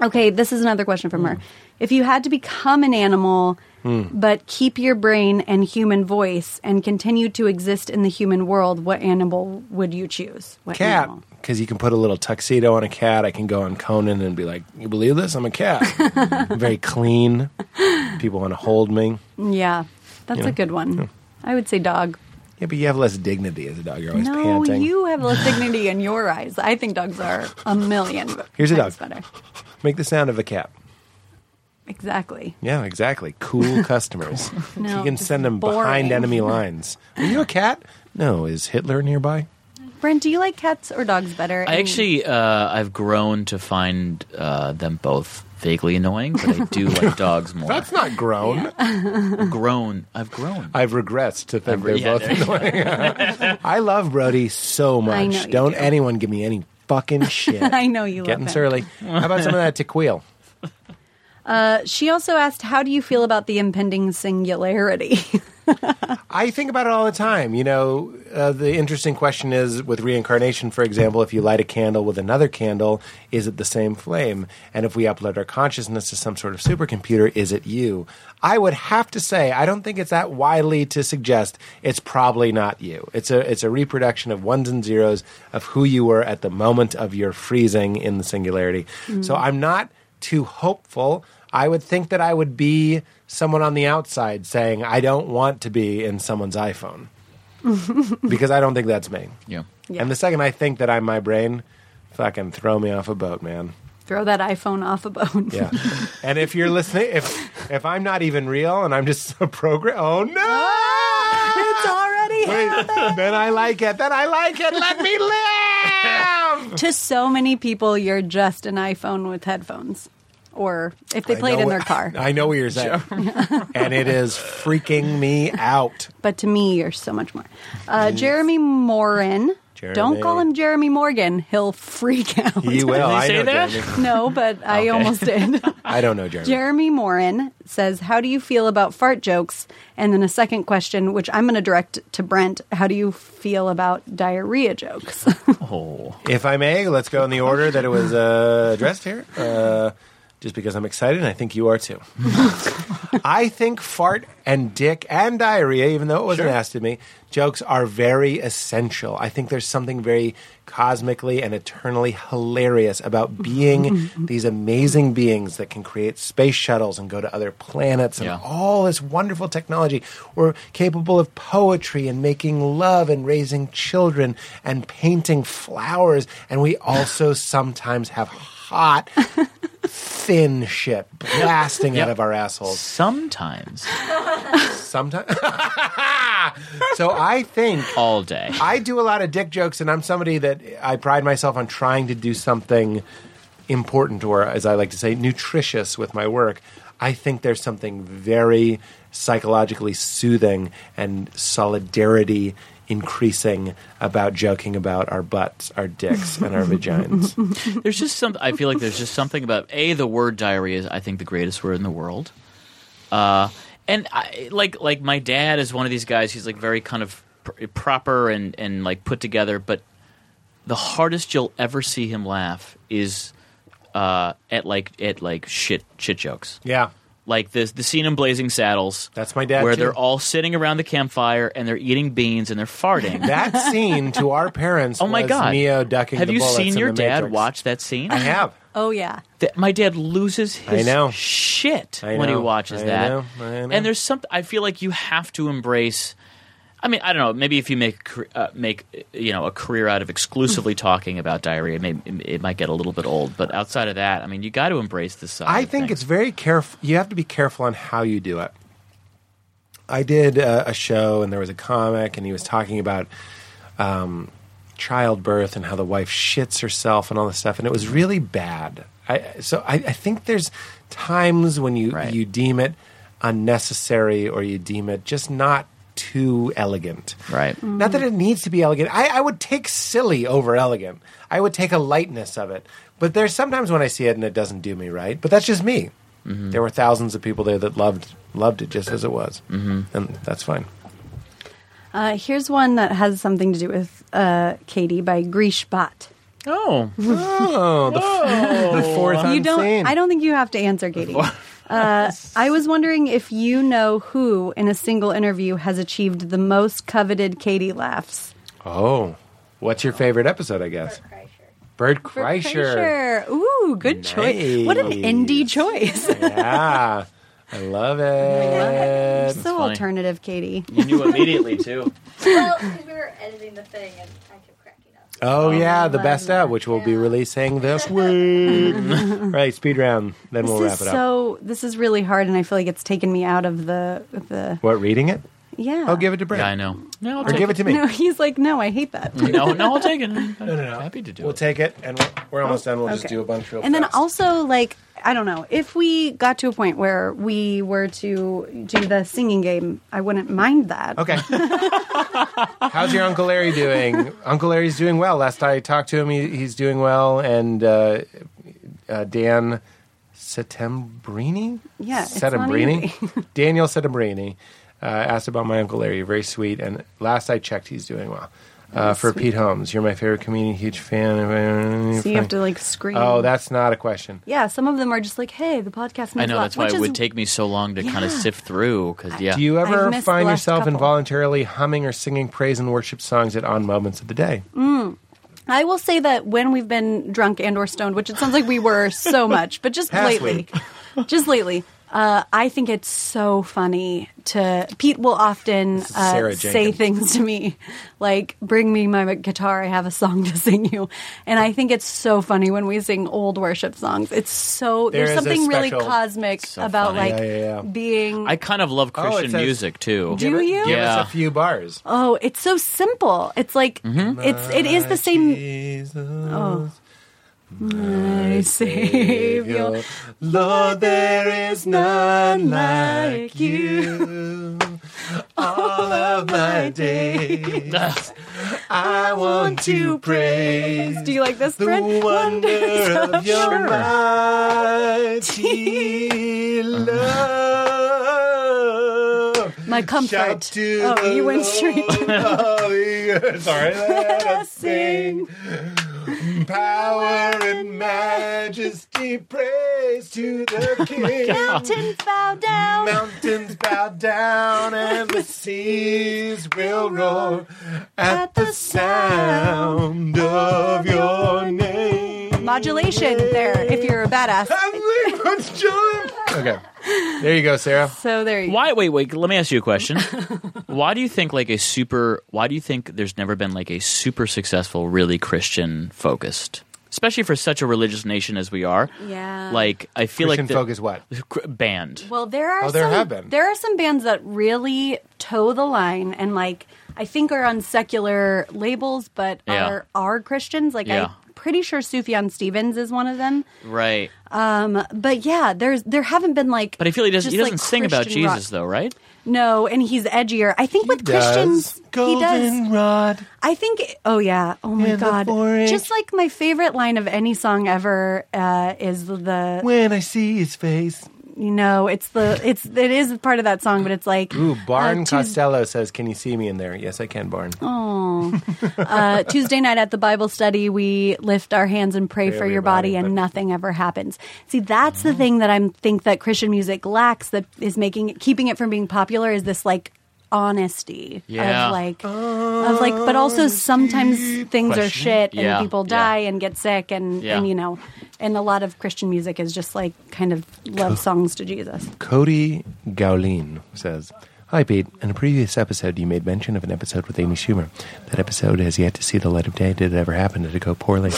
[SPEAKER 7] Yeah.
[SPEAKER 6] Okay, this is another question from her. If you had to become an animal, but keep your brain and human voice and continue to exist in the human world, what animal would you choose? What
[SPEAKER 8] cat
[SPEAKER 6] animal?
[SPEAKER 8] because you can put a little tuxedo on a cat. I can go on Conan and be like, "You believe this? I'm a cat. I'm very clean. People want to hold me."
[SPEAKER 6] Yeah, that's a good one. I would say dog.
[SPEAKER 8] Yeah, but you have less dignity as a dog. You're always
[SPEAKER 6] no,
[SPEAKER 8] panting.
[SPEAKER 6] you have less dignity in your eyes. I think dogs are a million.
[SPEAKER 8] Here's a
[SPEAKER 6] times
[SPEAKER 8] dog.
[SPEAKER 6] Better.
[SPEAKER 8] Make the sound of a cat.
[SPEAKER 6] Exactly.
[SPEAKER 8] Yeah, exactly. Cool customers.
[SPEAKER 6] No,
[SPEAKER 8] you can
[SPEAKER 6] this
[SPEAKER 8] send
[SPEAKER 6] is
[SPEAKER 8] them
[SPEAKER 6] boring.
[SPEAKER 8] behind enemy lines. Are you a cat? No. Is Hitler nearby?
[SPEAKER 6] Brent, do you like cats or dogs better?
[SPEAKER 7] I
[SPEAKER 6] And-
[SPEAKER 7] actually uh, I've grown to find uh, them both vaguely annoying, but I do like dogs more.
[SPEAKER 8] That's not grown.
[SPEAKER 7] grown. I've grown.
[SPEAKER 8] I've regressed to think they're
[SPEAKER 7] yeah,
[SPEAKER 8] both annoying. I love Brody so much.
[SPEAKER 6] I know you
[SPEAKER 8] Don't
[SPEAKER 6] do.
[SPEAKER 8] anyone give me any fucking shit.
[SPEAKER 6] I know you
[SPEAKER 8] Getting
[SPEAKER 6] love him.
[SPEAKER 8] surly. How about some of that tequila?
[SPEAKER 6] She also asked, "How do you feel about the impending singularity?"
[SPEAKER 8] I think about it all the time. You know, uh, the interesting question is with reincarnation, for example, if you light a candle with another candle, is it the same flame? And if we upload our consciousness to some sort of supercomputer, is it you? I would have to say, I don't think it's that widely to suggest it's probably not you. It's a it's a reproduction of ones and zeros of who you were at the moment of your freezing in the singularity. So I'm not too hopeful. I would think that I would be someone on the outside saying, I don't want to be in someone's iPhone because I don't think that's me.
[SPEAKER 7] yeah.
[SPEAKER 6] Yeah.
[SPEAKER 3] And the second I think that I'm my brain, fucking throw me off a boat, man.
[SPEAKER 6] Throw that iPhone off a bone.
[SPEAKER 3] Yeah. and if you're listening, if if I'm not even real and I'm just a program, oh no!
[SPEAKER 6] It's already
[SPEAKER 3] Wait, then I like it. Then I like it. Let me live.
[SPEAKER 6] to so many people, you're just an iPhone with headphones, or if they
[SPEAKER 3] I
[SPEAKER 6] played
[SPEAKER 3] know
[SPEAKER 6] in
[SPEAKER 3] what-
[SPEAKER 6] their car.
[SPEAKER 3] I know what you're saying, and it is freaking me out.
[SPEAKER 6] But to me, you're so much more. Uh, Jeremy Morin. Don't
[SPEAKER 3] Jeremy.
[SPEAKER 6] call him Jeremy Morgan. He'll freak out.
[SPEAKER 3] He will.
[SPEAKER 7] he
[SPEAKER 3] I
[SPEAKER 7] say
[SPEAKER 3] know
[SPEAKER 7] that?
[SPEAKER 3] Jeremy.
[SPEAKER 6] no, but I
[SPEAKER 7] Okay.
[SPEAKER 6] almost did.
[SPEAKER 3] I don't know Jeremy.
[SPEAKER 6] Jeremy Morin says, How do you feel about fart jokes? And then a second question, which I'm going to direct to Brent How do you feel about diarrhea jokes?
[SPEAKER 7] Oh,
[SPEAKER 3] If I may, let's go in the order that it was uh, addressed here. Uh, just because I'm excited, and I think you are too. I think fart and dick and diarrhea, even though it wasn't asked of me, jokes are very essential. I think there's something very cosmically and eternally hilarious about being these amazing beings that can create space shuttles and go to other planets and
[SPEAKER 7] Yeah.
[SPEAKER 3] all this wonderful technology. We're capable of poetry and making love and raising children and painting flowers. And we also sometimes have hot, thin shit blasting out
[SPEAKER 7] Yep.
[SPEAKER 3] of our assholes
[SPEAKER 7] Sometimes,
[SPEAKER 3] sometimes. so I think
[SPEAKER 7] all day.
[SPEAKER 3] I do a lot of dick jokes, and I'm somebody that I pride myself on trying to do something important, or as I like to say, nutritious with my work. I think there's something very psychologically soothing and solidarity increasing about joking about our butts, our dicks, and our vaginas.
[SPEAKER 7] There's just some. I feel like there's just something about a the word diarrhea is I think the greatest word in the world. Uh, and I like like my dad is one of these guys. He's like very kind of pr- proper and and like put together. But the hardest you'll ever see him laugh is uh, at like at like shit shit jokes.
[SPEAKER 3] Yeah.
[SPEAKER 7] Like the the scene in Blazing Saddles.
[SPEAKER 3] That's my dad,
[SPEAKER 7] Where
[SPEAKER 3] too.
[SPEAKER 7] they're all sitting around the campfire and they're eating beans and they're farting.
[SPEAKER 3] That scene to our parents
[SPEAKER 7] oh my
[SPEAKER 3] was
[SPEAKER 7] god!
[SPEAKER 3] Neo ducking
[SPEAKER 7] Have
[SPEAKER 3] the
[SPEAKER 7] you
[SPEAKER 3] bullets
[SPEAKER 7] seen
[SPEAKER 3] in
[SPEAKER 7] your
[SPEAKER 3] The
[SPEAKER 7] dad
[SPEAKER 3] Matrix.
[SPEAKER 7] watch that scene?
[SPEAKER 3] I have.
[SPEAKER 6] oh, yeah.
[SPEAKER 7] that my dad loses his
[SPEAKER 3] I know.
[SPEAKER 7] shit
[SPEAKER 3] I
[SPEAKER 7] when he
[SPEAKER 3] know.
[SPEAKER 7] watches
[SPEAKER 3] I
[SPEAKER 7] that.
[SPEAKER 3] know. I know.
[SPEAKER 7] And there's some. I feel like you have to embrace. I mean, I don't know. Maybe if you make a car- uh, make uh, you know a career out of exclusively talking about diarrhea, maybe it might get a little bit old. But outside of that, I mean, you got to embrace this side.
[SPEAKER 3] I
[SPEAKER 7] of
[SPEAKER 3] think
[SPEAKER 7] things.
[SPEAKER 3] it's very careful. You have to be careful on how you do it. I did uh, a show, and there was a comic, and he was talking about um, childbirth and how the wife shits herself and all this stuff, and it was really bad. I, so I, I think there's times when you
[SPEAKER 7] Right.
[SPEAKER 3] you deem it unnecessary or you deem it just not too elegant.
[SPEAKER 7] Right.
[SPEAKER 3] Not that it needs to be elegant. I, I would take silly over elegant. I would take a lightness of it. But there's sometimes when I see it and it doesn't do me right. But that's just me. There were thousands of people there that loved loved it just as it was, mm-hmm. and that's fine.
[SPEAKER 6] Uh, here's one that has something to do with uh, Katie by Grish Bot.
[SPEAKER 7] oh,
[SPEAKER 3] Oh, the, f- the fourth
[SPEAKER 6] You don't.
[SPEAKER 3] unseen.
[SPEAKER 6] I don't think you have to answer, Katie. Uh, I was wondering if you know who in a single interview has achieved the most coveted Katie laughs.
[SPEAKER 3] Oh, what's your favorite episode? I guess Bert
[SPEAKER 6] Bert
[SPEAKER 3] Kreischer.
[SPEAKER 6] Kreischer. Ooh, good choice. What an indie choice.
[SPEAKER 3] yeah, I love it.
[SPEAKER 6] so
[SPEAKER 7] funny.
[SPEAKER 6] alternative, Katie.
[SPEAKER 7] you knew immediately too.
[SPEAKER 9] Well, 'cause we were editing the thing and I kept cracking up.
[SPEAKER 3] Oh yeah, the best of which we'll be releasing this week. right, speed round. Then
[SPEAKER 6] This
[SPEAKER 3] we'll
[SPEAKER 6] is
[SPEAKER 3] wrap it up.
[SPEAKER 6] so. This is really hard, and I feel like it's taken me out of the the.
[SPEAKER 3] What, reading it?
[SPEAKER 6] Yeah.
[SPEAKER 3] I'll Oh, give it to Brent.
[SPEAKER 7] Yeah, I know. No, I'll
[SPEAKER 3] Or
[SPEAKER 7] take
[SPEAKER 3] give it to me. Mm.
[SPEAKER 6] No, he's like, no, I hate that.
[SPEAKER 7] No, no, I'll take it. No, no,
[SPEAKER 3] no.
[SPEAKER 7] Happy to do
[SPEAKER 3] We'll
[SPEAKER 7] it.
[SPEAKER 3] take it, and we're, we're almost done. We'll just
[SPEAKER 6] Okay.
[SPEAKER 3] do a bunch real
[SPEAKER 6] and then
[SPEAKER 3] fast.
[SPEAKER 6] also like i don't know if we got to a point where we were to do the singing game i wouldn't mind that
[SPEAKER 3] Okay. How's your Uncle Larry doing? Uncle Larry's doing well. Last I talked to him, he, he's doing well. And uh, uh, Dan Settembrini?
[SPEAKER 6] Yeah, it's not
[SPEAKER 3] Settembrini? Daniel Settembrini uh, asked about my Uncle Larry. You're very sweet. And last I checked, he's doing well. Uh, for Pete Holmes, you're my favorite comedian, huge fan. uh,
[SPEAKER 6] so you have to like scream
[SPEAKER 3] Oh, that's not a question.
[SPEAKER 6] yeah some of them are just like hey the podcast
[SPEAKER 7] I
[SPEAKER 6] means a
[SPEAKER 7] know
[SPEAKER 6] lot,
[SPEAKER 7] that's why
[SPEAKER 6] which
[SPEAKER 7] it
[SPEAKER 6] is-
[SPEAKER 7] would take me so long to kind
[SPEAKER 6] Yeah.
[SPEAKER 7] of sift through because yeah,
[SPEAKER 3] Do you ever
[SPEAKER 6] I've missed
[SPEAKER 3] find
[SPEAKER 6] the last
[SPEAKER 3] yourself
[SPEAKER 6] couple.
[SPEAKER 3] involuntarily humming or singing praise and worship songs at on moments of the day?
[SPEAKER 6] i will say that when we've been drunk and or stoned which it sounds like we were so much but just
[SPEAKER 3] Past
[SPEAKER 6] lately just lately Uh, I think it's so funny to Pete will often uh,
[SPEAKER 8] Sarah
[SPEAKER 6] say
[SPEAKER 8] Jenkins.
[SPEAKER 6] things to me like "Bring me my guitar, I have a song to sing you," and I think it's so funny when we sing old worship songs. It's so
[SPEAKER 8] There
[SPEAKER 6] there's
[SPEAKER 8] is a
[SPEAKER 6] something really
[SPEAKER 8] special-
[SPEAKER 6] cosmic
[SPEAKER 7] So
[SPEAKER 6] about
[SPEAKER 7] funny.
[SPEAKER 6] like
[SPEAKER 8] Yeah, yeah, yeah.
[SPEAKER 6] being.
[SPEAKER 7] I kind of love Christian
[SPEAKER 8] Oh, says-
[SPEAKER 7] music too.
[SPEAKER 6] Do you?
[SPEAKER 8] Give
[SPEAKER 7] Yeah.
[SPEAKER 8] us a few bars.
[SPEAKER 6] Oh, it's so simple. It's like
[SPEAKER 8] Mm-hmm.
[SPEAKER 6] it's it is the same. Oh. My Savior,
[SPEAKER 8] Lord, there is none
[SPEAKER 6] like
[SPEAKER 8] like you. All of my days, I want to praise
[SPEAKER 6] Do you like this,
[SPEAKER 8] the
[SPEAKER 6] Brent? Wonders
[SPEAKER 8] wonder of your
[SPEAKER 6] Sure.
[SPEAKER 8] mighty love.
[SPEAKER 6] My comfort.
[SPEAKER 8] Shout to
[SPEAKER 6] oh,
[SPEAKER 8] the
[SPEAKER 6] you went straight.
[SPEAKER 8] Lord of the earth. Sorry, let us
[SPEAKER 6] Sing.
[SPEAKER 8] sing. Power and majesty, praise to the King.
[SPEAKER 6] Mountains bow down.
[SPEAKER 8] Mountains bow down and the seas will roar at the sound of your name.
[SPEAKER 6] Modulation there. If you're a badass.
[SPEAKER 8] Okay, there you go, Sarah.
[SPEAKER 6] So there you.
[SPEAKER 7] Why? Wait, wait. Let me ask you a question. why do you think like a super? Why do you think there's never been like a super successful, really Christian focused, especially for such a religious nation as we are?
[SPEAKER 6] Yeah.
[SPEAKER 7] Like I feel
[SPEAKER 8] Christian
[SPEAKER 7] like the,
[SPEAKER 8] folk is what?
[SPEAKER 7] cr- band.
[SPEAKER 6] Well, there are
[SPEAKER 8] Oh, there
[SPEAKER 6] some,
[SPEAKER 8] have been.
[SPEAKER 6] there are some bands that really toe the line and like I think are on secular labels, but
[SPEAKER 7] Yeah.
[SPEAKER 6] are are Christians. Like
[SPEAKER 7] Yeah.
[SPEAKER 6] I'm pretty sure Sufjan Stevens is one of them.
[SPEAKER 7] Right.
[SPEAKER 6] But yeah, there's there haven't been like.
[SPEAKER 7] But I feel he doesn't.
[SPEAKER 6] just,
[SPEAKER 7] He doesn't
[SPEAKER 6] like,
[SPEAKER 7] sing about
[SPEAKER 6] Christian rock.
[SPEAKER 7] Jesus though, right?
[SPEAKER 6] No, and he's edgier. I think with Christians, he does.
[SPEAKER 8] Goldenrod.
[SPEAKER 6] I think. Oh yeah. Oh my
[SPEAKER 8] In the
[SPEAKER 6] god.
[SPEAKER 8] forest.
[SPEAKER 6] Just like my favorite line of any song ever uh, is the
[SPEAKER 8] When I see his face.
[SPEAKER 6] you know it's the it's it is part of that song, but it's like
[SPEAKER 8] Ooh, Barn
[SPEAKER 6] uh, Tues-
[SPEAKER 8] Costello says, "Can you see me in there?" Yes, I can, Barn.
[SPEAKER 6] Oh. uh, Tuesday night at the Bible study, we lift our hands and pray
[SPEAKER 8] Pray
[SPEAKER 6] for
[SPEAKER 8] over
[SPEAKER 6] your
[SPEAKER 8] your
[SPEAKER 6] body,
[SPEAKER 8] body,
[SPEAKER 6] and
[SPEAKER 8] but-
[SPEAKER 6] nothing ever happens. See, that's the thing that I am think that Christian music lacks that is making keeping it from being popular is this like honesty
[SPEAKER 7] Yeah.
[SPEAKER 6] of like of like but also sometimes things are
[SPEAKER 7] Question.
[SPEAKER 6] shit and
[SPEAKER 7] Yeah,
[SPEAKER 6] people
[SPEAKER 7] yeah.
[SPEAKER 6] die and get sick and
[SPEAKER 7] Yeah.
[SPEAKER 6] and you know and a lot of Christian music is just like kind of love songs to Jesus.
[SPEAKER 8] Cody Gowlin says, Hi, Pete. In a previous episode, you made mention of an episode with Amy Schumer. That episode has yet to see the light of day. Did it ever happen? Did it go poorly?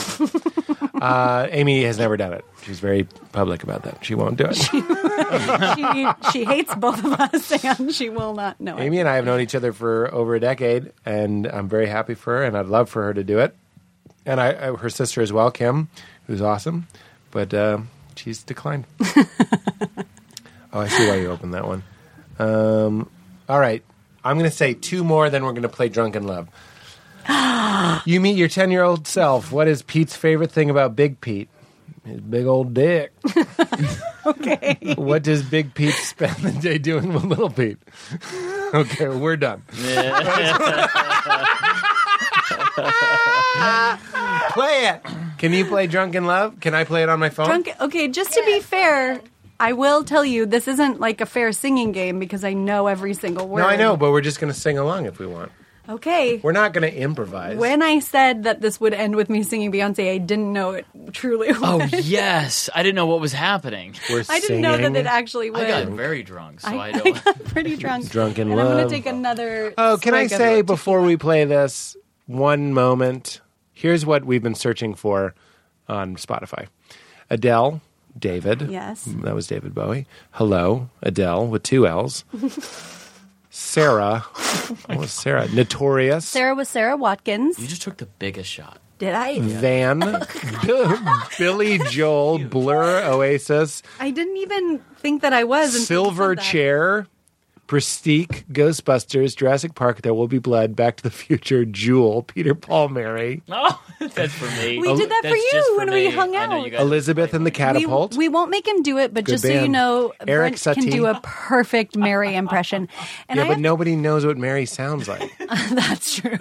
[SPEAKER 8] uh, Amy has never done it. She's very public about that. She won't do it.
[SPEAKER 6] she she hates both of us and she will not know it.
[SPEAKER 8] Amy and I have known each other for over a decade, and I'm very happy for her, and I'd love for her to do it. And I, I her sister as well, Kim, who's awesome, but uh, she's declined. oh, I see why you opened that one. Um, all right, I'm going to say two more, then we're going to play Drunken Love. you meet your 10 year old self. What is Pete's favorite thing about Big Pete? His big old dick. okay. What does Big Pete spend the day doing with Little Pete? Okay, we're done. play it. Can you play Drunken Love? Can I play it on my phone?
[SPEAKER 6] Drunk. Okay, just to be fair, I will tell you this isn't like a fair singing game because I know every single word.
[SPEAKER 8] no, I know, but we're just going to sing along if we want.
[SPEAKER 6] Okay.
[SPEAKER 8] We're not going to improvise.
[SPEAKER 6] when I said that this would end with me singing Beyonce, I didn't know it truly would.
[SPEAKER 7] Oh yes, I didn't know what was happening.
[SPEAKER 8] we're
[SPEAKER 6] I didn't know that
[SPEAKER 8] singing.
[SPEAKER 6] it actually would.
[SPEAKER 7] I got very drunk, so I,
[SPEAKER 6] I
[SPEAKER 7] don't.
[SPEAKER 6] got pretty drunk.
[SPEAKER 8] Drunk in
[SPEAKER 6] and I'm gonna
[SPEAKER 8] love.
[SPEAKER 6] take another.
[SPEAKER 8] Oh, can I
[SPEAKER 6] swig of
[SPEAKER 8] say
[SPEAKER 6] it.
[SPEAKER 8] before we play this one moment? Here's what we've been searching for on Spotify Adele, David.
[SPEAKER 6] Yes.
[SPEAKER 8] That was David Bowie. Hello, Adele with two L's. Sarah. what was Sarah? Notorious.
[SPEAKER 6] Oh Sarah was Sarah
[SPEAKER 7] you Mm.
[SPEAKER 6] Watkins.
[SPEAKER 7] just took the biggest shot.
[SPEAKER 6] Did I?
[SPEAKER 8] Van. Billy Joel, Blur, Oasis,
[SPEAKER 6] I didn't even think that I was. until you
[SPEAKER 8] Silver
[SPEAKER 6] said that.
[SPEAKER 8] Chair. Prestique, Ghostbusters, Jurassic Park, There Will Be Blood, Back to the Future, Jewel, Peter Paul, Mary,
[SPEAKER 7] Oh, that's for me.
[SPEAKER 6] We did that for
[SPEAKER 7] That's just
[SPEAKER 6] you when we
[SPEAKER 7] me.
[SPEAKER 6] hung
[SPEAKER 7] I know
[SPEAKER 6] out.
[SPEAKER 7] you guys-
[SPEAKER 8] Elizabeth and the
[SPEAKER 6] We,
[SPEAKER 8] Catapult.
[SPEAKER 6] we won't make him do it, but
[SPEAKER 8] Good
[SPEAKER 6] just so you
[SPEAKER 8] band.
[SPEAKER 6] know,
[SPEAKER 8] Eric
[SPEAKER 6] Brent can
[SPEAKER 8] Satie.
[SPEAKER 6] do a perfect Mary impression. And I
[SPEAKER 8] yeah, but
[SPEAKER 6] have-
[SPEAKER 8] nobody knows what Mary sounds like.
[SPEAKER 6] that's true.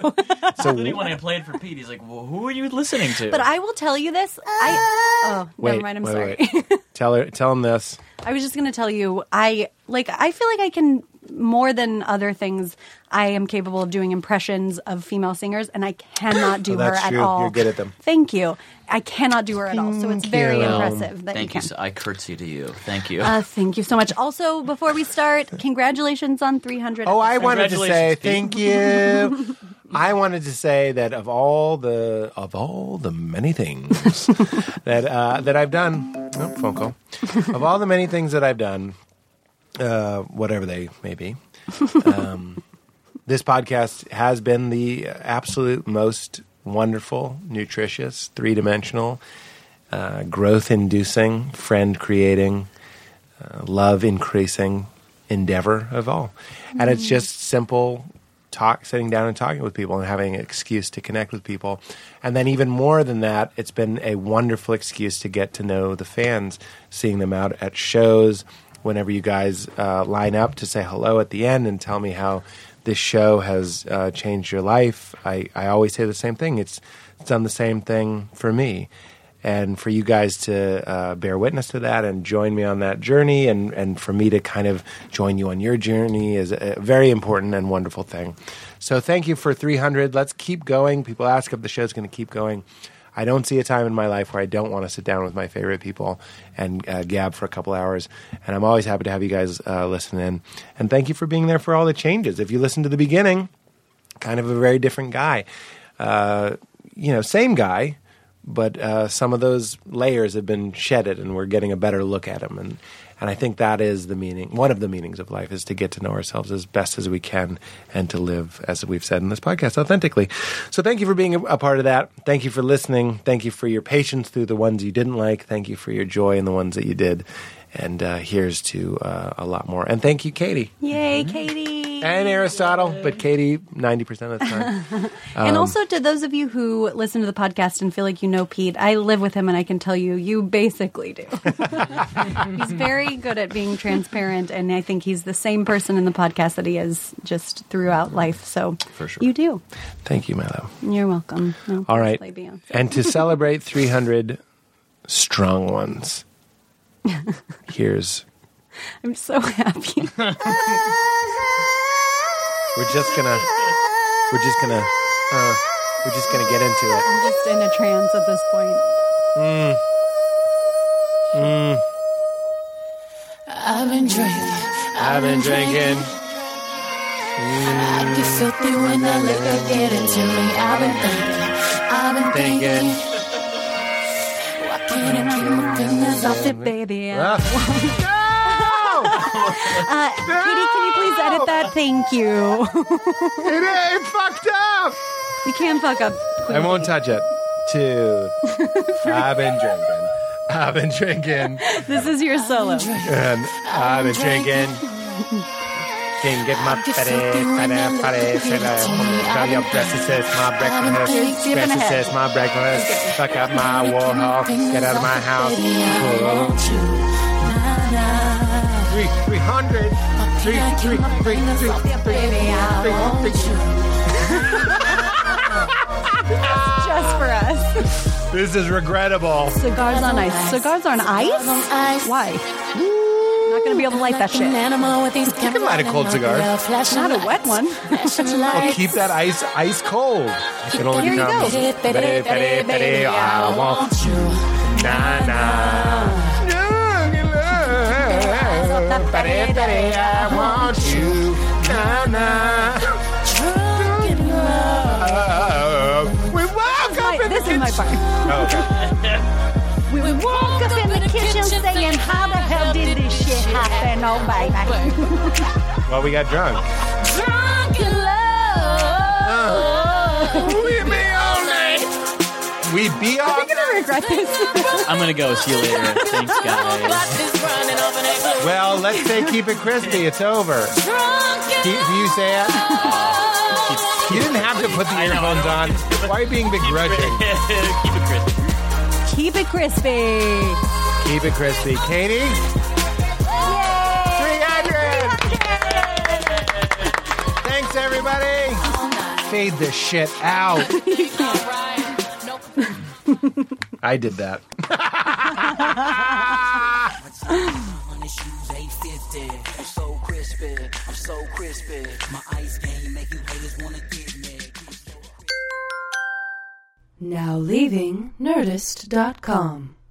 [SPEAKER 8] So
[SPEAKER 7] Then when I played for Pete, he's like, well, "Who are you listening to?"
[SPEAKER 6] But I will tell you this. I, oh,
[SPEAKER 8] wait,
[SPEAKER 6] never mind. I'm
[SPEAKER 8] wait,
[SPEAKER 6] sorry.
[SPEAKER 8] wait. tell her, tell him this.
[SPEAKER 6] I was just going to tell you, I like. I feel like I can more than other things. I am capable of doing impressions of female singers, and I cannot do
[SPEAKER 8] Oh,
[SPEAKER 6] her
[SPEAKER 8] that's
[SPEAKER 6] at
[SPEAKER 8] true.
[SPEAKER 6] all.
[SPEAKER 8] You're good at them.
[SPEAKER 6] Thank you. I cannot do her at all, so it's very
[SPEAKER 8] you.
[SPEAKER 6] impressive that
[SPEAKER 7] Thank
[SPEAKER 6] you
[SPEAKER 7] you.
[SPEAKER 6] can.
[SPEAKER 7] so- I curtsy to you. Thank you.
[SPEAKER 6] uh, thank you so much. Also, before we start, congratulations on 300.
[SPEAKER 8] Oh, I
[SPEAKER 6] episodes.
[SPEAKER 8] wanted to
[SPEAKER 7] Congratulations,
[SPEAKER 8] say
[SPEAKER 7] Pete.
[SPEAKER 8] thank you. I wanted to say that of all the of all the many things that uh, that I've done, oh, phone call. Of all the many things that I've done, uh, whatever they may be, um, this podcast has been the absolute most wonderful, nutritious, three dimensional, uh, growth inducing, friend creating, love increasing uh, endeavor of all. And it's just simple talk, sitting down and talking with people and having an excuse to connect with people. And then, even more than that, it's been a wonderful excuse to get to know the fans, seeing them out at shows. Whenever you guys uh, line up to say hello at the end and tell me how this show has uh, changed your life, I, I always say the same thing. It's, it's done the same thing for me and for you guys to uh, bear witness to that and join me on that journey and, and for me to kind of join you on your journey is a very important and wonderful thing so thank you for 300 let's keep going people ask if the show's going to keep going i don't see a time in my life where i don't want to sit down with my favorite people and uh, gab for a couple hours and i'm always happy to have you guys uh, listen in and thank you for being there for all the changes if you listen to the beginning kind of a very different guy. Uh, you know, same guy, but uh, some of those layers have been shedded, and we're getting a better look at him. And and I think that is the meaning. One of the meanings of life is to get to know ourselves as best as we can, and to live as we've said in this podcast authentically. So thank you for being a, a part of that. Thank you for listening. Thank you for your patience through the ones you didn't like. Thank you for your joy in the ones that you did. And uh, here's to uh, a lot more. And thank you, Katie
[SPEAKER 6] Yay, Katie.
[SPEAKER 8] and Aristotle, but Katie ninety percent of the time.
[SPEAKER 6] and also to those of you who listen to the podcast and feel like you know Pete, I live with him and I can tell you, you basically do. he's very good at being transparent, and I think he's the same person in the podcast that he is just throughout life. So For
[SPEAKER 7] sure.
[SPEAKER 6] you do.
[SPEAKER 8] Thank you, Milo.
[SPEAKER 6] You're welcome. No,
[SPEAKER 8] All right.
[SPEAKER 6] play Beyonce.
[SPEAKER 8] And to celebrate 300 strong ones, here's.
[SPEAKER 6] I'm so happy.
[SPEAKER 8] We're just gonna. We're just gonna. Uh, we're just gonna get into it.
[SPEAKER 6] I'm just in a trance at this point.
[SPEAKER 2] I've been drinking.
[SPEAKER 8] I've been drinking.
[SPEAKER 2] I get filthy when that liquor get into me. I've been thinking. I've been thinking. Why can't I keep my fingers off it?
[SPEAKER 6] Sit, baby. Uh,
[SPEAKER 8] Ah.
[SPEAKER 6] Katie, can you please edit that? Thank you.
[SPEAKER 8] no! It ain't fucked up!
[SPEAKER 6] you can fuck up.
[SPEAKER 8] I won't touch it. Two. I've been drinking. I've been drinking.
[SPEAKER 6] This is your solo.
[SPEAKER 8] And I've been drinking. Can get my
[SPEAKER 2] Get
[SPEAKER 8] fatty,
[SPEAKER 2] filthy when I
[SPEAKER 8] fatty,
[SPEAKER 2] look
[SPEAKER 8] fatty,
[SPEAKER 2] at
[SPEAKER 8] fatty.
[SPEAKER 2] you.
[SPEAKER 8] Tell your breakfast is my breakfast.
[SPEAKER 6] Give it a
[SPEAKER 8] Breakfast
[SPEAKER 6] head.
[SPEAKER 8] is my breakfast. Fuck up my warhol. Get out of my house.
[SPEAKER 2] Baby, I want you. Na, na.
[SPEAKER 8] Three, three hundred. Three, three, three, three,
[SPEAKER 6] Baby, I want
[SPEAKER 8] three, three.
[SPEAKER 6] just for us.
[SPEAKER 8] This is regrettable.
[SPEAKER 6] Cigars on ice. Cigars on ice?
[SPEAKER 2] Ice.
[SPEAKER 6] Why? I'm not gonna be able to light that
[SPEAKER 2] Like an
[SPEAKER 6] shit.
[SPEAKER 2] animal with these you
[SPEAKER 8] can light a cold cigar. Oh,
[SPEAKER 6] Not a wet one.
[SPEAKER 8] I'll keep that ice ice cold. It only
[SPEAKER 6] Here you
[SPEAKER 8] becomes.
[SPEAKER 6] go.
[SPEAKER 2] Baby,
[SPEAKER 8] Fatty,
[SPEAKER 2] baby,
[SPEAKER 8] fatty, I
[SPEAKER 2] baby, I
[SPEAKER 8] want
[SPEAKER 2] want you.
[SPEAKER 8] na na. Fatty, fatty, I want you. Na na.
[SPEAKER 2] Drunk in love.
[SPEAKER 8] We walk up in
[SPEAKER 6] This
[SPEAKER 8] the
[SPEAKER 6] is my part.
[SPEAKER 8] Oh, okay.
[SPEAKER 6] We walk up in the kitchen saying, How the hell did this shit happen? Oh, baby.
[SPEAKER 8] Well, we got drunk.
[SPEAKER 2] Drunk in love.
[SPEAKER 8] We be all night. We be all
[SPEAKER 6] I'm gonna
[SPEAKER 8] night.
[SPEAKER 6] regret this.
[SPEAKER 7] I'm gonna go. See you later. Thanks, guys.
[SPEAKER 8] Well, let's say keep it crispy. It's over. Do you, do you say it? You didn't have to put the
[SPEAKER 7] I know, I
[SPEAKER 8] earphones on. Why are you being begrudging?
[SPEAKER 7] Keep it crisp.
[SPEAKER 6] Keep it crispy.
[SPEAKER 8] Keep it crispy. Katie? 300! Thanks, everybody! Fade this shit out. I did that.
[SPEAKER 2] Now leaving Nerdist.com.